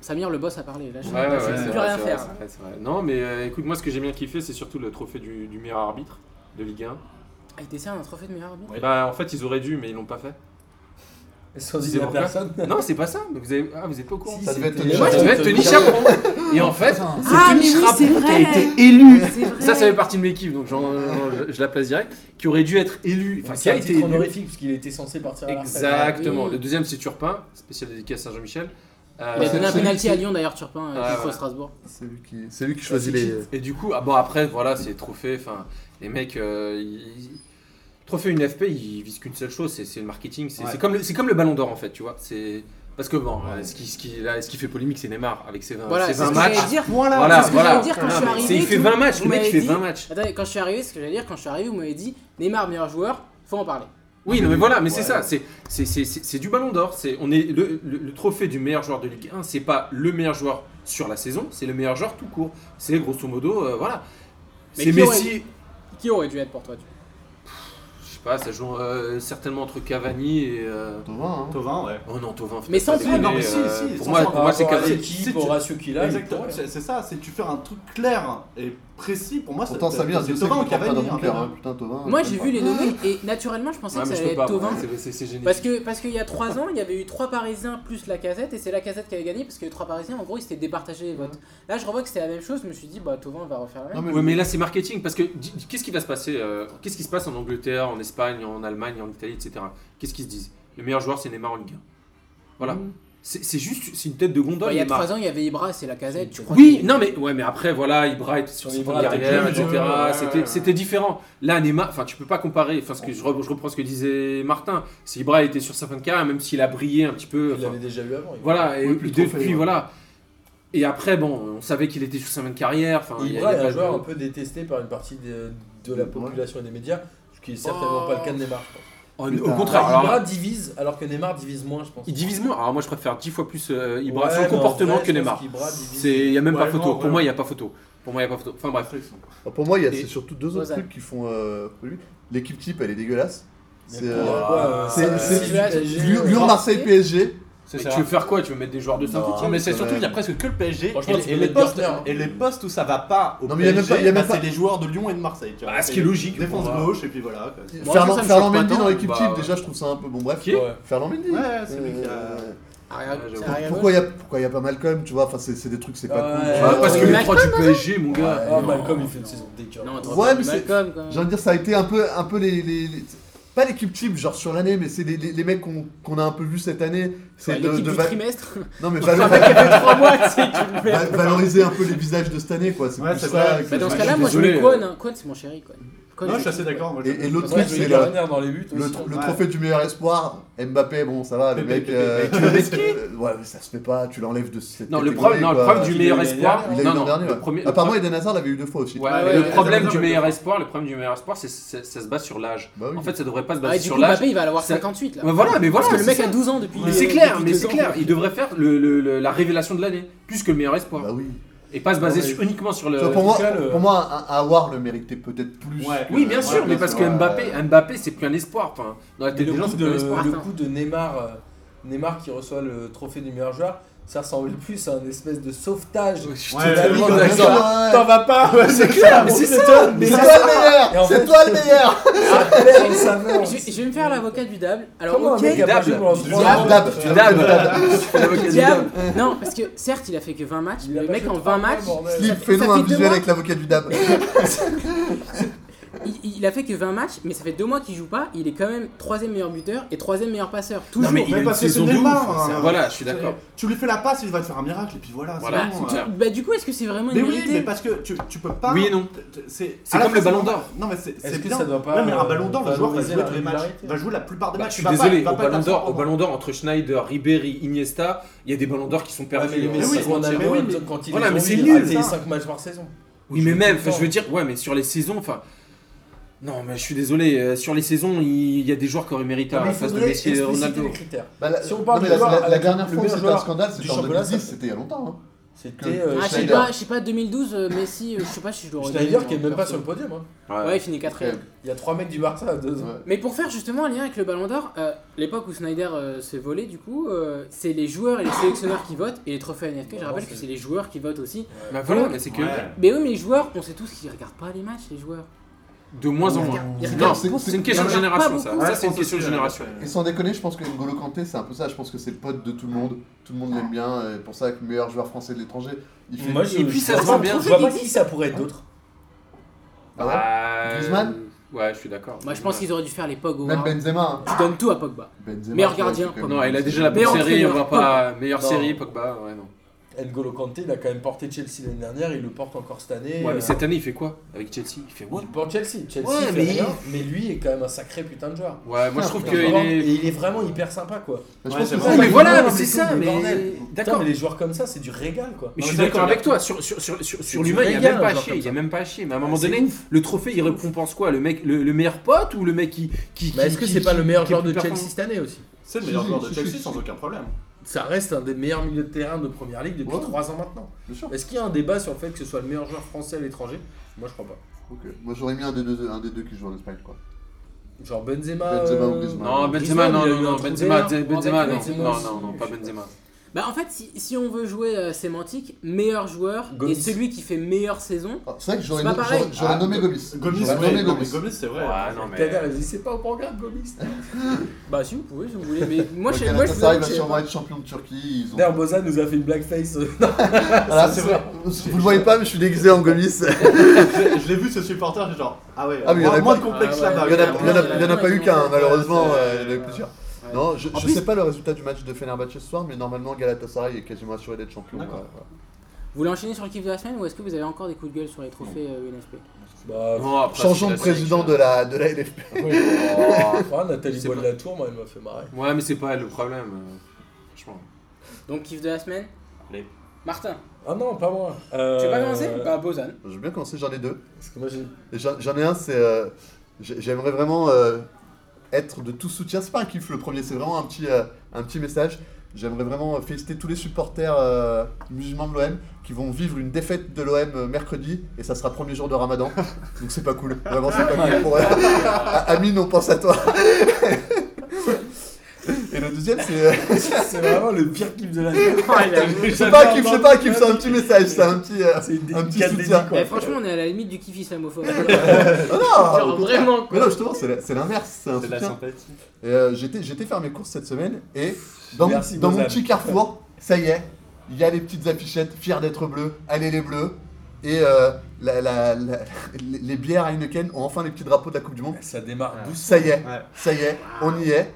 Samir, le boss a parlé. Là, je Ouais, ne ouais, ouais, peux c'est plus vrai, rien c'est faire. vrai, c'est vrai, c'est vrai. Non, mais euh, écoute, moi ce que j'ai bien kiffé, c'est surtout le trophée du, du meilleur arbitre de Ligue 1. Ah, il décerne un trophée de meilleur arbitre Bah, en fait, ils auraient dû, mais ils l'ont pas fait. Sans C'est dire à pourquoi personne. Non, c'est pas ça. Mais vous avez... Ah, vous êtes pas au courant. Ça devait être c'était- Tony Moi, je Chaperon. devais être Tony Chaperon. Et en fait, c'est Ah, Tony mais oui, c'est Chaperon qui a vrai. été élu. C'est vrai. Ça, ça fait partie de l'équipe, donc j'en- je, je la place direct. Qui aurait dû être élu. Enfin, Enfin, qui a été titre élu. honorifique parce qu'il était censé partir à la retraite. Exactement. Ah, Oui. Le deuxième, c'est Turpin, spécial dédicace à Saint-Jean-Michel. Euh, Il a donné un c'est- penalty c'est- à Lyon d'ailleurs, Turpin, Ouais, euh, contre ouais. Strasbourg. C'est lui qui, c'est lui qui choisit les- Et du coup, ah bon, après, voilà, c'est trophée. Enfin, les mecs, euh, ils- trophée une FP, ils visent qu'une seule chose, c'est c'est le marketing. C'est c'est comme, le- c'est comme le ballon d'or, en fait, tu vois. C'est. Parce que bon, euh, ce, qui, ce, qui, là, ce qui fait polémique, c'est Neymar avec ses 20, Voilà, ses c'est 20 ce que matchs. j'allais dire. Voilà, Voilà, c'est ce que voilà. j'allais dire quand je suis Non, mais c'est- arrivé. il fait tout- 20 matchs, vous le mec, il m'avez fait dit- 20 matchs. Attendez, quand je suis arrivé, ce que j'allais dire, quand je suis arrivé, vous m'avez dit Neymar, meilleur joueur, faut en parler. Oui, non, mais voilà, mais c'est ça, c'est- c'est- c'est c'est- c'est du ballon d'or. C'est on est le, le- le trophée du meilleur joueur de Ligue 1, c'est pas le meilleur joueur sur la saison, c'est le meilleur joueur tout court. C'est grosso modo, euh, voilà. Mais C'est qui aurait- Messi. Qui aurait dû être pour toi tu vois Je sais pas, ça joue euh, certainement entre Cavani et. euh, Tovin, hein. Tovin, ouais. Oh non, Tovin. faut Mais pas sans déconner, doute, non, mais si, euh, si, Pour sans moi, doute. pour moi, c'est Par rapport à Cavani. l'équipe, au ratio qu'il a. il Exactement, pourrait. c'est c'est ça, c'est tu fais un truc clair et précis. Pour moi, c'est Pourtant, Samir, je c'est sais que Tovin je ou le porte pas dans Cavani. mon hein, cœur. hein. clairement. Putain, Ah, Tovin. Moi, je j'ai l'aime vu pas. les nommés et naturellement, je pensais Ouais, que mais ça je allait peux pas. être Tovin. moi, c'est- C'est c'est génial. Parce que parce qu'il y a 3 ans, il y avait eu 3 Parisiens plus la casette et c'est la casette qui avait gagné parce que les 3 Parisiens en gros ils s'étaient départagés les votes. Là je revois que c'était la même chose, je me suis dit bah Tovin va refaire la même. Non, mais Ouais, le- mais là c'est marketing parce que di- di- qu'est-ce qui va se passer euh, Qu'est-ce qui se passe en Angleterre, en Espagne, en Allemagne, en Italie, etc. Qu'est-ce qu'ils se disent Le meilleur joueur c'est Neymar en Ligue 1. Voilà. C'est c'est juste, c'est une tête de gondole. Mm. Bah, il y a Neymar. 3 ans il y avait Ibra, c'est la casette, tu crois Oui, que- non mais ouais, mais après voilà, Ibra était sur Oui, ses Ibra était carrière, plus etc. vieux, ouais, C'était ouais. c'était différent. Là, Neymar, enfin tu peux pas comparer. Enfin, ce que je, re- je reprends ce que disait Martin, c'est Ibra était sur sa fin de carrière, même s'il a brillé un petit peu. Il enfin, l'avait déjà eu avant. il- Voilà, et Oui, plus et trop depuis, fait, ouais. voilà. Et après, bon, on savait qu'il était sur sa même carrière. Enfin, il y a- Ibra il est y a un pas de- joueur un peu détesté par une partie de, de la Ouais. population et des médias, ce qui est certainement Oh. pas le cas de Neymar. je pense. Oh, Mais Au t'as- contraire, Ibra alors, divise alors que Neymar divise moins, je pense. il divise moins. Alors moi, je préfère 10 fois plus euh, Ibra, Ouais, son mais en comportement vrai, que je pense Neymar. qu'Ibra divise- C'est, il y a même pas Ouais, photo. non, Pour vraiment. moi, il n'y a pas photo. Pour moi, il n'y a pas photo. Enfin bref. Bah, pour moi, il y a- Et- c'est surtout deux autres Lausanne. trucs qui font euh, pour lui. L'équipe type, elle est dégueulasse. C'est Mais euh, pourquoi, euh, c'est- euh, c'est- si tu as- Lyon, Lyon, Marseille, PSG. Mais tu veux faire quoi Tu veux mettre des joueurs de Ah, Non, 5 Non, mais c'est quand surtout même. qu'il y a presque que le PSG Franchement, et, les- tu peux et les mettre postes, hein. Gartner. et les postes où ça va pas au Non, mais il y a même PSG, pas- il y a même bah, c'est pas- les joueurs de Lyon et de Marseille. Tu vois. Bah, ce C'est qui est logique, Défense pour moi. gauche et puis voilà. quoi. Moi, Ferland, ça, ça me Ferland choque pas Mendy tant. dans l'équipe Bah, type, ouais. déjà, je trouve ça un peu. Bon, bref. Qui est Ouais. Ferland Mendy. Ouais, c'est lui qui a- Euh, Arrière- Ah, j'avoue. c'est arrière-gauche. Pourquoi il y a pourquoi il y a pas Malcolm, tu vois Enfin, c'est c'est des trucs, c'est pas Ouais, cool. ouais, tu Ah, vois. ouais, parce que ouais. les trois du PSG, mon gars. Ah, Malcolm, il fait une saison dégueulasse. Non, attends, Ouais, mais c'est- Malcolm, quand même. J'ai envie de dire, ça a été un peu, un peu les, les- les- pas l'équipe type, genre sur l'année, mais c'est les, les- les mecs qu'on qu'on a un peu vu cette année. C'est Ouais, de, L'équipe de du va- trimestre. non, mais Un valo- mec qui a fait 3 mois, tu sais, tu le va- mets. valoriser un peu les visages de cette année, quoi. C'est Ouais, plus c'est ça vrai. que- Bah, dans ce Ouais, cas-là, Bah, je moi suis je mets désolé. Cohen. hein. Cohen, c'est mon chéri. Cohen. Cohen, Non, je je Ah, suis le assez kiffe, d'accord. moi, je- Et, et l'autre Moi, truc, je mets c'est le, Garner dans les buts le aussi. tro- hein. le Ouais. trophée du meilleur espoir. Mbappé, bon, ça va, le Pépé, mec. Pépé. euh, Tu le mets qui Ouais, mais ça se fait pas, tu l'enlèves de cette. Non, le catégorie, problème, non, le quoi. problème du Il meilleur a eu espoir. Il a eu Non, l'an non, dernier. le ouais. premier. Apparemment, Eden Hazard l'avait eu deux fois aussi. Ouais, Ouais, mais ouais, le ouais, problème ouais, du ouais. meilleur espoir, le problème du meilleur espoir, c'est c'est- ça se base sur l'âge. Bah oui. En fait, ça devrait pas se Ah, et baser du sur coup, l'âge. Mbappé, il va l'avoir Ça- 58 là. Mais voilà, mais voilà, Parce que le c'est mec ça. a 12 ans depuis. Mais c'est clair, depuis mais deux c'est ans. clair. Il devrait faire le, le- le- la révélation de l'année, plus que le meilleur espoir. Bah oui. Et pas se baser Ouais, sur- uniquement sur le. Tu vois, pour, moi, tout cas, le- pour moi, un- un Awar le méritait peut-être plus. Ouais. Oui, bien Ouais, sûr, ouais, mais bien parce sûr, que ouais. Mbappé, Mbappé, c'est plus un espoir. Enfin, dans la Mais tête le, des gens, coup c'est de, plus un espoir. le coup de Neymar, euh, Neymar qui reçoit le trophée du meilleur joueur, ça ressemble plus à un espèce de sauvetage. Ouais, T'as ouais, mis ouais, dans ouais. la- D'accord, ouais. T'en vas pas C'est clair, mais c'est toi Mais C'est ça, toi le Et en meilleur fait- C'est toi le meilleur ça perd une saveur. Je, je vais me faire l'avocat du diable. Alors, Comment un ok, mec a marché pendant Du trois diable. ans Dab, Du dab. le diable. Non, parce que certes, il a fait que 20 matchs. Il mais a le pas mec fait en trois 20 mois, matchs, bordel. Slip, fait- fais-nous ça fait un deux visuel mois. avec l'avocat du dab. il, il a fait que 20 matchs, mais ça fait 2 mois qu'il joue pas. Il est quand même 3 meilleur buteur et 3 meilleur passeur. Non, Toujours. mais il a Mais une parce que saison c'est de ouf. Neymar, hein. C'est- Voilà, je suis d'accord. Tu lui fais la passe, il va te faire un miracle et puis voilà. c'est Voilà. bon, C'est euh. clair. Bah, du coup, est-ce que c'est vraiment une Mais oui, vérité mais parce que tu, tu peux pas. Oui et non. T- t- C'est C'est à la comme fois, le Ballon normal. d'or. Non, mais c'est. Est-ce c'est que bien. ça doit pas, Ouais, mais un euh, ballon d'or, le joueur va valoriser jouer la tous les matchs. régularité Va jouer la Ah plupart des Bah, matchs. je suis Il va pas- désolé, il va au pas être ballon d'or, au absent. ballon d'or entre Schneider, Ribéry, Iniesta, il y a des ballons d'or qui sont Ouais, perdus. mais les hein, meilleurs ça se joueurs mentir. d'Allemagne, Mais oui, mais- quand il voilà, est mais joué, c'est il a nul, raté ça. 5 matchs par saison. Oui, mais même, enfin, je veux dire, ouais, mais sur les saisons, enfin. Non, mais je suis désolé, euh, sur les saisons, il y a des joueurs qui auraient mérité à Mais la il place de faudrait Messi et expliciter Ronaldo. les critères. Bah, la- Si on parle non, mais de la, joueur la- la avec dernière le fois où meilleur c'était un joueur scandale, c'était du en championnat, 2010, ça- c'était il y a longtemps. hein. C'était Ah, euh, je sais Schneider. pas, je sais pas, 2012, euh, Messi, euh, je sais pas si je l'aurais Schneider mis, qui est hein, même pas perso. sur le podium. hein. Ouais, il finit 4 Il y a 3 mecs du Barça à 2 ans. Ouais. Mais pour faire justement un lien avec le Ballon d'Or, euh, l'époque où Snyder euh, s'est volé, du coup, euh, c'est les joueurs et les sélectionneurs qui votent, et les trophées NFP, je Non, rappelle c'est- que c'est les joueurs qui votent aussi. Bah voilà, mais c'est que Ouais. Mais oui, mais les joueurs, on sait tous qu'ils regardent pas les matchs, les joueurs. de moins en moins. Il Non, regarde c'est- c'est une c'est- question de il y en a pas génération, ça. beaucoup. Ça, c'est une question de génération. Et sans déconner, je pense que N'Golo Kanté, c'est un peu ça. Je pense que c'est le pote de tout le monde. Tout le monde l'aime bien. et pour ça que meilleur joueur français de l'étranger. Il fait. Moi, je- Et puis, ça je se vois vend pas- bien. Je vois pas qui ça pourrait être d'autre. Ah ouais Bah, Griezmann Ouais, je suis d'accord. Moi, je pense qu'ils auraient dû faire les Pogba. Même Benzema. hein. Tu donnes tout à Pogba. Benzema, Meilleur tu vois, gardien. c'est quand même- Non, il a déjà la bonne Meilleur série, on entraîneur, va pas. Meilleure Non. série, Pogba, ouais, non. N'Golo Kanté, il a quand même porté Chelsea l'année dernière, il le porte encore cette année. Ouais, mais Euh, cette année, il fait quoi avec Chelsea Il fait what Il porte Chelsea. Chelsea Ouais, fait mais rien, il- mais lui est quand même un sacré putain de joueur. Ouais, moi je trouve Et qu'il vraiment- Et est. il est vraiment hyper sympa quoi. Je Ouais, pense c'est que vrai. Oui, ça- mais voilà, Non, mais mais c'est tout, ça, mais mais. bordel. Putain, D'accord. mais les joueurs comme ça, c'est du régal quoi. Mais Non, je mais suis c'est d'accord vrai avec toi, sur, sur, sur, sur, sur l'humain, il n'y a régales, même pas à genre chier, comme il n'y a ça. même pas à chier. Mais à un moment C'est donné, le trophée, il récompense quoi le, mec, le, le meilleur pote ou le mec qui. qui Mais qui- Bah, est-ce que qui- c'est pas qui- le meilleur qui est joueur plus de Chelsea performant cette année aussi C'est le meilleur Si, joueur de si, Chelsea si, sans si. aucun problème. Ça reste un des meilleurs milieux de terrain de première ligue depuis Ouais. 3 ans maintenant. Bien sûr. Est-ce qu'il y a un débat sur le fait que ce soit le meilleur joueur français à l'étranger Moi je crois pas. Ok. Moi, j'aurais mis un des deux, un des deux qui joue en Espagne, quoi. Genre Benzema. euh, Benzema ou Griezmann. Non, Benzema, Griezmann, non, il a non, eu un non, trou Benzema, Ah, d'air. Benzema, non, Benzema non, aussi, non, non, je pas sais Benzema. Bah, en fait, si, si on veut jouer euh, sémantique, meilleur joueur Gomis. et celui qui fait meilleure saison. Ah, C'est vrai que j'aurais C'est pas no- pareil. j'aurais- j'aurais Ah, nommé Gomis. Gomis, J'aurais ouais, nommé non, mais Gomis. Gomis, c'est vrai. Ouais, non, mais- Kader, il dit c'est pas au programme Gomis. Bah, si vous pouvez, si vous voulez. Mais moi, Le je, moi, je vous Galatasaray avoue va que sûrement j'ai- être champion de Turquie. Ils ont... D'ailleurs, Boza nous a fait une blackface. Voilà, c'est c'est vrai. Vous le voyez pas, mais je suis déguisé en Gomis. Je je l'ai vu ce supporter, j'ai genre, ah ouais, Ah, mais il y en moins, a moins de pas- complexe Ah ouais. là-bas. Il y en a, quoi. il y en a- il y en a pas eu qu'un, malheureusement. Ouais, euh, Il y en a eu plusieurs. Non, je, En je plus- sais pas le résultat du match de Fenerbahce ce soir, mais normalement Galatasaray est quasiment assuré d'être champion. D'accord. ouais, ouais. Vous voulez enchaîner sur le kiff de la semaine ou est-ce que vous avez encore des coups de gueule sur les trophées euh, UNFP Bah, Non, après, Changeons c'est hein. de la série, président hein. ça. de la, de la LFP. oui. Ah, Nathalie C'est Bois de pas- la Tour, moi, elle m'a Oh. fait marrer. Ouais, mais c'est pas elle le problème, euh, franchement. Donc, kiff de la semaine Martin, Ah non, pas moi. tu veux pas Euh, commencer Bah, Bozan. Je veux bien commencer, j'en ai deux. Parce que moi, j'ai. Et J'en j'en ai un, c'est. euh, j'ai- J'aimerais vraiment euh, être de tout soutien. C'est pas un kiff le premier, c'est vraiment un petit, euh, un petit message. J'aimerais vraiment euh, féliciter tous les supporters euh, musulmans de l'OM qui vont vivre une défaite de l'OM mercredi et ça sera premier jour de ramadan. Donc c'est pas cool. Vraiment, c'est pas cool pour eux. Ah, Amine, on pense à toi. Et le deuxième, c'est. euh, C'est vraiment le pire clip de l'année. Ah, C'est pas un kiff, c'est pas un kiff, c'est un petit message, c'est un petit, euh, un petit soutien. Eh, franchement, on est à la limite du kiff islamophobe. Ah, Genre, au contraire. vraiment, Mais quoi. non, justement, c'est la- c'est l'inverse, c'est un C'est de la soutien. sympathie. Et, euh, J'étais j'étais faire mes courses cette semaine et dans, mon- Merci, dans mon Bozan. petit carrefour, ça y est, il y a les petites affichettes, fiers d'être bleu, allez les bleus. Et euh, la- la- la- les les bières Heineken ont enfin les petits drapeaux de la Coupe du Monde. Ça démarre Ouais. doucement. Ça y est, Ouais. ça y est, on y est.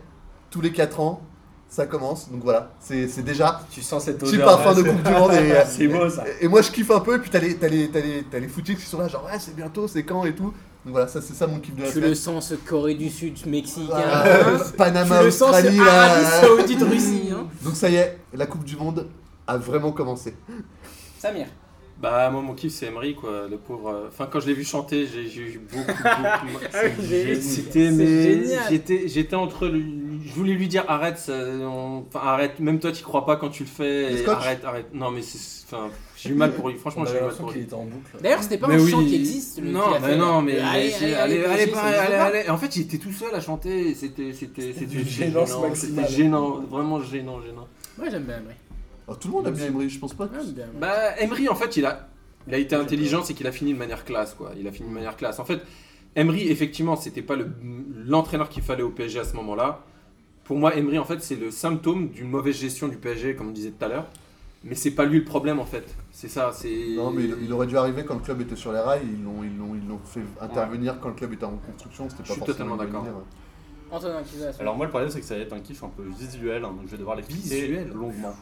Tous les 4 ans, ça commence. Donc voilà, c'est c'est déjà Tu sens cette petit odeur. parfum là, de Coupe du Monde. Et, euh, c'est- C'est beau ça. et moi je kiffe un peu, et puis t'as les, t'as les, t'as les, t'as les footiques qui sont là, genre ouais, c'est bientôt, c'est quand et tout. Donc voilà, ça c'est ça mon kiff de la Tu semaine. le sens, ce Corée du Sud, ce mexicain. Euh, hein. Panama, tu le sens, Australie, ce là. Arabie Saoudite, Russie. Hein. Donc ça y est, la Coupe du Monde a vraiment commencé. Samir. Bah, moi, mon kiff, c'est Emery, quoi. Le pauvre. euh, Enfin, quand je l'ai vu chanter, j'ai j'ai eu beaucoup, beaucoup. Ah oui, j'ai vu. C'était, C'est mais. génial. J'étais, j'étais entre. le- Je voulais lui dire, arrête, ça- on- enfin, arrête. Même toi, tu crois pas quand tu le Le fais. et scotch arrête, arrête. Non, mais c'est. Enfin, j'ai eu mal pour lui. On Franchement, avait j'ai eu mal l'impression pour lui. qu'il était en boucle. D'ailleurs, c'était pas Mais un oui. chant qui existe. le- Non, qui a mais fait, non, là. mais allez, allez, j'ai- allez, allez, PSG, pareil, ça se allez, voit pas. allez. Et En fait, j'étais tout seul à chanter. et C'était, c'était, c'était du gênant. gênance maximale. C'était gênant, vraiment gênant, gênant. Moi, j'aime bien Emery. Alors, tout le monde a bien Emery, je pense pas. que- J'aime bien Emery. Bah, Emery, en fait, il a, il a été intelligent, c'est qu'il a fini de manière classe, quoi. Il a fini de manière classe. En fait, Emery, effectivement, c'était pas le- l'entraîneur qu'il fallait au PSG à ce moment-là. Pour moi, Emery, en fait, c'est le symptôme d'une mauvaise gestion du PSG, comme on disait tout à l'heure. Mais c'est pas lui le problème, en fait. C'est ça, c'est. Non, mais il, il aurait dû arriver quand le club était sur les rails. Ils l'ont, ils l'ont, ils l'ont fait intervenir quand le club était en construction. C'était pas Je suis forcément totalement une bonne d'accord. idée, ouais. Antonin, qui va Alors moi le problème c'est que ça va être un kiff un peu visuel, hein, donc je vais devoir l'expliquer Visuel longuement.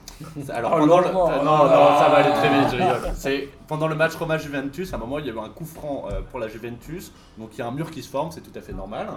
Alors Oh, pendant le... longuement. Non, non, ça va aller très vite, je rigole. C'est pendant le match Roma Juventus, à un moment il y a eu un coup franc euh, pour la Juventus, donc il y a un mur qui se forme, c'est tout à fait normal.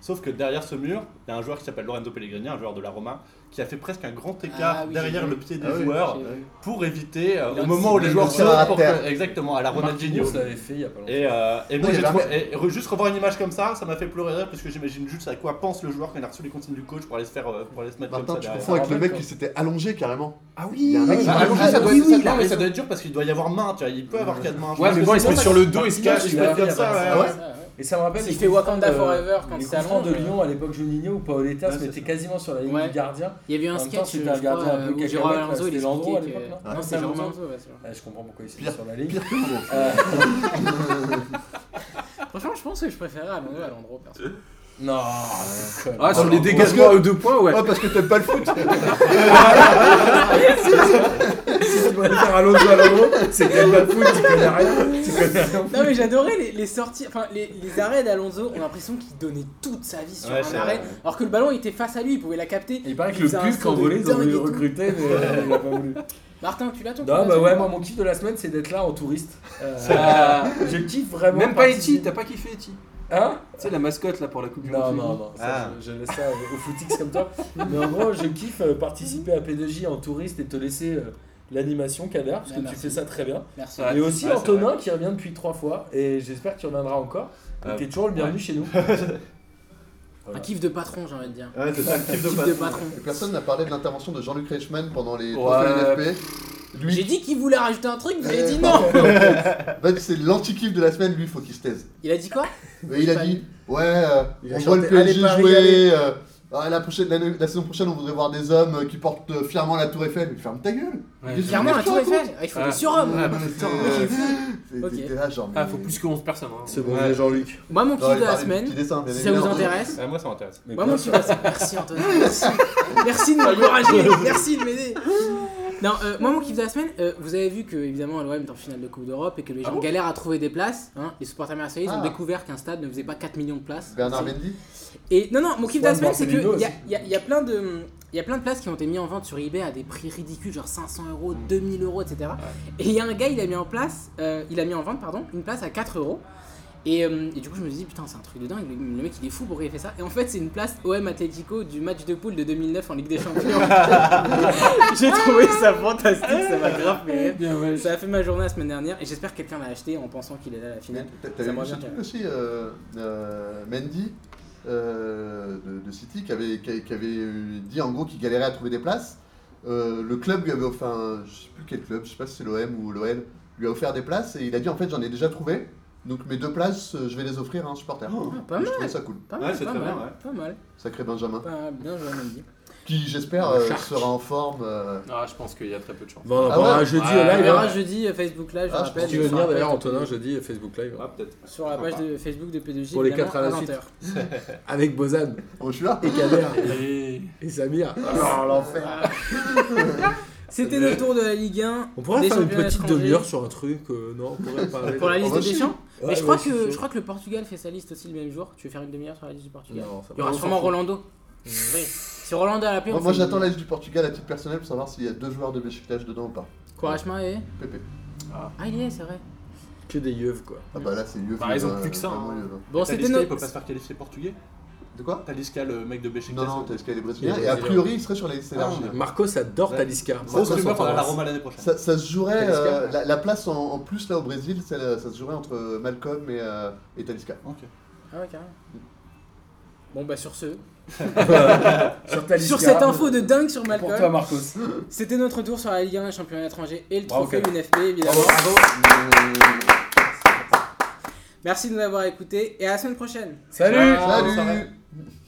Sauf que derrière ce mur, il y a un joueur qui s'appelle Lorenzo Pellegrini, un joueur de la Roma, qui a fait presque un grand écart Ah oui, j'ai derrière vu. le pied des Ah oui, joueurs j'ai vu. pour éviter euh, Il a au moment où les le joueurs tir à sautent pour terre. que- exactement à la Ronaldinho. Ah, Ronaldinho l'avait fait il y a pas longtemps. Et, euh, et moi, Non, il y j'ai avait trouvé- et re- juste revoir une image comme ça, ça m'a fait pleurer de rire parce que j'imagine juste à quoi pense le joueur quand il a reçu les consignes du coach pour aller se faire, euh, pour aller se mettre Martin, comme tu ça. derrière. confonds avec le mec Quand- qui s'était allongé carrément. Ah Il y oui a un mec qui Bah, s'est allongé, allongé. ça doit, oui, ça- oui, il a non, mais ça raison. doit être dur parce qu'il doit y avoir main, tu vois, il peut avoir quatre mains. je Ouais, pense mais que bon, il se sinon, met sur le dos, il se cache. il il peut va- être comme ça, Ah ouais. ouais Ça, ouais. Et ça me rappelle. S'il les fait coups Wakanda francs, euh, Forever quand Les c'est coups francs allongé. de Lyon à l'époque Juninho où Paoletta se mettait quasiment sur la ligne Ouais. du gardien. Il y avait eu En un même temps, sketch, c'était je un crois, gardien un peu où cacahuète, Gérard là, Alonso, il c'était Landreau expliquait à que... l'époque, là Non, c'est Ouais. Gérard Alonso, ouais, c'est vrai. Ah, Je comprends pourquoi il s'est mis Pire- sur la ligne. Pire que moi. Euh, Franchement, je pense que je préférais Alonso à Landreau, perso. Non. c'est con. Ah, sur Oh, les non, dégagements parce que- Ah, aux deux points, ouais. Ouais, parce que t'aimes pas le foot. Si tu dois le faire à l'autre à l'autre, c'est que t'aimes pas le foot, tu connais rien. Tu connais rien. Non, mais j'adorais les, les sorties, enfin, les, les arrêts d'Alonso, on a l'impression qu'il donnait toute sa vie sur Ouais, un c'est arrêt, vrai. alors que le ballon était face à lui, il pouvait la capter. Et il paraît que Il le faisait un puc saut de envolé, ils ont dingue voulu et le tout. recruter, mais euh, il a pas voulu. Martin, tu l'as ton truc Non, bah là-dessus ouais, moi mon kiff de la semaine, c'est d'être là en touriste. Euh, Ah. je kiffe vraiment. Même pas Eti, participer. t'as pas kiffé Eti. Hein Tu sais, la mascotte là pour la Coupe du Non, Monde. non, non, ça, Ah. je, je laisse ça aux footix comme toi. Mais en gros, je kiffe euh, participer à P2J en touriste et te laisser euh, l'animation, Kader, parce Ah, que tu merci. fais ça très bien. Merci. Ouais. Et aussi ouais, c'est Antonin qui revient depuis trois fois, et j'espère que tu reviendras encore. Donc Ah. t'es toujours le bienvenu chez nous. Un kiff de patron, j'ai envie de dire. Ouais, c'est ça, le Un kiff kiff de de patron. patron. Et personne n'a parlé de l'intervention de Jean-Luc Reichmann pendant les Ouais. transferts NFP. Lui, J'ai dit qu'il voulait rajouter un truc, mais il a dit Euh, non En fait, c'est l'anti-kiff de la semaine, lui, faut qu'il se taise. Il a dit quoi Mais il a dit, ouais, euh, Il a on voit chanté, le PSG allez, Paris, allez. jouer. euh, ah, la, prochaine, la, la saison prochaine, on voudrait voir des hommes euh, qui portent euh, fièrement la Tour Eiffel. Mais ferme ta gueule Ouais. Qu'est-ce que Clairement, tu la tour racontes Eiffel Ah, Il faut Ah. des surhommes Ah, mais c'est, euh, c'est- Ok. T'étais là, genre. Ah, mais- faut plus que 11 personnes. hein. bon, Jean-Luc. Moi, mon Non, kiff bah, il de la parlait du petit semaine, dessin, bien si ça vous évidemment. intéresse, Ouais, moi ça m'intéresse. Moi, mon kiff de la semaine. Merci, Antonin. Merci, Merci de m'encourager. merci de m'aider. Non, euh, moi, mon kiff de la semaine, euh, vous avez vu que, évidemment, l'OM est en finale de Coupe d'Europe et que les gens galèrent à trouver des places. hein. Les supporters marseillais ils ont Ah. découvert qu'un stade ne faisait pas 4 millions de places. Bernard Mendy Et non, non, mon kiff de la Juan semaine, c'est qu'il Marcelino y a, y, a- y a plein de. Il y a plein de places qui ont été mises en vente sur eBay à des prix ridicules, genre 500 euros, 2000 euros, etc. Et il y a un gars, il a mis en place, euh, il a mis en vente, pardon, une place à 4 euros. Et, euh, et du coup, je me suis dit, putain, c'est un truc de dingue, le, le mec il est fou pour qu'il ait fait ça. Et en fait, c'est une place OM Atletico du match de poule de 2009 en Ligue des Champions. J'ai trouvé ça fantastique, ça m'a grave fait rire. Bien, ouais. Ça a fait ma journée la semaine dernière et j'espère que quelqu'un l'a acheté en pensant qu'il est à la finale. T'as- T'as Ça vu me ce revient. truc aussi, euh, euh, Mendy euh, de, de City qui avait, qui, a- qui avait euh, dit en gros qu'il galérait à trouver des places. Euh, le club lui avait offert, un- je sais plus quel club, je sais pas si c'est l'OM ou l'OL, lui a offert des places et il a dit en fait j'en ai déjà trouvé, donc mes deux places euh, je vais les offrir à un supporter. Ah, pas Et mal, je trouvais ça cool. pas mal, Ouais, c'est pas, très mal bien, ouais. pas mal, Sacré Benjamin, pas bien joué Mendy. qui j'espère euh, sera en forme. euh, Ah, je pense qu'il y a très peu de chance. Bon, on en Ah parlera ouais. jeudi Ouais. On euh, live. verra hein. jeudi euh, Facebook Live, je Ah, je rappelle. Tu sur veux la venir page d'ailleurs, de- Antonin, jeudi euh, Facebook Live. Ah, peut-être. Sur la page de Facebook de P2J. Pour les évidemment, quatre à la suite. 20. Avec Bozan Oh, je suis là et Kader Et... et Samir. C'était le tour de la Ligue 1. On pourrait des faire une championnats petite étrangers. demi-heure sur un truc, euh, non On pourrait parler. Pour la On liste va des chier. champs Ouais, Mais je crois, ouais, que, c'est je chaud. crois que le Portugal fait sa liste aussi le même jour. Tu veux faire une demi-heure sur la liste du Portugal Non, ça Il y aura va, on s'en sûrement fout. Mm, Rolando. Oui. Si Rolando a la paix, Moi, moi, j'attends l'âge du Portugal à titre personnel pour savoir s'il y a deux joueurs de Beşiktaş dedans ou pas. Couragement et. Pépé. Ah, il y est, c'est vrai. Que des yeux, quoi. Ah bah là c'est vieux. Bah, ils ont plus que ça, hein. Bon, c'était Talisca, il notre. peut pas se faire qualifier portugais De quoi Talisca, le mec de Béchiktas. Non, non, t'as escalé les Brésiliens. Ah Les Et a Brésiliens. priori, il serait sur la liste élargie. Marcos adore Ouais. Talisca. Grosse Marcos rumeur en pendant la tendance. Roma l'année prochaine. Ça, ça se jouerait, Talisca. euh, la, la place en, en plus là au Brésil, c'est la- ça se jouerait entre Malcolm et, euh, et Talisca. Ah ouais, carrément. Bon, bah, sur ce. Sur Talisca. Sur cette info de dingue sur Pour toi, Malcolm, Marcos. c'était notre tour sur la Ligue 1, les championnats étrangers et le Bravo, trophée Kevin. UNFP, évidemment. Mais- Merci de nous avoir écoutés et à la semaine prochaine. Salut Salut